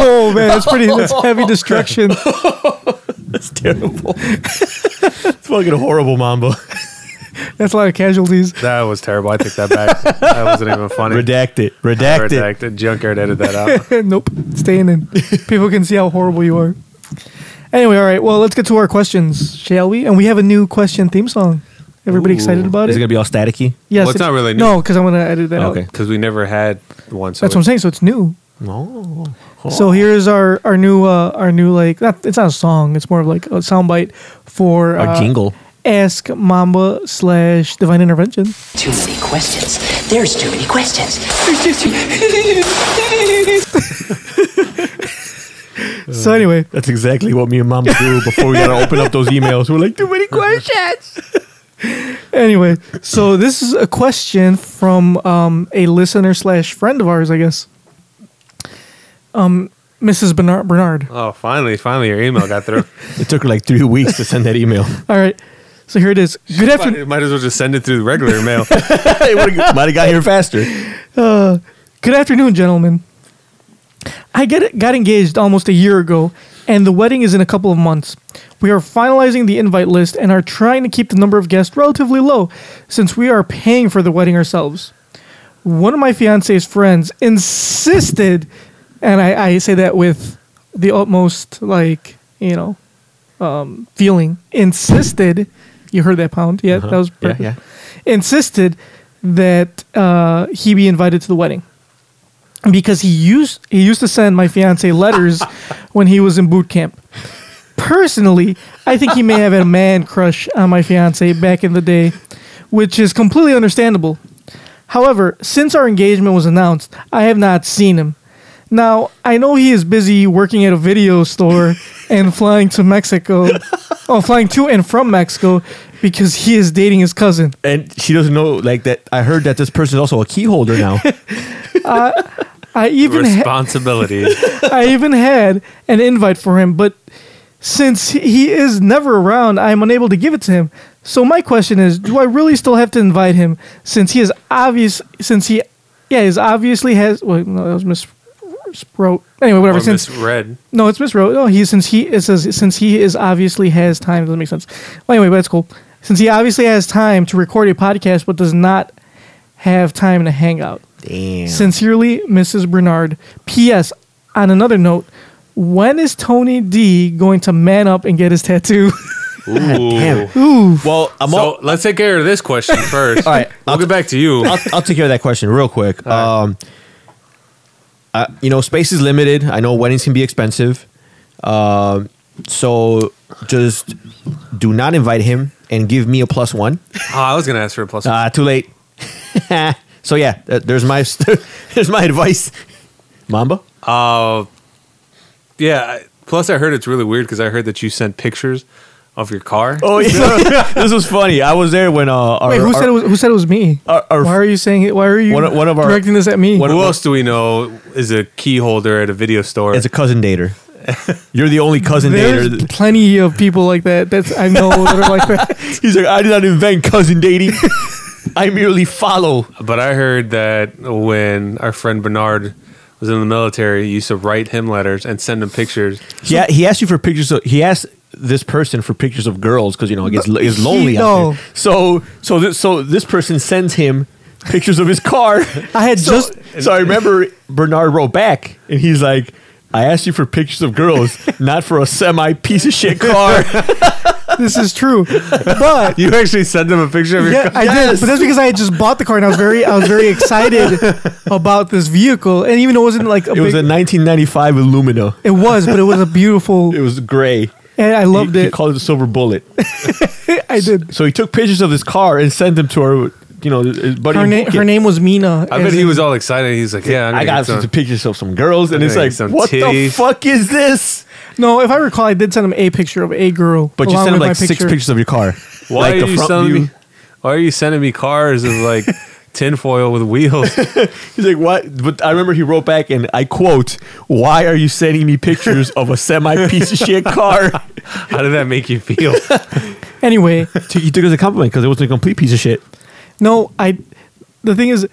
Speaker 1: Oh man, that's pretty. That's heavy destruction.
Speaker 2: It's terrible. it's fucking horrible, Mamba.
Speaker 1: That's a lot of casualties.
Speaker 3: That was terrible. I take that back. that wasn't even funny.
Speaker 2: Redact it. Redact it.
Speaker 3: Redacted. Junkyard edit that out.
Speaker 1: nope, staying in. People can see how horrible you are. Anyway, all right. Well, let's get to our questions, shall we? And we have a new question theme song. Everybody excited about
Speaker 2: Is it
Speaker 1: it?
Speaker 2: gonna be all staticky?
Speaker 1: Yes.
Speaker 3: Well, it's not really new.
Speaker 1: No, because I'm gonna edit that
Speaker 2: Okay.
Speaker 1: out.
Speaker 3: Because we never had one. So
Speaker 1: That's what I'm saying. So it's new.
Speaker 2: No.
Speaker 1: So here's our our new uh, our new like not it's not a song. It's more of like a soundbite for
Speaker 2: Or
Speaker 1: uh,
Speaker 2: jingle.
Speaker 1: Ask Mamba slash Divine Intervention.
Speaker 7: Too many questions. There's too many questions.
Speaker 1: So anyway,
Speaker 2: That's exactly what me and Mama do before we gotta open up those emails. We're like, too many
Speaker 1: anyway, so this is a question from um, a listener slash friend of ours, I guess. Um, Mrs. Bernard. Bernard.
Speaker 3: Oh, finally, finally, your email got through.
Speaker 2: It took her like three weeks to send that email.
Speaker 1: All right. So here it is. Good afternoon.
Speaker 3: might, might as well just send it through the regular mail.
Speaker 2: Might have got here faster.
Speaker 1: Good afternoon, gentlemen. I get got engaged almost a year ago, and the wedding is in a couple of months. We are finalizing the invite list and are trying to keep the number of guests relatively low, since we are paying for the wedding ourselves. One of my fiance's friends insisted, and I, I say that with the utmost, like you know, um, feeling. Insisted. You heard that pound? Yeah, that was
Speaker 2: Uh-huh. Yeah,
Speaker 1: perfect.
Speaker 2: yeah.
Speaker 1: Insisted that uh, he be invited to the wedding because he used he used to send my fiance letters when he was in boot camp. Personally, I think he may have had a man crush on my fiance back in the day, which is completely understandable. However, since our engagement was announced, I have not seen him. Now, I know he is busy working at a video store and flying to Mexico. Oh, flying to and from Mexico because he is dating his cousin.
Speaker 2: And she doesn't know like that. I heard that this person is also a key holder now.
Speaker 1: I even ha-
Speaker 3: Responsibility.
Speaker 1: I even had an invite for him, but since he is never around, I am unable to give it to him. So my question is, do I really still have to invite him since he is obvious since he yeah, he's obviously has well no, that was Miss Sprout. Anyway, whatever.
Speaker 3: or
Speaker 1: since
Speaker 3: misread.
Speaker 1: no, it's Miss Rose. No, he since he it says since he is obviously has time. Doesn't make sense. Well, anyway, but it's cool. since he obviously has time to record a podcast but does not have time to hang out.
Speaker 2: Damn.
Speaker 1: Sincerely, Mrs. Bernard. P.S. On another note, when is Tony D going to man up and get his tattoo?
Speaker 3: Ooh.
Speaker 2: well, I'm all,
Speaker 3: So let's take care of this question first.
Speaker 2: All right,
Speaker 3: I'll
Speaker 2: I'll-
Speaker 3: get back to you.
Speaker 2: I'll, I'll take care of that question real quick. Um, uh, you know, space is limited. I know weddings can be expensive. Um, so just do not invite him and give me a plus one.
Speaker 3: Oh, I was gonna ask for a plus. one.
Speaker 2: Uh, too late. so yeah, th- there's my there's my advice. Mamba.
Speaker 3: yeah. I- Plus, I heard it's really weird because I heard that you sent pictures of your car.
Speaker 2: Oh yeah, this was funny. I was there when uh, our,
Speaker 1: Wait, who
Speaker 2: our-
Speaker 1: said it was, who said it was me?
Speaker 2: our- our-
Speaker 1: why are you saying it? Why are you
Speaker 2: One of- one of our-
Speaker 1: directing this at me?
Speaker 2: one
Speaker 3: Who
Speaker 2: of-
Speaker 3: else do we know is a key holder at a video store?
Speaker 2: it's a cousin dater. You're the only cousin
Speaker 1: There's
Speaker 2: dater.
Speaker 1: plenty of people like that. That's I know that are like that.
Speaker 2: He's like, I did not invent cousin dating. I merely follow.
Speaker 3: But I heard that when our friend Bernard was in the military, he used to write him letters and send him pictures.
Speaker 2: Yeah, he asked you for pictures. Of, he asked this person for pictures of girls because you know it gets it's lonely out
Speaker 1: no.
Speaker 2: there. So so this, so this person sends him pictures of his car.
Speaker 1: I had
Speaker 2: so,
Speaker 1: just
Speaker 2: so I remember Bernard wrote back and he's like, "I asked you for pictures of girls, not for a semi piece of shit car."
Speaker 1: this is true, but
Speaker 3: You actually sent him a picture of your
Speaker 1: yeah, I did. But that's because I had just bought the car and I was very I was very excited about this vehicle. And even though it wasn't like a
Speaker 2: It was a
Speaker 1: big,
Speaker 2: 1995 Illumina.
Speaker 1: it was, but it was a beautiful.
Speaker 2: It was gray.
Speaker 1: and I loved
Speaker 2: he, He
Speaker 1: it.
Speaker 2: called it a silver bullet.
Speaker 1: I did.
Speaker 2: So he took pictures of his car and sent them to her. You know, his buddy.
Speaker 1: Her name her name was Mina.
Speaker 3: I bet he was all excited. He's like, "Yeah, I'm
Speaker 2: I
Speaker 3: gonna
Speaker 2: got
Speaker 3: get
Speaker 2: some
Speaker 3: some.
Speaker 2: pictures of some girls, and
Speaker 3: I'm
Speaker 2: it's
Speaker 3: gonna
Speaker 2: like,
Speaker 3: get some
Speaker 2: what the
Speaker 3: titties."
Speaker 2: fuck is this?
Speaker 1: No, if I recall, I did send him a picture of a girl.
Speaker 2: But you
Speaker 1: along
Speaker 2: sent
Speaker 1: with
Speaker 2: him
Speaker 1: my
Speaker 2: like six
Speaker 1: picture.
Speaker 2: pictures of your car.
Speaker 3: Why
Speaker 2: like
Speaker 3: are you sending me? Why are you sending me cars of like tinfoil with wheels?
Speaker 2: He's like, what? But I remember he wrote back, and I quote, "Why are you sending me pictures of a semi piece of shit car?"
Speaker 3: How did that make you feel?
Speaker 1: Anyway,
Speaker 2: he took it as a compliment because it wasn't a complete piece of shit.
Speaker 1: No, I. The thing is,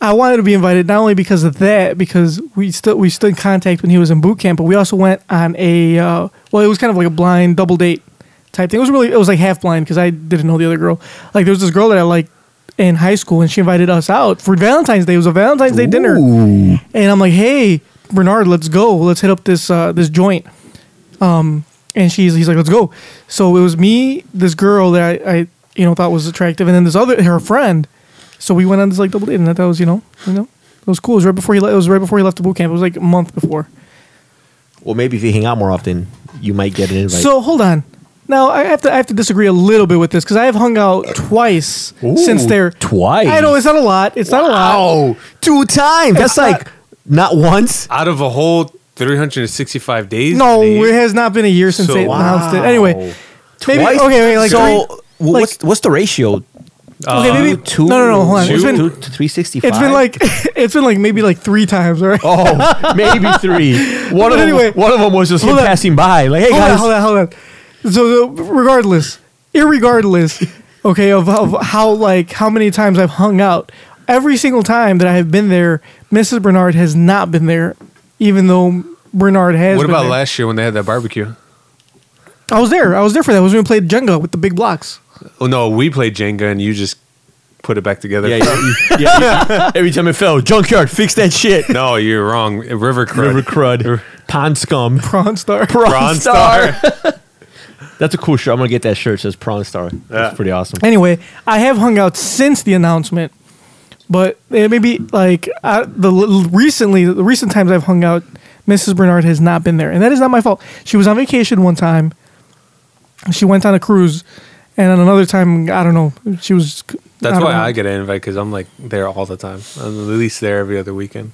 Speaker 1: I wanted to be invited not only because of that, because we still we stood in contact when he was in boot camp, but we also went on a uh, well, it was kind of like a blind double date type thing. It was really it was like half blind because I didn't know the other girl. Like there was this girl that I liked in high school, and she invited us out for Valentine's Day. It was a Valentine's Day dinner, and I'm like, hey, Bernard, let's go, let's hit up this uh, this joint. And she's he's like, let's go. So it was me, this girl that I, I you know thought was attractive, and then this other her friend. So we went on this like double date, and that, that was you know you know it was cool. It was right before he le- it was right before he left the boot camp. It was like a month before.
Speaker 2: Well, maybe if you hang out more often, you might get an invite.
Speaker 1: So hold on. Now I have to I have to disagree a little bit with this because I have hung out twice
Speaker 2: Ooh,
Speaker 1: since there.
Speaker 2: twice.
Speaker 1: I know it's not a lot. It's not a lot.
Speaker 2: wow, two times. That's like not once.
Speaker 3: Out of a whole 365 days?
Speaker 1: No,
Speaker 3: They-
Speaker 1: it has not been a year since
Speaker 3: So-
Speaker 1: they announced it. Anyway, maybe
Speaker 2: Twice?
Speaker 1: okay, wait, like
Speaker 2: so.
Speaker 1: three-
Speaker 2: wh- what's what's the ratio?
Speaker 1: okay, maybe
Speaker 2: two,
Speaker 1: no, no, no. Hold on.
Speaker 3: two-
Speaker 1: It's been
Speaker 2: two to three sixty five.
Speaker 1: it's been like it's been like maybe like three times. All right.
Speaker 2: Oh, maybe three. One
Speaker 1: But
Speaker 2: of
Speaker 1: anyway-
Speaker 2: them, one of them was just him
Speaker 1: Hold on.
Speaker 2: passing by, like, "Hey
Speaker 1: hold
Speaker 2: guys,
Speaker 1: on, hold on, hold on. So, the- regardless, irregardless, okay, of, of how like how many times I've hung out, every single time that I have been there, Mrs. Bernard has not been there, even though Bernard has.
Speaker 3: What
Speaker 1: been
Speaker 3: about
Speaker 1: there.
Speaker 3: last year when they had that barbecue?
Speaker 1: I was there. I was there for that. It was when we played Jenga with the big blocks.
Speaker 3: Oh no, we played Jenga and you just put it back together.
Speaker 2: Yeah, yeah, yeah, yeah. Every time it fell, junkyard, fix that shit.
Speaker 3: No, you're wrong. River crud.
Speaker 2: River crud, pond scum,
Speaker 1: Prawn Star.
Speaker 2: prawn star. That's a cool shirt. I'm gonna get that shirt. It says prawn star. That's
Speaker 3: Yeah.
Speaker 2: pretty awesome.
Speaker 1: Anyway, I have hung out since the announcement, but it may be like I, the l- recently, the recent times I've hung out, Mrs. Bernard has not been there, and that is not my fault. She was on vacation one time. She went on a cruise, and on another time, I don't know. She was.
Speaker 3: That's
Speaker 1: don't
Speaker 3: why
Speaker 1: know.
Speaker 3: I get an invite because I'm like there all the time. I'm at least there every other weekend.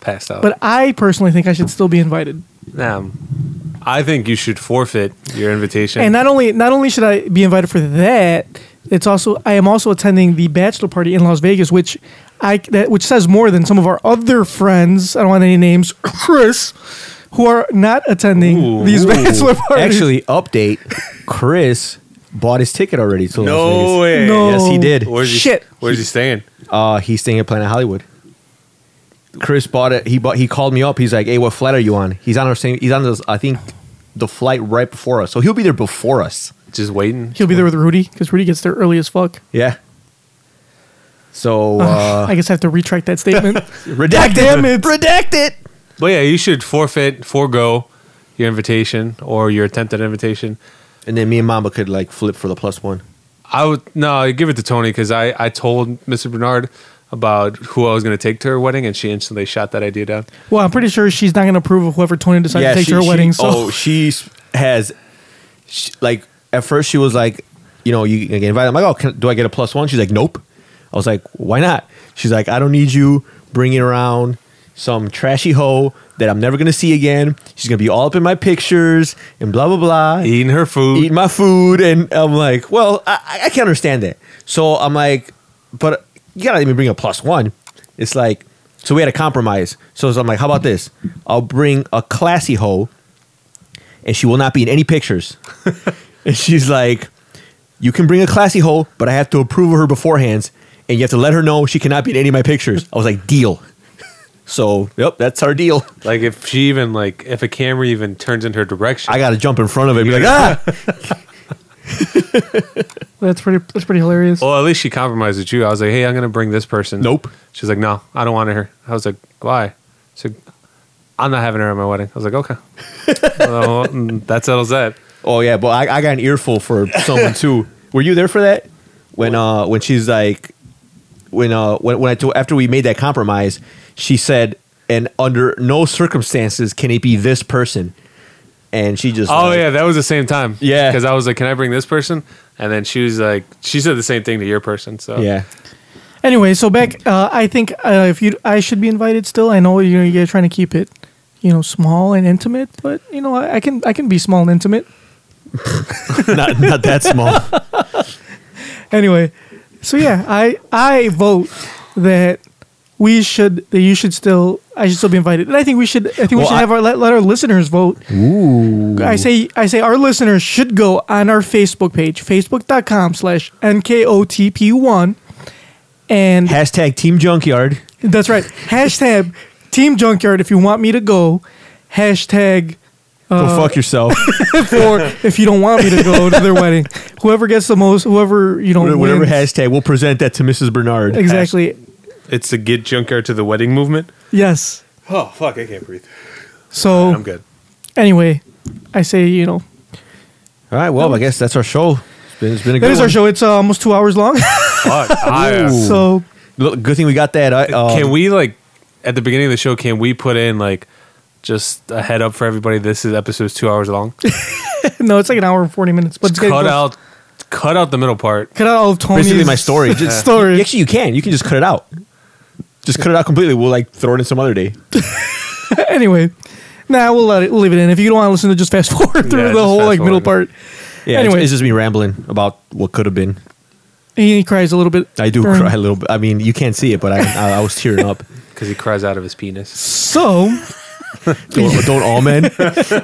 Speaker 3: Passed out.
Speaker 1: But I personally think I should still be invited.
Speaker 3: nah, I'm- I think you should forfeit your invitation.
Speaker 1: And not only not only should I be invited for that, it's also I am also attending the bachelor party in Las Vegas, which I that which says more than some of our other friends. I don't want any names, Chris, who are not attending these bachelor parties.
Speaker 2: Actually, update. Chris bought his ticket already. To Las
Speaker 3: no
Speaker 2: Vegas.
Speaker 3: way.
Speaker 1: No.
Speaker 2: Yes, he did.
Speaker 3: Where's he,
Speaker 1: Shit.
Speaker 3: Where's he staying?
Speaker 2: Uh, he's staying at Planet Hollywood. Chris bought it. He bought. He called me up. He's like, "Hey, what flight are you on?" He's on our same. He's on this. I think the flight right before us. So he'll be there before us.
Speaker 3: just waiting.
Speaker 1: He'll be there with Rudy because Rudy gets there early as fuck.
Speaker 2: Yeah. So uh,
Speaker 1: I guess I have to retract that statement.
Speaker 2: redacted.
Speaker 1: damn it.
Speaker 2: Redacted.
Speaker 3: But yeah, you should forfeit, forego your invitation or your attempted invitation.
Speaker 2: And then me and Mamba could like flip for the plus one.
Speaker 3: I would no, I'd give it to Tony because I, I told Mr. Bernard about who I was going to take to her wedding, and she instantly shot that idea down.
Speaker 1: well, I'm pretty sure she's not going to approve of whoever Tony decides to take to her wedding. So
Speaker 2: Oh, she has, she, like, at first she was like, you know, you can get invited. I'm like, oh, can, do I get a plus one? She's like, nope. I was like, why not? She's like, I don't need you bringing around some trashy hoe that I'm never going to see again. She's going to be all up in my pictures and blah, blah, blah.
Speaker 3: Eating her food.
Speaker 2: Eat my food, and I'm like, well, I, I can understand that. So I'm like, but you gotta let me bring a plus one. It's like, so we had a compromise. So I'm like, how about this? I'll bring a classy hoe, and she will not be in any pictures. and she's like, you can bring a classy hoe, but I have to approve of her beforehand, and you have to let her know she cannot be in any of my pictures. I was like, deal. so yep, that's our deal.
Speaker 3: Like if she even like if a camera even turns in her direction,
Speaker 2: I gotta jump in front of it and be like, ah.
Speaker 1: that's pretty. That's pretty hilarious.
Speaker 3: Well, at least she compromised with you. I was like, hey, I'm going to bring this person.
Speaker 2: Nope.
Speaker 3: She's like, no, I don't want her. I was like, why? She's like, I'm not having her at my wedding. I was like, okay. well, mm, that settles that.
Speaker 2: Oh yeah, but I, I got an earful for someone too. Were you there for that? When uh when she's like when uh when, when I told after we made that compromise, she said and under no circumstances can it be this person. And she just
Speaker 3: Oh,
Speaker 2: like,
Speaker 3: yeah, that was the same time.
Speaker 2: Yeah.
Speaker 3: Because I was like, can I bring this person? And then she was like, she said the same thing to your person. So
Speaker 2: Yeah.
Speaker 1: Anyway, so Beck, uh, I think uh, if you, I should be invited still. I know you know you're trying to keep it, you know, small and intimate, but you know I, I can I can be small and intimate.
Speaker 2: not not that small.
Speaker 1: Anyway, so yeah, I I vote that we should that you should still I should still be invited, and I think we should I think we
Speaker 2: Well,
Speaker 1: should
Speaker 2: I-
Speaker 1: have our let, let our listeners vote. Ooh, I say I say our listeners should go on our Facebook page, facebook.com slash nkotp1, and
Speaker 2: Hashtag Team Junkyard.
Speaker 1: That's right. Hashtag Team Junkyard if you want me to go. Hashtag
Speaker 2: Go
Speaker 1: Uh,
Speaker 2: fuck yourself.
Speaker 1: for if you don't want me to go to their wedding. Whoever gets the most, whoever you know,
Speaker 2: Whatever whatever
Speaker 1: wins.
Speaker 2: hashtag, we'll present that to Mrs. Bernard.
Speaker 1: exactly.
Speaker 3: it's the get junkyard to the wedding movement.
Speaker 1: Yes.
Speaker 3: Oh, fuck, I can't breathe.
Speaker 1: So
Speaker 3: I'm good.
Speaker 1: anyway, I say you know
Speaker 2: All right, well, I guess that's our show. It's been, it's been a good
Speaker 1: that is our
Speaker 2: one.
Speaker 1: show. It's uh, almost two hours long.
Speaker 3: Fuck. I-
Speaker 1: so
Speaker 2: Look, good thing we got that. I, um,
Speaker 3: can we like at the beginning of the show? Can we put in like just a head up for everybody? This is episode's two hours long.
Speaker 1: no, it's like an hour and forty minutes. But it's getting
Speaker 3: cut
Speaker 1: close.
Speaker 3: out, cut out the middle part.
Speaker 1: Cut out all of Tony's
Speaker 2: basically my story. Just-
Speaker 1: story.
Speaker 2: Actually, you can. You can just cut it out. Just cut it out completely. We'll like throw it in some other day.
Speaker 1: anyway, nah, we'll let it. We'll leave it in. If you don't want to listen to, just fast forward through
Speaker 3: Yeah,
Speaker 1: the
Speaker 3: just
Speaker 1: whole like
Speaker 3: fast
Speaker 1: middle
Speaker 3: forward.
Speaker 1: part.
Speaker 2: Yeah.
Speaker 1: Anyway.
Speaker 2: Anyway, it's just me rambling about what could have been.
Speaker 1: He cries a little bit.
Speaker 2: I do
Speaker 1: during-
Speaker 2: cry a little bit. I mean, you can't see it, but I, I, I was tearing up.
Speaker 3: because he cries out of his penis.
Speaker 1: So.
Speaker 2: Don't, don't all men?
Speaker 1: So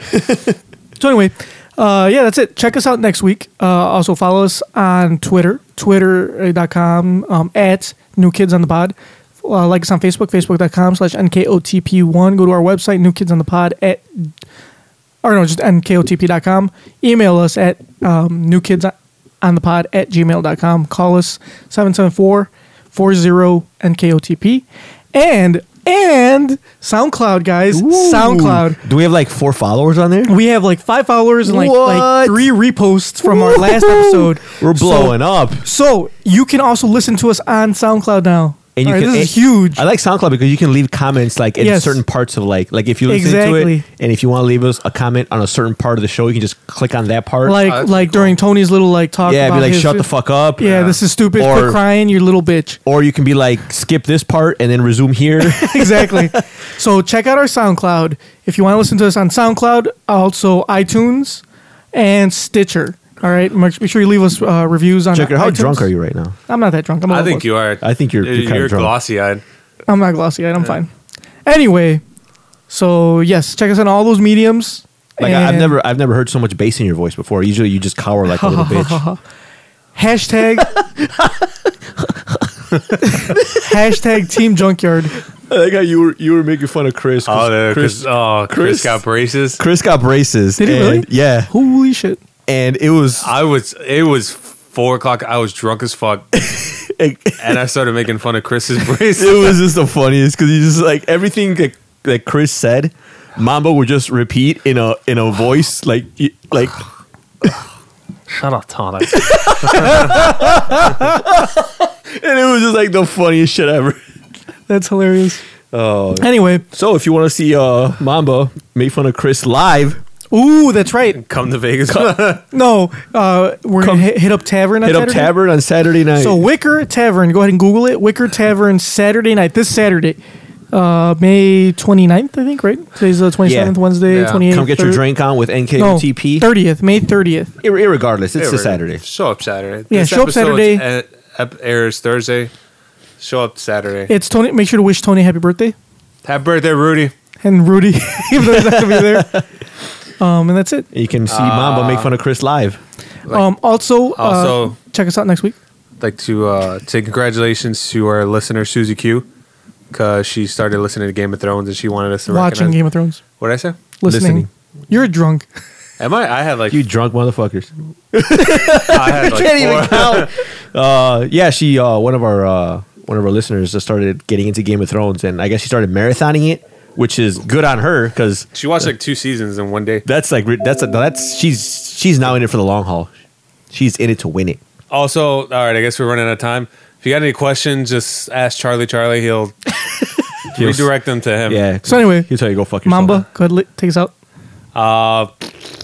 Speaker 1: anyway, uh, yeah, that's it. Check us out next week. Uh, also follow us on Twitter, twitter.com um, at New Kids on the Pod. Uh, like us on Facebook, facebook.com slash NKOTP1. Go to our website, New Kids on the Pod at, or no, just NKOTP.com. Email us at um, New Kids on the Pod at gmail.com. Call us 774 40 NKOTP. And, and SoundCloud, guys. SoundCloud.
Speaker 2: Do we have like four followers on there?
Speaker 1: We have like five followers and like, like
Speaker 2: What?
Speaker 1: three reposts from our last
Speaker 2: Woo-hoo!
Speaker 1: episode.
Speaker 2: We're
Speaker 1: So-
Speaker 2: blowing up.
Speaker 1: So you can also listen to us on SoundCloud now. And you can, this is huge.
Speaker 2: I like SoundCloud because you can leave comments like in
Speaker 1: Yes.
Speaker 2: certain parts of like like if you listen to
Speaker 1: Exactly.
Speaker 2: it and if you want to leave us a comment on a certain part of the show, you can just click on that part.
Speaker 1: like
Speaker 3: that's
Speaker 1: like during Tony's little like talk.
Speaker 2: yeah,
Speaker 1: about
Speaker 2: be like
Speaker 1: his-
Speaker 2: shut the fuck up.
Speaker 1: Yeah, this is stupid.
Speaker 2: Or-
Speaker 1: Quit crying, you little bitch.
Speaker 2: Or you can be like skip this part and then resume here.
Speaker 1: exactly. So check out our SoundCloud if you want to listen to us on SoundCloud, also iTunes and Stitcher. All right, make make sure you leave us uh, reviews on.
Speaker 2: Checker, how
Speaker 1: iTunes.
Speaker 2: drunk are you right now?
Speaker 1: I'm not that drunk. I'm
Speaker 3: I
Speaker 1: all
Speaker 3: think
Speaker 1: close.
Speaker 3: you are.
Speaker 2: I think you're- you're kinda
Speaker 3: you're
Speaker 2: drunk.
Speaker 3: glossy eyed.
Speaker 1: I'm not glossy eyed. I'm fine. Anyway, so yes, check us on all those mediums.
Speaker 2: Like I, I've
Speaker 1: and
Speaker 2: never, I've never heard so much bass in your voice before. Usually, you just cower like a little bitch.
Speaker 1: hashtag hashtag Team Junkyard.
Speaker 2: I like how you were, you were making fun of Chris.
Speaker 3: Oh, there,
Speaker 2: Chris,
Speaker 3: Chris, oh, Chris,
Speaker 2: Chris-
Speaker 3: got braces.
Speaker 2: Chris got braces.
Speaker 1: Did he
Speaker 2: and-
Speaker 1: really?
Speaker 2: Yeah.
Speaker 1: Holy shit!
Speaker 2: and it was
Speaker 3: I was. It was four o'clock. I was drunk as fuck,
Speaker 2: it
Speaker 3: and I started making fun of Chris's bracelet.
Speaker 2: was just the funniest because you just like everything that, that Chris said, Mambo would just repeat in a in a voice like y- like
Speaker 3: Shut up, Tom.
Speaker 2: and it was just like the funniest shit ever.
Speaker 1: That's hilarious. Oh. Anyway,
Speaker 2: So if you want to see uh Mambo make fun of Chris live,
Speaker 1: ooh, that's right.
Speaker 3: Come to Vegas.
Speaker 1: No, uh, we're gonna hit, hit up Tavern. On
Speaker 2: hit up
Speaker 1: Saturday.
Speaker 2: Tavern on Saturday night.
Speaker 1: So Wicker Tavern, go ahead and Google it. Wicker Tavern Saturday night, this Saturday, uh, May 29th, I think. Right? Today's the 27th,
Speaker 2: Yeah.
Speaker 1: Wednesday,
Speaker 3: Yeah.
Speaker 1: 28th.
Speaker 2: come get your drink on with
Speaker 1: No,
Speaker 2: NKOTP.
Speaker 1: 30th, May 30th.
Speaker 2: Ir- irregardless, it's a Saturday.
Speaker 3: Show up Saturday.
Speaker 1: Yeah, show up Saturday.
Speaker 3: Uh, ep- airs Thursday. Show up Saturday.
Speaker 1: It's Tony. Make sure to wish Tony happy birthday
Speaker 3: Happy birthday, Rudy.
Speaker 1: and Rudy, even though he's not gonna be there. Um, and that's it.
Speaker 2: You can see Mambo make fun of Chris live.
Speaker 1: um, also, uh,
Speaker 3: Also-
Speaker 1: check us out next week.
Speaker 3: like to uh, say congratulations to our listener Susie Q, because she started listening to Game of Thrones and she wanted us to
Speaker 1: Watching
Speaker 3: recognize-
Speaker 1: Game of Thrones,
Speaker 3: What did I say?
Speaker 1: listening. You're drunk.
Speaker 3: Am I? I had like
Speaker 2: You drunk motherfuckers.
Speaker 3: I had like four-
Speaker 2: Uh, yeah, she uh, one of our uh, one of our listeners just started getting into Game of Thrones, and I guess she started marathoning it, which is good on her because
Speaker 3: She watched like two seasons in one day.
Speaker 2: that's like re- that's a, that's she's she's now in it for the long haul. She's in it to win it.
Speaker 3: Also, all right, I guess we're running out of time. If you got any questions, just ask Charlie. Charlie, he'll redirect them to him.
Speaker 2: Yeah.
Speaker 1: So anyway,
Speaker 2: here's how you go fuck yourself.
Speaker 1: Mamba, go ahead, li- take us out.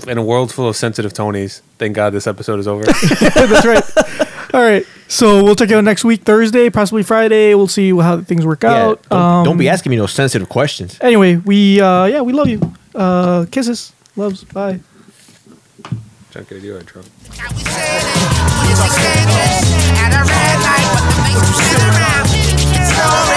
Speaker 3: In a world full of sensitive Tonys, thank God this episode is over.
Speaker 1: That's right. All right. So we'll check it out next week, Thursday, possibly Friday. We'll see how things work
Speaker 2: Yeah,
Speaker 1: out. Um,
Speaker 2: don't, don't be asking me no sensitive questions.
Speaker 1: Anyway, we uh yeah, we love you. Uh kisses. Loves. Bye.
Speaker 3: Junk it, you are drunk.
Speaker 4: At a red light, what the makes you spin around? It's so red.